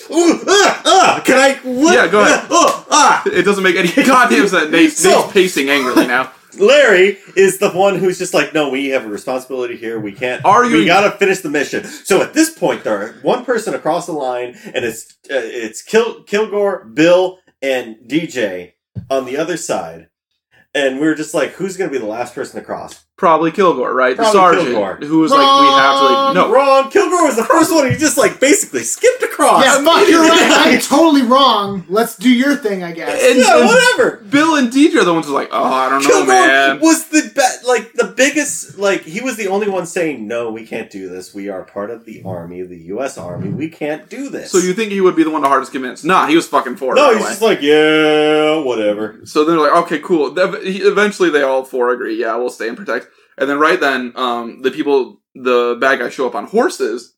[SPEAKER 1] ooh, ah, ah, can I? What?
[SPEAKER 3] Yeah, go ahead.
[SPEAKER 1] Oh, ah.
[SPEAKER 3] it doesn't make any goddamn sense. Nate's,
[SPEAKER 1] So-
[SPEAKER 3] Nate's pacing angrily now.
[SPEAKER 1] Larry is the one who's just like, no, we have a responsibility here. We can't.
[SPEAKER 3] Are you-
[SPEAKER 1] We gotta finish the mission. So at this point, there are one person across the line, and it's uh, it's Kil- Kilgore, Bill, and DJ on the other side. And we were just like, who's gonna be the last person across?
[SPEAKER 3] Probably Kilgore, right? the
[SPEAKER 1] Probably
[SPEAKER 3] sergeant
[SPEAKER 1] Kilgore.
[SPEAKER 3] who was like, we have to like,
[SPEAKER 2] Wrong.
[SPEAKER 3] no,
[SPEAKER 1] Wrong. Kilgore was the first one. He just like basically skipped across.
[SPEAKER 2] Yeah, fuck, you're right. I'm totally wrong. Let's do your thing, I guess.
[SPEAKER 3] And-
[SPEAKER 1] Yeah,
[SPEAKER 3] and
[SPEAKER 1] whatever.
[SPEAKER 3] Bill and DJ are the ones who's like, oh, I don't know,
[SPEAKER 1] Kilgore
[SPEAKER 3] man.
[SPEAKER 1] was the be- like the biggest like he was the only one saying no we can't do this we are part of the army the U.S. Army we can't do this
[SPEAKER 3] So you think he would be the one the hardest convinced? Nah, he was fucking for it.
[SPEAKER 1] no
[SPEAKER 3] right
[SPEAKER 1] he's
[SPEAKER 3] away.
[SPEAKER 1] just like yeah whatever
[SPEAKER 3] so they're like, okay, cool. Ev- he- Eventually, they all four agree. Yeah, we'll stay and protect. And then right then, um, the people, the bad guys show up on horses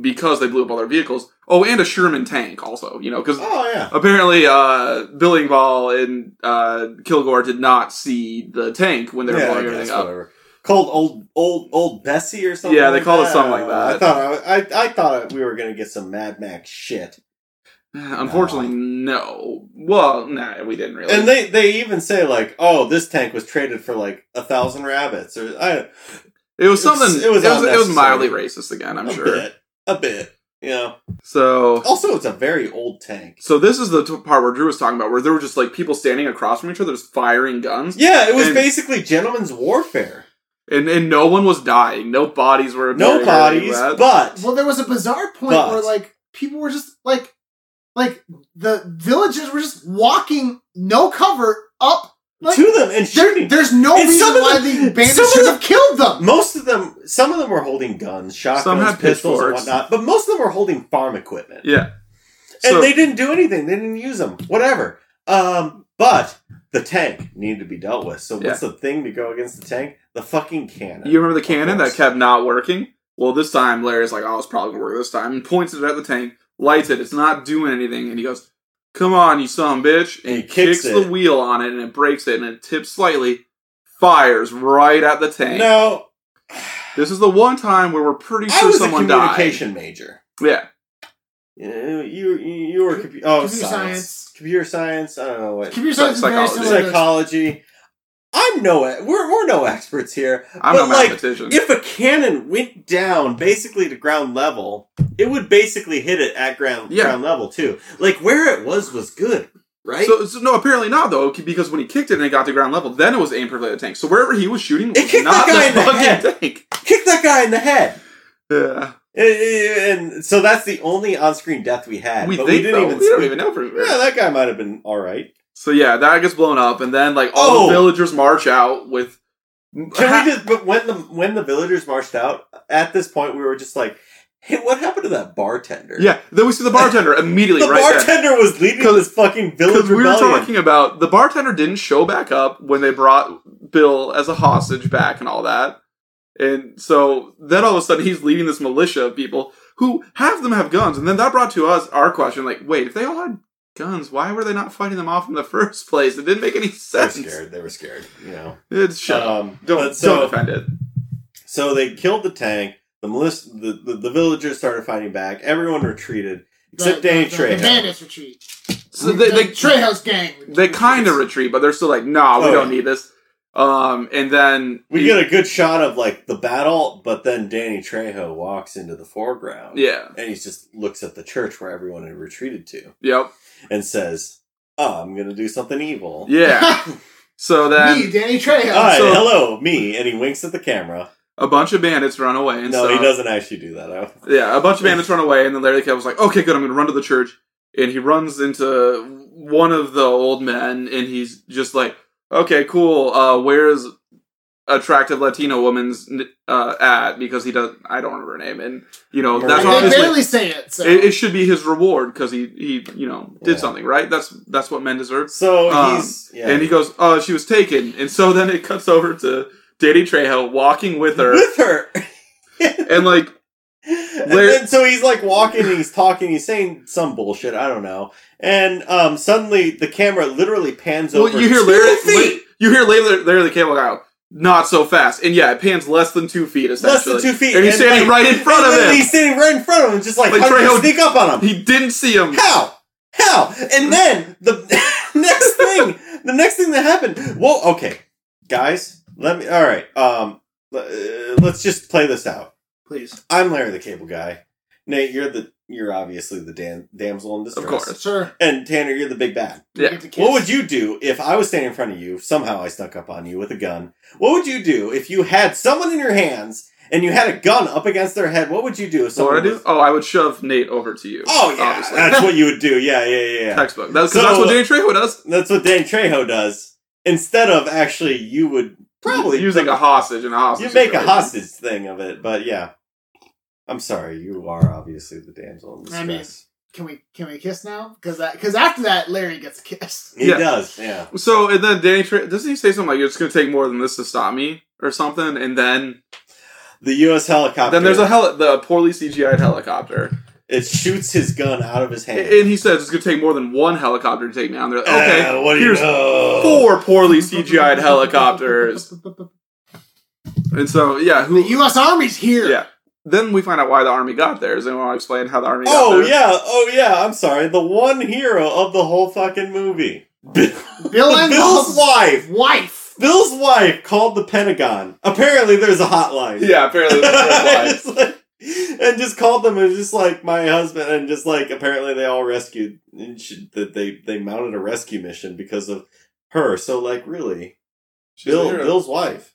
[SPEAKER 3] because they blew up all their vehicles. Oh, and a Sherman tank also. You know, because
[SPEAKER 1] oh yeah
[SPEAKER 3] apparently uh, Billingball and uh, Kilgore did not see the tank when they were
[SPEAKER 1] yeah I
[SPEAKER 3] blowing
[SPEAKER 1] guess,
[SPEAKER 3] everything up.
[SPEAKER 1] whatever called old old old Bessie or something
[SPEAKER 3] Yeah, they
[SPEAKER 1] like
[SPEAKER 3] call it
[SPEAKER 1] that.
[SPEAKER 3] something like that.
[SPEAKER 1] I thought I, I I thought we were gonna get some Mad Max shit
[SPEAKER 3] Unfortunately, no. Well, nah, we didn't really.
[SPEAKER 1] and they they even say like oh this tank was traded for like a thousand rabbits or I
[SPEAKER 3] It was
[SPEAKER 1] It was-
[SPEAKER 3] something. It
[SPEAKER 1] it
[SPEAKER 3] was.
[SPEAKER 1] was
[SPEAKER 3] It was,
[SPEAKER 1] unnecessary.
[SPEAKER 3] mildly racist again. I'm
[SPEAKER 1] a
[SPEAKER 3] sure.
[SPEAKER 1] bit a bit you know
[SPEAKER 3] So.
[SPEAKER 1] also it's a very old tank
[SPEAKER 3] So this is the t- part where Drew was talking about, where there were just like people standing across from each other, just firing guns,
[SPEAKER 1] Yeah, it was
[SPEAKER 3] And-
[SPEAKER 1] basically gentleman's warfare.
[SPEAKER 3] and and no one was dying, no bodies were
[SPEAKER 1] No
[SPEAKER 3] appearing or anything
[SPEAKER 1] bodies,
[SPEAKER 3] like that.
[SPEAKER 1] but
[SPEAKER 2] Well, there was a bizarre point
[SPEAKER 1] But-
[SPEAKER 2] where like people were just like, like the villagers were just walking, no cover, up. Like,
[SPEAKER 1] to them and
[SPEAKER 2] there,
[SPEAKER 1] shooting.
[SPEAKER 2] there's no
[SPEAKER 1] And
[SPEAKER 2] reason
[SPEAKER 1] some of
[SPEAKER 2] why
[SPEAKER 1] them-
[SPEAKER 2] the
[SPEAKER 1] some
[SPEAKER 2] bandits
[SPEAKER 1] of
[SPEAKER 2] should
[SPEAKER 1] them-
[SPEAKER 2] have killed them.
[SPEAKER 1] most of them, some of them were holding guns,
[SPEAKER 3] Some
[SPEAKER 1] shotguns,
[SPEAKER 3] had
[SPEAKER 1] pistols, and
[SPEAKER 3] pitchforks.
[SPEAKER 1] whatnot. But most of them were holding farm equipment,
[SPEAKER 3] yeah.
[SPEAKER 1] and
[SPEAKER 3] So
[SPEAKER 1] they didn't do anything. They didn't use them. Whatever. Um, but the tank needed to be dealt with. So what's the thing to go against the tank? The fucking cannon.
[SPEAKER 3] you remember the
[SPEAKER 1] Of
[SPEAKER 3] cannon that
[SPEAKER 1] course.
[SPEAKER 3] kept not working? Well, this time Larry's like, "Oh, it's probably gonna work this time," and points it at the tank, lights it. It's not doing anything, and he goes, "Come on, you son of a bitch!" And
[SPEAKER 1] He
[SPEAKER 3] he
[SPEAKER 1] kicks
[SPEAKER 3] kicks, the
[SPEAKER 1] it.
[SPEAKER 3] wheel on it, and it breaks it, and it tips slightly, fires right at the tank.
[SPEAKER 1] No,
[SPEAKER 3] This is the one time where we're pretty
[SPEAKER 1] I
[SPEAKER 3] sure
[SPEAKER 1] was a
[SPEAKER 3] someone died.
[SPEAKER 1] communication major.
[SPEAKER 3] Yeah.
[SPEAKER 1] You, you, you were compu- oh,
[SPEAKER 2] Computer
[SPEAKER 1] science.
[SPEAKER 2] science.
[SPEAKER 1] compular science. I don't know what
[SPEAKER 2] Computer science is very
[SPEAKER 3] Psychology.
[SPEAKER 2] similar to this.
[SPEAKER 1] psychology. I'm no, we're, we're no experts here.
[SPEAKER 3] I'm
[SPEAKER 1] but
[SPEAKER 3] no
[SPEAKER 1] like,
[SPEAKER 3] mathematician.
[SPEAKER 1] if a cannon went down basically to ground level, it would basically hit it at ground
[SPEAKER 3] Yeah.
[SPEAKER 1] ground level too. Like where it was was good, right?
[SPEAKER 3] So, so no, apparently not though, because when he kicked it and it got to ground level, then it was aimed perfectly at the tank. So wherever he was shooting,
[SPEAKER 1] It
[SPEAKER 3] was
[SPEAKER 1] kicked
[SPEAKER 3] not
[SPEAKER 1] that guy in the
[SPEAKER 3] fucking
[SPEAKER 1] head.
[SPEAKER 3] tank.
[SPEAKER 1] Kick that guy in the head.
[SPEAKER 3] Yeah,
[SPEAKER 1] Eh, eh, And so that's the only on-screen death we had.
[SPEAKER 3] we
[SPEAKER 1] but
[SPEAKER 3] think
[SPEAKER 1] we didn't
[SPEAKER 3] though.
[SPEAKER 1] even.
[SPEAKER 3] we don't even know for sure.
[SPEAKER 1] Yeah, that guy might have been all right.
[SPEAKER 3] so yeah, that gets blown up, and then like all
[SPEAKER 1] Oh!
[SPEAKER 3] the villagers march out with.
[SPEAKER 1] Can we just? But when the when the villagers marched out, at this point we were just like, "Hey, what happened to that bartender?"
[SPEAKER 3] Yeah, then we see the bartender immediately
[SPEAKER 1] the
[SPEAKER 3] right there.
[SPEAKER 1] bartender was leading
[SPEAKER 3] Because-
[SPEAKER 1] this fucking village
[SPEAKER 3] Because we were
[SPEAKER 1] rebellion.
[SPEAKER 3] talking about the bartender didn't show back up when they brought Bill as a hostage back and all that. And so then all of a sudden he's leading this militia of people who half of them have guns. And then that brought to us our question like, wait, if they all had guns, why were they not fighting them off in the first place? It didn't make any
[SPEAKER 1] they were
[SPEAKER 3] sense.
[SPEAKER 1] scared. They were scared. You know.
[SPEAKER 3] It's shut up.
[SPEAKER 1] Um,
[SPEAKER 3] Don't,
[SPEAKER 1] but so,
[SPEAKER 3] don't defend it.
[SPEAKER 1] so they killed the tank. The militia, the, the, the villagers started fighting back. Everyone retreated except
[SPEAKER 2] The-
[SPEAKER 1] Danny
[SPEAKER 2] the- The
[SPEAKER 1] Trejo.
[SPEAKER 2] bandits retreat.
[SPEAKER 3] So they,
[SPEAKER 2] the
[SPEAKER 3] they,
[SPEAKER 2] Trejo's gang.
[SPEAKER 3] they kind of retreat, but they're still like, nah, we
[SPEAKER 1] Oh,
[SPEAKER 3] don't
[SPEAKER 1] yeah.
[SPEAKER 3] need this. Um, and then
[SPEAKER 1] We get a good shot of like the battle, but then Danny Trejo walks into the foreground.
[SPEAKER 3] yeah,
[SPEAKER 1] and he just looks at the church where everyone had retreated to
[SPEAKER 3] yep,
[SPEAKER 1] and says, oh, "I'm gonna do something evil."
[SPEAKER 3] yeah. so then
[SPEAKER 2] Me, Danny Trejo.
[SPEAKER 1] Hi,
[SPEAKER 3] So-
[SPEAKER 1] hello, me, and he winks at the camera.
[SPEAKER 3] a bunch of bandits run away. And
[SPEAKER 1] no,
[SPEAKER 3] so,
[SPEAKER 1] he doesn't actually do that. I
[SPEAKER 3] Yeah, a bunch of bandits run away, and then Larry the Cat was like, "Okay, good, I'm going to run to the church." And he runs into one of the old men, and he's just like, "Okay, cool. Uh, where's attractive Latino woman's uh, ad because he does. I don't remember her name, and you know that's
[SPEAKER 1] Right.
[SPEAKER 2] they
[SPEAKER 3] obviously
[SPEAKER 2] barely say it. So
[SPEAKER 3] it, it should be his reward because he he you know did something right. That's that's what men deserve.
[SPEAKER 1] So
[SPEAKER 3] Um,
[SPEAKER 1] he's yeah.
[SPEAKER 3] And he goes, "Oh, she was taken," and so then it cuts over to Danny Trejo walking with her,
[SPEAKER 1] with her.
[SPEAKER 3] and like
[SPEAKER 1] And
[SPEAKER 3] Larry-
[SPEAKER 1] then, so he's like walking, and he's talking, he's saying some bullshit, I don't know. And um, suddenly the camera literally pans
[SPEAKER 3] well,
[SPEAKER 1] over.
[SPEAKER 3] you hear
[SPEAKER 1] two
[SPEAKER 3] Larry,
[SPEAKER 1] feet,
[SPEAKER 3] La- you hear Larry, Larry the Cable Guy, out, not so fast, and yeah, it pans less than two feet
[SPEAKER 1] less
[SPEAKER 3] essentially,
[SPEAKER 1] than two feet,
[SPEAKER 3] and he's standing
[SPEAKER 1] like,
[SPEAKER 3] right in front
[SPEAKER 1] and
[SPEAKER 3] of
[SPEAKER 1] then
[SPEAKER 3] him.
[SPEAKER 1] He's standing right in front of him, just like,
[SPEAKER 3] Like,
[SPEAKER 1] how did
[SPEAKER 3] Trejo-
[SPEAKER 1] you sneak up on him?
[SPEAKER 3] He didn't see him.
[SPEAKER 1] How? How? And then the next thing, the next thing that happened. Well, okay, guys, let me. All right, um, le- uh, let's just play this out.
[SPEAKER 2] please,
[SPEAKER 1] I'm Larry the Cable Guy. Nate, you're the you're obviously the dam- damsel in distress.
[SPEAKER 3] Of course.
[SPEAKER 2] sure.
[SPEAKER 1] And Tanner, you're the big bad.
[SPEAKER 2] we
[SPEAKER 3] Yeah.
[SPEAKER 2] get to kiss.
[SPEAKER 1] What would you do if I was standing in front of you? Somehow I snuck up on you with a gun. What would you do if you had someone in your hands and you had a gun up against their head? What would you do if
[SPEAKER 3] So what
[SPEAKER 1] someone?
[SPEAKER 3] I do?
[SPEAKER 1] was-
[SPEAKER 3] Oh, I would shove Nate over to you.
[SPEAKER 1] Oh yeah,
[SPEAKER 3] obviously.
[SPEAKER 1] that's what you would do. Yeah, yeah, yeah. yeah.
[SPEAKER 3] textbook. That's, 'cause
[SPEAKER 1] So-
[SPEAKER 3] that's what Danny Trejo does.
[SPEAKER 1] That's what Dan Trejo does. Instead of actually, you would probably
[SPEAKER 3] using a hostage and a hostage.
[SPEAKER 1] you make a
[SPEAKER 3] situation.
[SPEAKER 1] hostage thing of it. But yeah, I'm sorry, you are obviously the damsel in
[SPEAKER 2] I mean-
[SPEAKER 1] distress.
[SPEAKER 2] Can we can we kiss now? Because that because after that, Larry gets kissed.
[SPEAKER 1] He
[SPEAKER 3] Yeah.
[SPEAKER 1] does, yeah.
[SPEAKER 3] So and then Danny Tre- doesn't he say something like it's going to take more than this to stop me or something? And then
[SPEAKER 1] The U.S. helicopter.
[SPEAKER 3] then there's a heli- the poorly CGI helicopter,
[SPEAKER 1] It shoots his gun out of his hand.
[SPEAKER 3] and he says it's going to take more than one helicopter to take me out. And they're
[SPEAKER 1] Ah,
[SPEAKER 3] like, okay,
[SPEAKER 1] what do you
[SPEAKER 3] here's
[SPEAKER 1] know?
[SPEAKER 3] four poorly CGI helicopters.
[SPEAKER 2] The
[SPEAKER 3] And so yeah, who
[SPEAKER 2] U.S. Army's here.
[SPEAKER 3] yeah. Then we find out why the army got there. Does anyone want to explain how the army? got
[SPEAKER 1] Oh
[SPEAKER 3] there?
[SPEAKER 1] yeah, oh yeah. I'm sorry. The one hero of the whole fucking movie, Bill
[SPEAKER 2] Bill and
[SPEAKER 1] Bill's wife.
[SPEAKER 2] wife.
[SPEAKER 1] Bill's wife called the Pentagon. Apparently, there's a hotline.
[SPEAKER 3] yeah. Apparently, that's the
[SPEAKER 1] Just
[SPEAKER 3] first line.
[SPEAKER 1] like- and just called them and just like my husband and just like apparently they all rescued and she, that they they mounted a rescue mission because of her. So like really,
[SPEAKER 3] She's the
[SPEAKER 1] Bill
[SPEAKER 3] hero.
[SPEAKER 1] Bill's wife.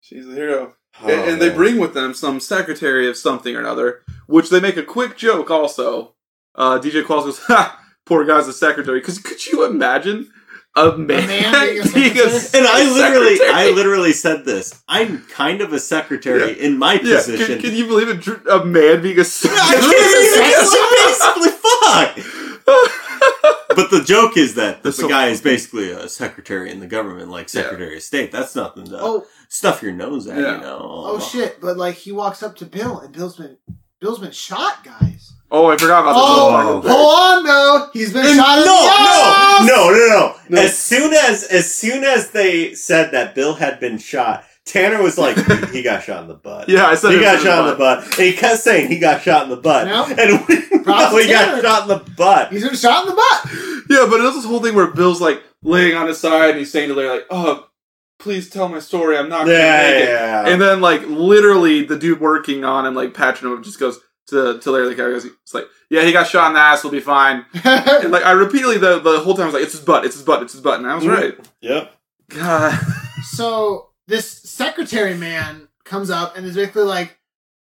[SPEAKER 3] She's the hero.
[SPEAKER 1] Oh,
[SPEAKER 3] and, and they
[SPEAKER 1] man.
[SPEAKER 3] bring with them some secretary of something or another, which they make a quick joke also. Uh, DJ Qualls goes, ha, poor guy's the secretary. Because could you imagine a man,
[SPEAKER 2] man being a
[SPEAKER 3] being a
[SPEAKER 2] secretary?
[SPEAKER 1] And I literally, I
[SPEAKER 3] secretary?
[SPEAKER 1] literally said this. I'm kind of a secretary in my
[SPEAKER 3] Yeah,
[SPEAKER 1] position.
[SPEAKER 3] can, can you believe a, dr- a man being a
[SPEAKER 1] I can't even- it's like, basically, fuck. But the joke is that the,
[SPEAKER 3] That's so-
[SPEAKER 1] guy is basically a secretary in the government, like Secretary of State. That's nothing to
[SPEAKER 2] Oh
[SPEAKER 1] stuff your nose at,
[SPEAKER 3] Yeah.
[SPEAKER 1] you know.
[SPEAKER 2] oh shit! But like he walks up to Bill and Bill's been Bill's been shot, guys.
[SPEAKER 3] Oh, I forgot about this.
[SPEAKER 2] Oh,
[SPEAKER 3] Oh,
[SPEAKER 2] hold on though. He's been
[SPEAKER 1] And
[SPEAKER 2] shot. in the
[SPEAKER 1] no, no, no, no,
[SPEAKER 3] No.
[SPEAKER 1] As soon as as soon as they said that Bill had been shot, Tanner was like, he got shot in the butt.
[SPEAKER 3] yeah, I said
[SPEAKER 1] He
[SPEAKER 3] it
[SPEAKER 1] got
[SPEAKER 3] was
[SPEAKER 1] shot in
[SPEAKER 3] in
[SPEAKER 1] the butt. And he kept saying he got shot in the butt.
[SPEAKER 2] No.
[SPEAKER 1] And we,
[SPEAKER 2] Props
[SPEAKER 1] no, he
[SPEAKER 2] to
[SPEAKER 1] got
[SPEAKER 2] Tanner.
[SPEAKER 1] shot in the butt.
[SPEAKER 2] He's been shot in the butt.
[SPEAKER 3] Yeah, but it was this whole thing where Bill's like laying on his side and he's saying to Larry, like, oh, please tell my story. I'm not
[SPEAKER 1] Yeah,
[SPEAKER 3] going to make it.
[SPEAKER 1] yeah.
[SPEAKER 3] And then, like, literally, the dude working on him, like, patching him up, just goes to, to Larry the Cable Guy. goes, It's like, yeah, he got shot in the ass. We'll be fine. And, like, I repeatedly, the, the whole time, I was like, it's his butt, it's his butt, it's his butt. And I was
[SPEAKER 1] Mhm.
[SPEAKER 3] right.
[SPEAKER 1] Yep.
[SPEAKER 3] God.
[SPEAKER 2] so this secretary man comes up and is basically like,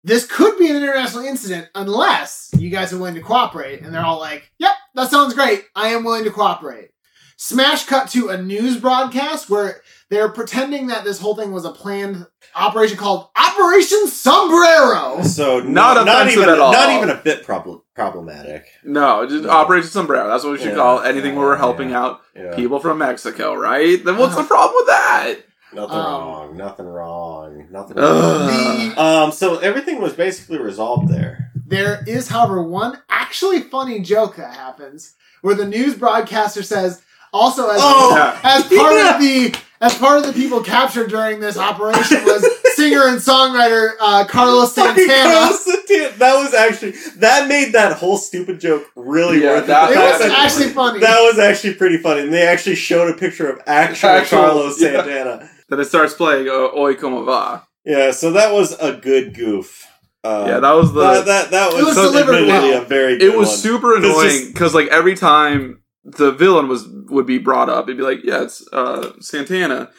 [SPEAKER 2] "This could be an international incident unless you guys are willing to cooperate." And they're all like, "Yep, that sounds great. I am willing to cooperate." Smash cut to a news broadcast where they're pretending that this whole thing was a planned operation called Operation Sombrero.
[SPEAKER 1] So n-
[SPEAKER 3] Not
[SPEAKER 1] not
[SPEAKER 3] offensive
[SPEAKER 1] even
[SPEAKER 3] at all.
[SPEAKER 1] not even a bit problem problematic.
[SPEAKER 3] No, just
[SPEAKER 1] No.
[SPEAKER 3] Operation Sombrero. That's what we should
[SPEAKER 1] Yeah.
[SPEAKER 3] call anything where we're
[SPEAKER 1] Yeah,
[SPEAKER 3] helping
[SPEAKER 1] yeah. Uh-huh.
[SPEAKER 3] out
[SPEAKER 1] Yeah.
[SPEAKER 3] people from Mexico, right? Then what's
[SPEAKER 2] Uh.
[SPEAKER 3] the problem with that?
[SPEAKER 1] Nothing
[SPEAKER 2] Um,
[SPEAKER 1] wrong. Nothing wrong. Nothing wrong.
[SPEAKER 3] Ugh.
[SPEAKER 1] Um, so everything was basically resolved there.
[SPEAKER 2] There is, however, one actually funny joke that happens where the news broadcaster says, also as,
[SPEAKER 1] Oh,
[SPEAKER 3] Yeah.
[SPEAKER 2] as part of the as part of the people captured during this operation was singer and songwriter uh, Carlos
[SPEAKER 1] Fucking
[SPEAKER 2] Santana.
[SPEAKER 1] Carlos Santana. That was actually that made that whole stupid joke really
[SPEAKER 3] Yeah,
[SPEAKER 1] worth
[SPEAKER 3] that-
[SPEAKER 2] It
[SPEAKER 1] That
[SPEAKER 2] was
[SPEAKER 1] was
[SPEAKER 2] actually funny.
[SPEAKER 1] that was actually pretty funny. And they actually showed a picture of actual,
[SPEAKER 3] Actual-
[SPEAKER 1] Carlos
[SPEAKER 3] yeah.
[SPEAKER 1] Santana.
[SPEAKER 3] Then it starts playing uh, Oi Como Va.
[SPEAKER 1] Yeah, so that was a good goof. Uh,
[SPEAKER 3] yeah, that was the.
[SPEAKER 1] that that, that was,
[SPEAKER 2] was delivered
[SPEAKER 1] admittedly
[SPEAKER 2] well.
[SPEAKER 1] a very good
[SPEAKER 3] it was
[SPEAKER 1] one.
[SPEAKER 3] super
[SPEAKER 1] It's
[SPEAKER 3] annoying
[SPEAKER 1] just-
[SPEAKER 3] because like every time the villain was would be brought up it'd be like yeah it's uh santana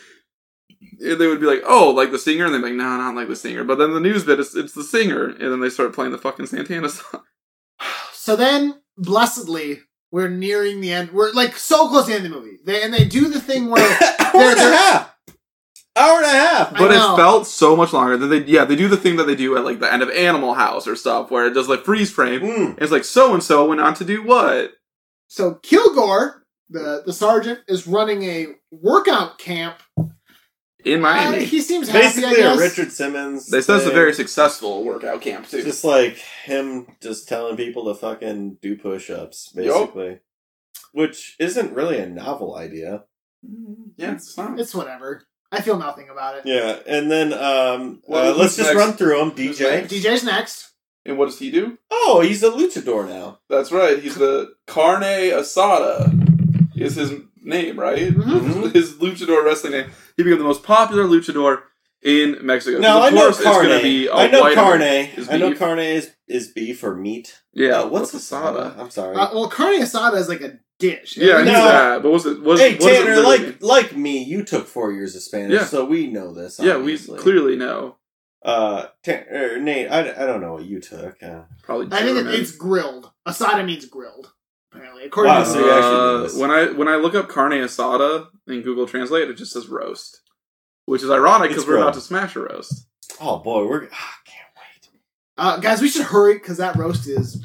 [SPEAKER 3] and they would be like oh like the singer and they'd be like no not like the singer but then the news bit it's, it's the singer and then they start playing the fucking santana song
[SPEAKER 2] So then, blessedly, we're nearing the end. We're like so close to the end of the movie. They, and they do the thing where
[SPEAKER 1] hour and a half. Hour and a half.
[SPEAKER 2] yeah, I
[SPEAKER 3] But it
[SPEAKER 2] know.
[SPEAKER 3] felt so much longer than they. Yeah, they do the thing that they do at like the end of Animal House or stuff, where it does like freeze frame.
[SPEAKER 1] Mm.
[SPEAKER 3] It's like so and so went on to do what?
[SPEAKER 2] So Kilgore, the the sergeant, is running a workout camp.
[SPEAKER 3] In
[SPEAKER 2] Uh,
[SPEAKER 3] Miami.
[SPEAKER 2] he seems happy. I
[SPEAKER 1] Basically, a
[SPEAKER 2] guess.
[SPEAKER 1] Richard Simmons.
[SPEAKER 3] This is a
[SPEAKER 1] thing.
[SPEAKER 3] very successful workout camp too.
[SPEAKER 1] just like him just telling people to fucking do push-ups,
[SPEAKER 3] Yup.
[SPEAKER 1] basically, which isn't really a novel idea.
[SPEAKER 3] yeah, it's not.
[SPEAKER 2] It's whatever. I feel nothing about it.
[SPEAKER 1] Yeah, and then um,
[SPEAKER 3] Well,
[SPEAKER 1] uh, let's
[SPEAKER 3] who's
[SPEAKER 1] just
[SPEAKER 3] next?
[SPEAKER 1] run through them.
[SPEAKER 3] Who's
[SPEAKER 1] DJ.
[SPEAKER 3] next?
[SPEAKER 2] DJ's next.
[SPEAKER 3] and what does he do?
[SPEAKER 1] Oh, he's a luchador now.
[SPEAKER 3] That's right. He's the Carne Asada. Is his name right?
[SPEAKER 2] Hmm.
[SPEAKER 1] Mhm.
[SPEAKER 3] His luchador wrestling name. He became the most popular luchador in Mexico.
[SPEAKER 1] Now I
[SPEAKER 3] Of
[SPEAKER 1] know
[SPEAKER 3] course, it's gonna
[SPEAKER 1] Carne.
[SPEAKER 3] be a
[SPEAKER 1] I know
[SPEAKER 3] white-
[SPEAKER 1] Carne.
[SPEAKER 3] is
[SPEAKER 1] I know
[SPEAKER 3] beef.
[SPEAKER 1] Carne is, is beef or meat.
[SPEAKER 3] Yeah,
[SPEAKER 1] Uh, what's asada? I'm sorry.
[SPEAKER 2] Uh, well, carne asada is like a dish.
[SPEAKER 3] Yeah, I knew
[SPEAKER 1] No.
[SPEAKER 3] that. But was it? Was,
[SPEAKER 1] hey
[SPEAKER 3] what does it
[SPEAKER 1] Tanner,
[SPEAKER 3] literally
[SPEAKER 1] like
[SPEAKER 3] mean?
[SPEAKER 1] like me, you took four years of Spanish,
[SPEAKER 3] Yeah.
[SPEAKER 1] so we know this.
[SPEAKER 3] yeah, we
[SPEAKER 1] obviously.
[SPEAKER 3] clearly know.
[SPEAKER 1] Uh, Tan- er, Nate, I, I don't know what you took. Uh,
[SPEAKER 3] Probably.
[SPEAKER 2] I think it,
[SPEAKER 3] German.
[SPEAKER 2] it's grilled. Asada means grilled. Apparently, according
[SPEAKER 1] Wow,
[SPEAKER 2] to
[SPEAKER 1] so you actually knew
[SPEAKER 3] Uh,
[SPEAKER 1] this.
[SPEAKER 3] when I when I look up carne asada in Google Translate, it just says roast, which is ironic
[SPEAKER 1] It's
[SPEAKER 3] because we're about
[SPEAKER 1] grilled.
[SPEAKER 3] to smash a roast.
[SPEAKER 1] oh boy, we're ah, can't
[SPEAKER 2] uh, guys, we should hurry because that roast is.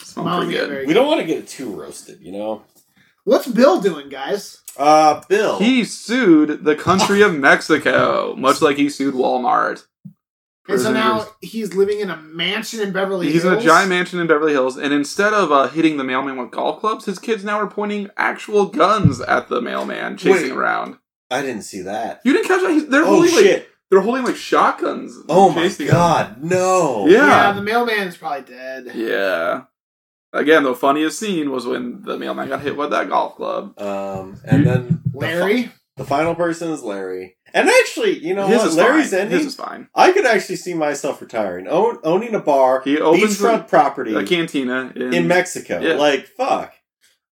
[SPEAKER 3] It smells pretty
[SPEAKER 2] get
[SPEAKER 3] good.
[SPEAKER 2] very
[SPEAKER 1] wait. We don't want to get it too roasted, you know.
[SPEAKER 2] What's Bill doing, guys?
[SPEAKER 1] Uh, Bill.
[SPEAKER 3] He sued the country of Mexico, much like he sued Walmart.
[SPEAKER 2] And so now
[SPEAKER 3] Prisoners.
[SPEAKER 2] he's living in a mansion in Beverly
[SPEAKER 3] He's in
[SPEAKER 2] Hills.
[SPEAKER 3] a giant mansion in Beverly Hills, and instead of uh, hitting the mailman with golf clubs, his kids now are pointing actual guns at the mailman, chasing
[SPEAKER 1] Wait.
[SPEAKER 3] him around.
[SPEAKER 1] I didn't see that.
[SPEAKER 3] You didn't catch that? He's- They're
[SPEAKER 1] Oh
[SPEAKER 3] holding like
[SPEAKER 1] shit!
[SPEAKER 3] they're holding like shotguns.
[SPEAKER 1] Oh my
[SPEAKER 3] chasing him.
[SPEAKER 1] god, no!
[SPEAKER 2] Yeah.
[SPEAKER 3] Yeah.
[SPEAKER 2] the mailman's probably dead.
[SPEAKER 3] Yeah. Again, the funniest scene was when the mailman got hit with that golf club.
[SPEAKER 1] Um, and then the
[SPEAKER 2] Larry.
[SPEAKER 1] The final person is Larry. And actually, you know
[SPEAKER 3] His
[SPEAKER 1] what?
[SPEAKER 3] is
[SPEAKER 1] Larry's
[SPEAKER 3] fine.
[SPEAKER 1] ending.
[SPEAKER 3] His is fine.
[SPEAKER 1] I could actually see myself retiring, own, owning a bar,
[SPEAKER 3] He opens
[SPEAKER 1] beachfront property
[SPEAKER 3] a cantina in,
[SPEAKER 1] in Mexico.
[SPEAKER 3] Yeah.
[SPEAKER 1] Like fuck.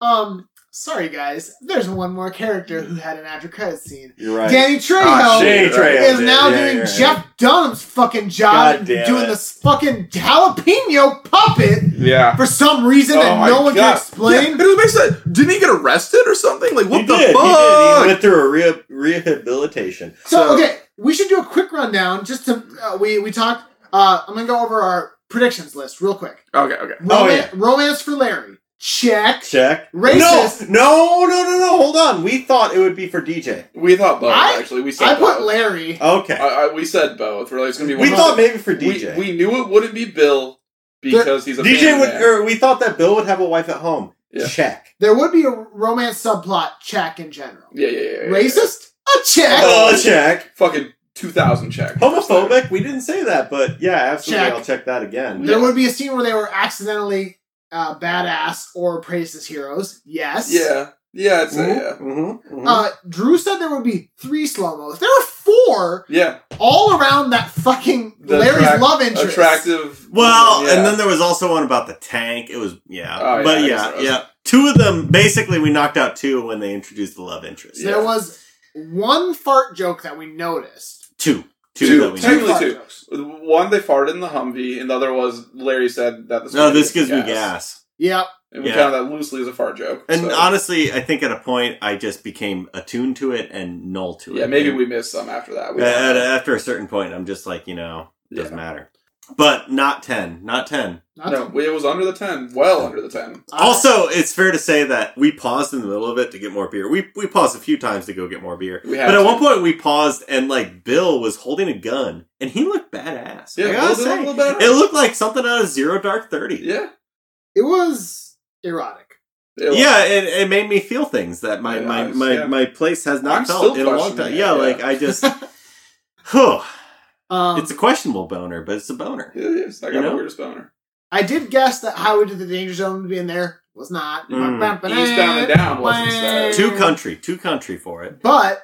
[SPEAKER 2] Um, sorry guys, there's one more character who had an after credit scene.
[SPEAKER 1] You're right.
[SPEAKER 2] Danny
[SPEAKER 3] Ah,
[SPEAKER 2] Trejo
[SPEAKER 3] shit.
[SPEAKER 1] Danny Trejo
[SPEAKER 2] is
[SPEAKER 1] did.
[SPEAKER 2] now
[SPEAKER 1] Yeah,
[SPEAKER 2] doing
[SPEAKER 1] you're right.
[SPEAKER 2] Jeff Dunham's fucking job
[SPEAKER 1] God
[SPEAKER 2] and
[SPEAKER 1] damn
[SPEAKER 2] doing
[SPEAKER 1] it.
[SPEAKER 2] this fucking jalapeno puppet
[SPEAKER 3] Yeah.
[SPEAKER 2] for some reason
[SPEAKER 3] Oh
[SPEAKER 2] that
[SPEAKER 3] my
[SPEAKER 2] no one
[SPEAKER 3] God.
[SPEAKER 2] can explain.
[SPEAKER 3] Yeah, it makes sense. Didn't he get arrested or something? Like what
[SPEAKER 1] he
[SPEAKER 3] the
[SPEAKER 1] did.
[SPEAKER 3] fuck?
[SPEAKER 1] He did. He went through a re- rehabilitation.
[SPEAKER 2] So,
[SPEAKER 3] So-
[SPEAKER 2] okay, we should do a quick rundown just to uh, we we talked. Uh, I'm gonna go over our predictions list real quick.
[SPEAKER 3] Okay, okay.
[SPEAKER 2] Roman-
[SPEAKER 1] Oh, yeah.
[SPEAKER 2] Romance for Larry. Check.
[SPEAKER 1] Check.
[SPEAKER 2] Racist.
[SPEAKER 1] No, no, no, no, no. Hold on. We thought it would be for DJ.
[SPEAKER 3] We thought both.
[SPEAKER 2] I-
[SPEAKER 3] actually, we said
[SPEAKER 2] I put
[SPEAKER 3] both.
[SPEAKER 2] Larry.
[SPEAKER 1] Okay.
[SPEAKER 3] I, I, we said both. Uh, We're like, it's gonna be.
[SPEAKER 1] we
[SPEAKER 3] one
[SPEAKER 1] thought
[SPEAKER 3] of them.
[SPEAKER 1] maybe for DJ.
[SPEAKER 3] We, we knew it wouldn't be Bill because he's a
[SPEAKER 1] DJ
[SPEAKER 3] family
[SPEAKER 1] would.
[SPEAKER 3] man.
[SPEAKER 1] Or we thought that Bill would have a wife at home.
[SPEAKER 3] Yeah.
[SPEAKER 1] Check.
[SPEAKER 2] There would be a romance subplot check in general.
[SPEAKER 3] yeah, yeah, yeah, yeah, yeah.
[SPEAKER 2] Racist? A check.
[SPEAKER 1] Oh, check.
[SPEAKER 3] Fucking two thousand check.
[SPEAKER 1] Homophobic? We didn't say that, but yeah, absolutely.
[SPEAKER 2] Check.
[SPEAKER 1] I'll check that again.
[SPEAKER 2] There would be a scene where they were accidentally uh, badass or praised as heroes. Yes.
[SPEAKER 3] Yeah, yeah, it's a, yeah,
[SPEAKER 1] Mhm, mhm, mhm.
[SPEAKER 2] Uh, Drew said there would be three slow mos. There were four
[SPEAKER 3] yeah.
[SPEAKER 2] all around that fucking
[SPEAKER 3] The
[SPEAKER 2] Larry's
[SPEAKER 3] attract-
[SPEAKER 2] love interest.
[SPEAKER 3] Attractive.
[SPEAKER 7] Well,
[SPEAKER 3] yeah.
[SPEAKER 7] and then there was also one about the tank. It was yeah,
[SPEAKER 3] Oh, yeah,
[SPEAKER 7] but
[SPEAKER 3] I
[SPEAKER 7] yeah,
[SPEAKER 3] guess
[SPEAKER 7] yeah. Two of them basically we knocked out two when they introduced the love interest.
[SPEAKER 3] Yeah.
[SPEAKER 2] There was one fart joke that we noticed.
[SPEAKER 7] Two, two,
[SPEAKER 3] Two.
[SPEAKER 7] that we
[SPEAKER 3] Technically
[SPEAKER 7] knocked.
[SPEAKER 2] fart
[SPEAKER 3] two.
[SPEAKER 2] jokes.
[SPEAKER 3] one they farted in the Humvee, and the other was Larry said that.
[SPEAKER 7] No, this gives me gas.
[SPEAKER 2] Yep.
[SPEAKER 3] and we
[SPEAKER 7] Yeah.
[SPEAKER 3] found that loosely as a fart joke.
[SPEAKER 7] And
[SPEAKER 3] so-
[SPEAKER 7] honestly, I think at a point I just became attuned to it and null to it.
[SPEAKER 3] yeah, maybe we missed some after that. We
[SPEAKER 7] At- after a certain point, I'm just like you know, it doesn't
[SPEAKER 3] Yeah.
[SPEAKER 7] matter. But not ten, not ten.
[SPEAKER 2] Not
[SPEAKER 3] no, we- it was under the ten, well under the ten.
[SPEAKER 7] Also, it's fair to say that we paused in the middle of it to get more beer. We we paused a few times to go get more beer.
[SPEAKER 3] We had
[SPEAKER 7] But at
[SPEAKER 3] to.
[SPEAKER 7] one point, we paused and like Bill was holding a gun, and he looked badass.
[SPEAKER 3] Yeah,
[SPEAKER 7] I
[SPEAKER 3] Bill
[SPEAKER 7] gotta
[SPEAKER 3] did look
[SPEAKER 7] say,
[SPEAKER 3] a little badass.
[SPEAKER 7] it looked like something out of Zero Dark Thirty.
[SPEAKER 3] Yeah,
[SPEAKER 2] It was erotic.
[SPEAKER 3] It was-
[SPEAKER 7] Yeah, it, it made me feel things that my
[SPEAKER 3] Yeah,
[SPEAKER 7] my
[SPEAKER 3] I was-
[SPEAKER 7] my,
[SPEAKER 3] yeah.
[SPEAKER 7] my place has not
[SPEAKER 3] I'm
[SPEAKER 7] felt
[SPEAKER 3] still
[SPEAKER 7] in a long
[SPEAKER 3] questioning
[SPEAKER 7] time.
[SPEAKER 3] it,
[SPEAKER 7] Yeah,
[SPEAKER 3] yeah.
[SPEAKER 7] like I just, Whew.
[SPEAKER 2] Um,
[SPEAKER 7] it's a questionable boner, but it's a boner.
[SPEAKER 3] It is. I got
[SPEAKER 7] You know?
[SPEAKER 3] the weirdest boner.
[SPEAKER 2] I did guess that Highway to the Danger Zone would be in there. Was not.
[SPEAKER 7] Mm.
[SPEAKER 3] Eastbound and Down wasn't there.
[SPEAKER 7] Two country, two country for it.
[SPEAKER 2] But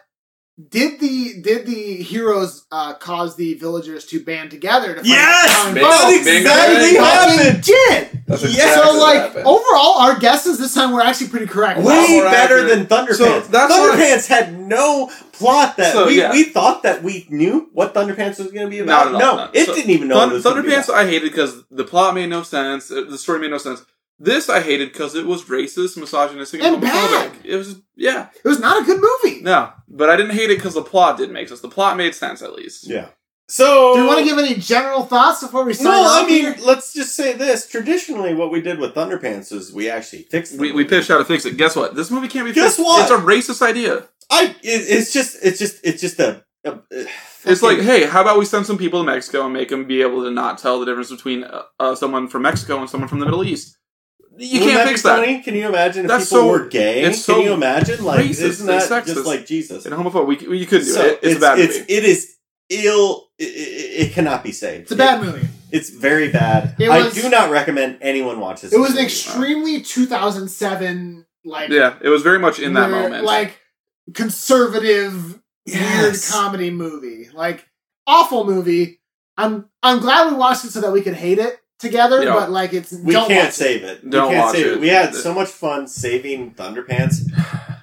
[SPEAKER 2] did the did the heroes uh, cause the villagers to band together to fight
[SPEAKER 7] Yes!
[SPEAKER 2] Kong
[SPEAKER 3] Bingo,
[SPEAKER 2] Bao?
[SPEAKER 3] That's bingo, exactly
[SPEAKER 2] They
[SPEAKER 3] bingo.
[SPEAKER 2] fucking Did
[SPEAKER 3] That's
[SPEAKER 1] Yeah,
[SPEAKER 3] exactly
[SPEAKER 2] so
[SPEAKER 3] what
[SPEAKER 2] like
[SPEAKER 3] happened.
[SPEAKER 7] oh,
[SPEAKER 2] overall our guesses this time were actually pretty correct.
[SPEAKER 1] Way
[SPEAKER 3] more
[SPEAKER 1] better than
[SPEAKER 3] accurate.
[SPEAKER 1] Thunderpants.
[SPEAKER 3] So, that's what I-
[SPEAKER 1] Thunderpants had no plot that
[SPEAKER 3] So,
[SPEAKER 1] we,
[SPEAKER 3] yeah.
[SPEAKER 1] we thought that we knew what Thunderpants was going to be about.
[SPEAKER 3] Not at all,
[SPEAKER 1] no,
[SPEAKER 3] not-
[SPEAKER 1] it
[SPEAKER 3] so-
[SPEAKER 1] didn't even know.
[SPEAKER 3] Thun-
[SPEAKER 1] it was gonna be
[SPEAKER 3] Thunderpants
[SPEAKER 1] about.
[SPEAKER 3] I hated because the plot made no sense. uh, The story made no sense. This I hated because it was racist, misogynistic, and,
[SPEAKER 2] And
[SPEAKER 3] homophobic.
[SPEAKER 2] bad.
[SPEAKER 3] It was yeah,
[SPEAKER 2] It was not a good movie.
[SPEAKER 3] no, but I didn't hate it because the plot did make sense. The plot made sense at least.
[SPEAKER 1] Yeah. So
[SPEAKER 2] Do you want to give any general thoughts before we sign
[SPEAKER 1] No,
[SPEAKER 2] off
[SPEAKER 1] I mean,
[SPEAKER 2] here?
[SPEAKER 1] let's just say this. Traditionally, what we did with Thunderpants is we actually fixed. the
[SPEAKER 3] We, we
[SPEAKER 1] movie.
[SPEAKER 3] pitched how to fix it. Guess what? This movie can't be
[SPEAKER 1] Guess
[SPEAKER 3] fixed.
[SPEAKER 1] what?
[SPEAKER 3] It's a racist idea.
[SPEAKER 1] I. It, it's just. It's just. It's just a. a- a
[SPEAKER 3] It's like,
[SPEAKER 1] fucking-
[SPEAKER 3] hey, how about we send some people to Mexico and make them be able to not tell the difference between uh, uh, someone from Mexico and someone from the Middle East? You
[SPEAKER 1] Wouldn't
[SPEAKER 3] can't
[SPEAKER 1] be
[SPEAKER 3] fix that.
[SPEAKER 1] funny? Can you imagine if
[SPEAKER 3] That's
[SPEAKER 1] people
[SPEAKER 3] so-
[SPEAKER 1] were gay?
[SPEAKER 3] it's so
[SPEAKER 1] Can you imagine? Like,
[SPEAKER 3] racist
[SPEAKER 1] isn't that
[SPEAKER 3] and sexist.
[SPEAKER 1] just like Jesus?
[SPEAKER 3] And homophobic, we, c- we- you couldn't do
[SPEAKER 1] So,
[SPEAKER 3] it. It's, a bad
[SPEAKER 1] it's,
[SPEAKER 3] movie.
[SPEAKER 1] It is ill. It, it, it cannot be saved.
[SPEAKER 2] It's a bad
[SPEAKER 1] It-
[SPEAKER 2] movie.
[SPEAKER 1] it's very bad.
[SPEAKER 2] It
[SPEAKER 1] I
[SPEAKER 2] was-
[SPEAKER 1] do not recommend anyone watch this.
[SPEAKER 2] It was an
[SPEAKER 1] movie.
[SPEAKER 2] extremely 2007 like
[SPEAKER 3] yeah, it was very much in that
[SPEAKER 2] where,
[SPEAKER 3] moment.
[SPEAKER 2] like conservative weird
[SPEAKER 1] Yes.
[SPEAKER 2] comedy movie. Like awful movie. I'm I'm glad we watched it so that we could hate it together,
[SPEAKER 3] Yeah.
[SPEAKER 2] but like it's
[SPEAKER 1] We
[SPEAKER 2] don't
[SPEAKER 1] can't
[SPEAKER 2] watch it.
[SPEAKER 1] save it.
[SPEAKER 3] Don't
[SPEAKER 1] we can't
[SPEAKER 3] watch
[SPEAKER 1] save
[SPEAKER 3] it.
[SPEAKER 1] We had
[SPEAKER 3] The-
[SPEAKER 1] so much fun saving Thunderpants.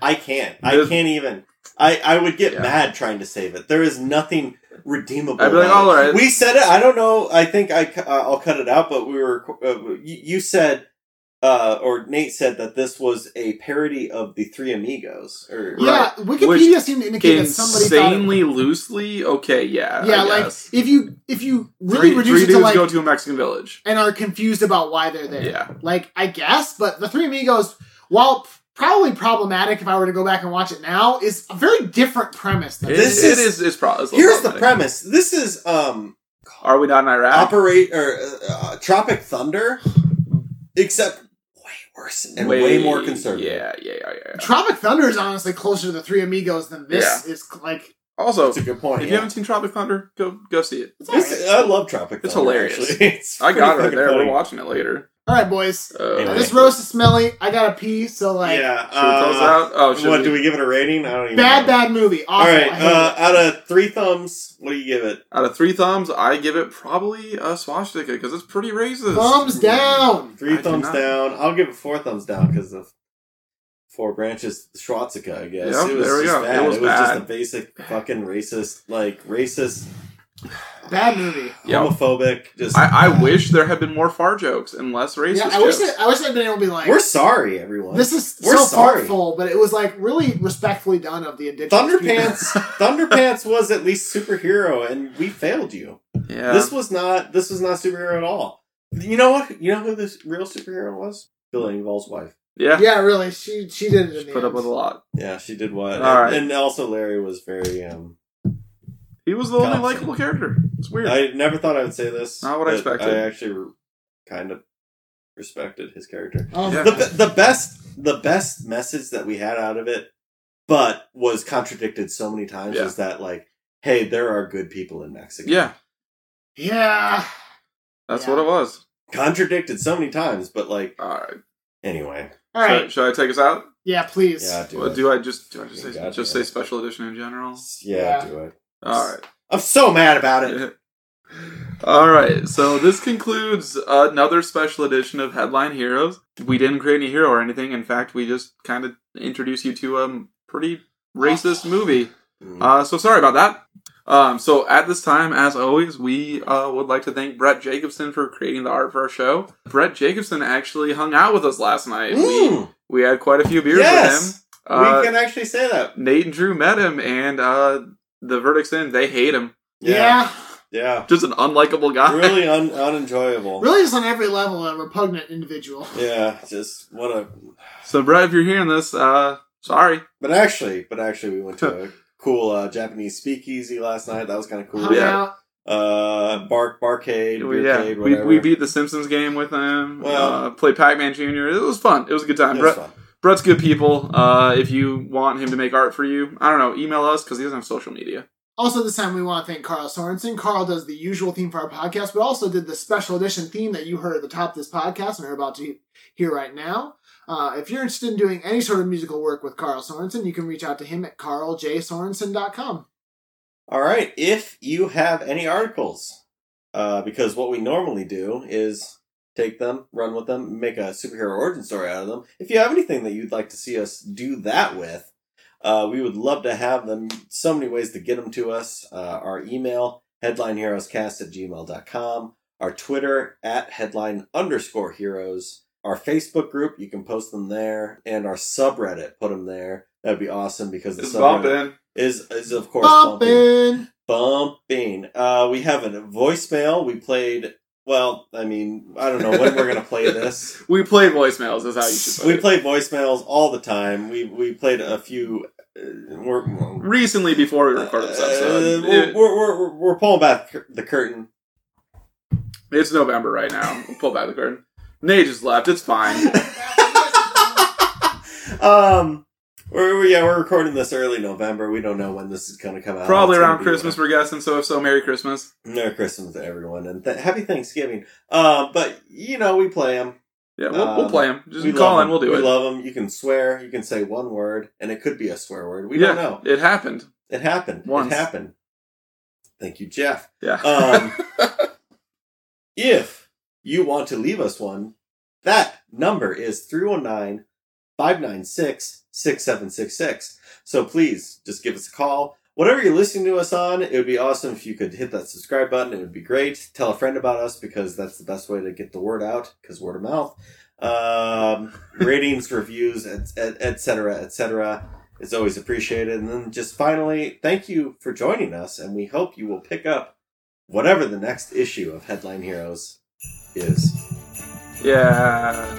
[SPEAKER 1] I can't. I
[SPEAKER 3] The-
[SPEAKER 1] can't even. I, I would get
[SPEAKER 3] Yeah.
[SPEAKER 1] mad trying to save it. There is nothing redeemable.
[SPEAKER 3] I'd be like,
[SPEAKER 1] about it.
[SPEAKER 3] "All right."
[SPEAKER 1] We said it. I don't know. I think I, cu- uh, I'll cut it out, but we were. Uh, you, you said, uh, or Nate said that this was a parody of the Three Amigos. Or,
[SPEAKER 2] Yeah, Wikipedia seemed to indicate that somebody thought it
[SPEAKER 3] Insanely loosely, okay, yeah.
[SPEAKER 2] yeah,
[SPEAKER 3] I
[SPEAKER 2] like
[SPEAKER 3] guess.
[SPEAKER 2] if you if you really
[SPEAKER 3] three,
[SPEAKER 2] reduce
[SPEAKER 3] three
[SPEAKER 2] it to
[SPEAKER 3] dudes
[SPEAKER 2] like
[SPEAKER 3] go to a Mexican village.
[SPEAKER 2] and are confused about why they're there.
[SPEAKER 3] Yeah.
[SPEAKER 2] Like I guess, but the Three Amigos, while p- probably problematic if I were to go back and watch it now, is a very different premise. Than
[SPEAKER 1] This
[SPEAKER 3] This
[SPEAKER 1] is-
[SPEAKER 3] it is, it's pro- it's
[SPEAKER 1] Here's the
[SPEAKER 3] problematic.
[SPEAKER 1] premise. This is um
[SPEAKER 3] Are we not in Iraq?
[SPEAKER 1] operate or uh, uh, Tropic Thunder, except way worse and way, more conservative.
[SPEAKER 3] Yeah, yeah, yeah, yeah. yeah.
[SPEAKER 2] Tropic Thunder is honestly closer to the Three Amigos than this is. Like
[SPEAKER 3] Also,
[SPEAKER 1] That's a good point.
[SPEAKER 3] if you
[SPEAKER 1] yeah.
[SPEAKER 3] haven't seen Tropic Thunder, go go see it.
[SPEAKER 1] It's- I love Tropic Thunder.
[SPEAKER 3] It's hilarious.
[SPEAKER 1] actually. It's
[SPEAKER 3] I got it
[SPEAKER 1] pretty
[SPEAKER 3] right
[SPEAKER 1] fucking
[SPEAKER 3] there.
[SPEAKER 1] funny.
[SPEAKER 3] We're watching it later.
[SPEAKER 2] all right, boys,
[SPEAKER 3] Uh,
[SPEAKER 7] Anyway.
[SPEAKER 2] this roast is smelly. I gotta pee, so like
[SPEAKER 1] yeah.
[SPEAKER 3] Should we close
[SPEAKER 1] uh,
[SPEAKER 3] it out? Oh, should
[SPEAKER 1] what
[SPEAKER 3] we?
[SPEAKER 1] do we give it a rating? I don't even.
[SPEAKER 2] bad,
[SPEAKER 1] know.
[SPEAKER 2] bad movie.
[SPEAKER 1] All
[SPEAKER 2] Awful.
[SPEAKER 1] right.
[SPEAKER 2] I hate
[SPEAKER 1] Uh,
[SPEAKER 2] it.
[SPEAKER 1] out of three thumbs, what do you give it?
[SPEAKER 3] Out of three thumbs, I give it probably a swastika because it's pretty racist.
[SPEAKER 2] Thumbs down.
[SPEAKER 1] Three
[SPEAKER 3] I do
[SPEAKER 1] thumbs
[SPEAKER 3] not-
[SPEAKER 1] down. I'll give it four thumbs down because of four branches Schwarzica. I guess.
[SPEAKER 3] Yep,
[SPEAKER 1] it was
[SPEAKER 3] there we
[SPEAKER 1] just
[SPEAKER 3] go. It
[SPEAKER 1] bad. It
[SPEAKER 3] was
[SPEAKER 1] was, just
[SPEAKER 3] bad.
[SPEAKER 1] a basic fucking racist, like racist,
[SPEAKER 2] Bad movie.
[SPEAKER 3] Yep.
[SPEAKER 1] homophobic. Just
[SPEAKER 3] I, I wish there had been more far jokes and less racist.
[SPEAKER 2] Yeah, I wish
[SPEAKER 3] jokes.
[SPEAKER 2] that, I wish I'd been able to be like
[SPEAKER 1] We're sorry, everyone.
[SPEAKER 2] This is
[SPEAKER 1] We're
[SPEAKER 2] so
[SPEAKER 1] sorry.
[SPEAKER 2] thoughtful, but it was like really respectfully done of the indigenous people.
[SPEAKER 1] Thunderpants. Thunderpants was at least superhero, and we failed you.
[SPEAKER 3] yeah.
[SPEAKER 1] This was not. This was not superhero at all. You know what? You know who this real superhero was? Bill Engvall's wife.
[SPEAKER 3] yeah.
[SPEAKER 2] Yeah, really. She she did it. In
[SPEAKER 3] Just
[SPEAKER 2] the
[SPEAKER 3] put
[SPEAKER 2] end.
[SPEAKER 3] up with a lot.
[SPEAKER 1] Yeah, she did what?
[SPEAKER 3] All
[SPEAKER 1] and,
[SPEAKER 3] right.
[SPEAKER 1] and also Larry was very. um
[SPEAKER 3] He was the only
[SPEAKER 1] Constant.
[SPEAKER 3] likable character. It's weird.
[SPEAKER 1] I never thought I would say this.
[SPEAKER 3] Not what I
[SPEAKER 1] but
[SPEAKER 3] expected.
[SPEAKER 1] I actually re- kind of respected his character.
[SPEAKER 2] Oh,
[SPEAKER 3] Yeah.
[SPEAKER 1] The, be- the best the best message that we had out of it, but was contradicted so many times,
[SPEAKER 3] Yeah.
[SPEAKER 1] is that like, hey, there are good people in Mexico.
[SPEAKER 3] yeah,
[SPEAKER 2] yeah.
[SPEAKER 3] that's
[SPEAKER 2] Yeah.
[SPEAKER 3] what it was.
[SPEAKER 1] contradicted so many times, but like
[SPEAKER 3] All right.
[SPEAKER 1] anyway.
[SPEAKER 2] All right.
[SPEAKER 3] Should, should I take us out?
[SPEAKER 2] Yeah, please.
[SPEAKER 1] Yeah, do
[SPEAKER 3] Well,
[SPEAKER 1] it.
[SPEAKER 3] do I just do I just say
[SPEAKER 1] Gotcha.
[SPEAKER 3] just say special edition in general?
[SPEAKER 1] yeah,
[SPEAKER 2] Yeah.
[SPEAKER 1] do it.
[SPEAKER 3] All right.
[SPEAKER 1] I'm so mad about it.
[SPEAKER 3] All right, so this concludes another special edition of Headline Heroes. We didn't create any hero or anything. In fact, we just kind of introduced you to a pretty racist movie.
[SPEAKER 1] Mm.
[SPEAKER 3] Uh, so sorry about that. Um, so at this time, as always, we uh, would like to thank Brett Jacobson for creating the art for our show. Brett Jacobson actually hung out with us last night. We,
[SPEAKER 1] Mm,
[SPEAKER 3] we had quite a few beers with him.
[SPEAKER 1] yes,
[SPEAKER 3] Uh,
[SPEAKER 1] we can actually say that.
[SPEAKER 3] Nate and Drew met him, and uh, the verdict's in. They hate him.
[SPEAKER 2] Yeah.
[SPEAKER 1] yeah,
[SPEAKER 3] Just an unlikable guy.
[SPEAKER 1] really un- unenjoyable.
[SPEAKER 2] Really, just on every level, a repugnant individual.
[SPEAKER 1] Yeah, just what a.
[SPEAKER 3] So, Brett, if you're hearing this, uh, sorry.
[SPEAKER 1] But actually, but actually, we went to a cool uh, Japanese speakeasy last night. That was kind of cool.
[SPEAKER 2] Hung
[SPEAKER 3] Yeah.
[SPEAKER 2] out.
[SPEAKER 1] Uh, bark, barcade,
[SPEAKER 3] We,
[SPEAKER 1] beer
[SPEAKER 3] yeah,
[SPEAKER 1] cade,
[SPEAKER 3] we,
[SPEAKER 1] whatever.
[SPEAKER 3] we beat the Simpsons game with him.
[SPEAKER 1] Well-
[SPEAKER 3] uh, played Pac-Man Junior. It was fun. It was a good
[SPEAKER 1] It
[SPEAKER 3] time.
[SPEAKER 1] was
[SPEAKER 3] Brett,
[SPEAKER 1] fun.
[SPEAKER 3] Brett's good people. Uh, if you want him to make art for you, I don't know, email us because he doesn't have social media.
[SPEAKER 2] Also, this time we want to thank Carl Sorensen. Carl does the usual theme for our podcast, but also did the special edition theme that you heard at the top of this podcast and are about to hear right now. Uh, if you're interested in doing any sort of musical work with Carl Sorensen, you can reach out to him at carljsorensen.com.
[SPEAKER 1] All right. If you have any articles, uh, because what we normally do is take them, run with them, make a superhero origin story out of them. If you have anything that you'd like to see us do that with, uh, we would love to have them. So many ways to get them to us. Uh, our email, headlineheroescast at gmail.com. Our Twitter, at headline underscore heroes. our Facebook group. You can post them there, and our subreddit. Put them there. That'd be awesome because the
[SPEAKER 3] It's
[SPEAKER 1] subreddit
[SPEAKER 3] bumping.
[SPEAKER 1] is is of course bumping.
[SPEAKER 2] Bumping.
[SPEAKER 1] bumping. Uh, we have a voicemail. We played. Well, I mean, I don't know when we're gonna play this.
[SPEAKER 3] We play voicemails. Is how you should. Play
[SPEAKER 1] we
[SPEAKER 3] it.
[SPEAKER 1] play voicemails all the time. We we played a few. Uh, we're,
[SPEAKER 3] recently before we recorded this episode.
[SPEAKER 1] Uh, we're,
[SPEAKER 3] It-
[SPEAKER 1] we're, we're, we're pulling back cur- the curtain.
[SPEAKER 3] it's November right now. We'll pull back the curtain. Nate just left. It's fine.
[SPEAKER 1] Oh, Um, we're, we're- yeah, we're recording this early November. We don't know when this is going to come out.
[SPEAKER 3] Probably
[SPEAKER 1] It's gonna
[SPEAKER 3] around
[SPEAKER 1] be
[SPEAKER 3] Christmas, we're guessing. So if so, Merry Christmas.
[SPEAKER 1] when- Merry Christmas to everyone and th- happy Thanksgiving. Uh, but you know we play them.
[SPEAKER 3] Yeah, we'll,
[SPEAKER 1] Um,
[SPEAKER 3] we'll play him. Just call in. We'll do
[SPEAKER 1] we
[SPEAKER 3] it.
[SPEAKER 1] love them. You can swear. You can say one word, and it could be a swear word. We
[SPEAKER 3] yeah,
[SPEAKER 1] don't know.
[SPEAKER 3] It happened.
[SPEAKER 1] It happened.
[SPEAKER 3] Once.
[SPEAKER 1] It happened. Thank you, Jeff.
[SPEAKER 3] Yeah.
[SPEAKER 1] Um, if you want to leave us one, that number is 319 596 6766. So please just give us a call. Whatever you're listening to us on, it would be awesome if you could hit that subscribe button. It would be great. Tell a friend about us because that's the best way to get the word out because word of mouth. Um, ratings, reviews, et, et, et cetera, et cetera is always appreciated. And then just finally, thank you for joining us, and we hope you will pick up whatever the next issue of Headline Heroes is.
[SPEAKER 3] yeah.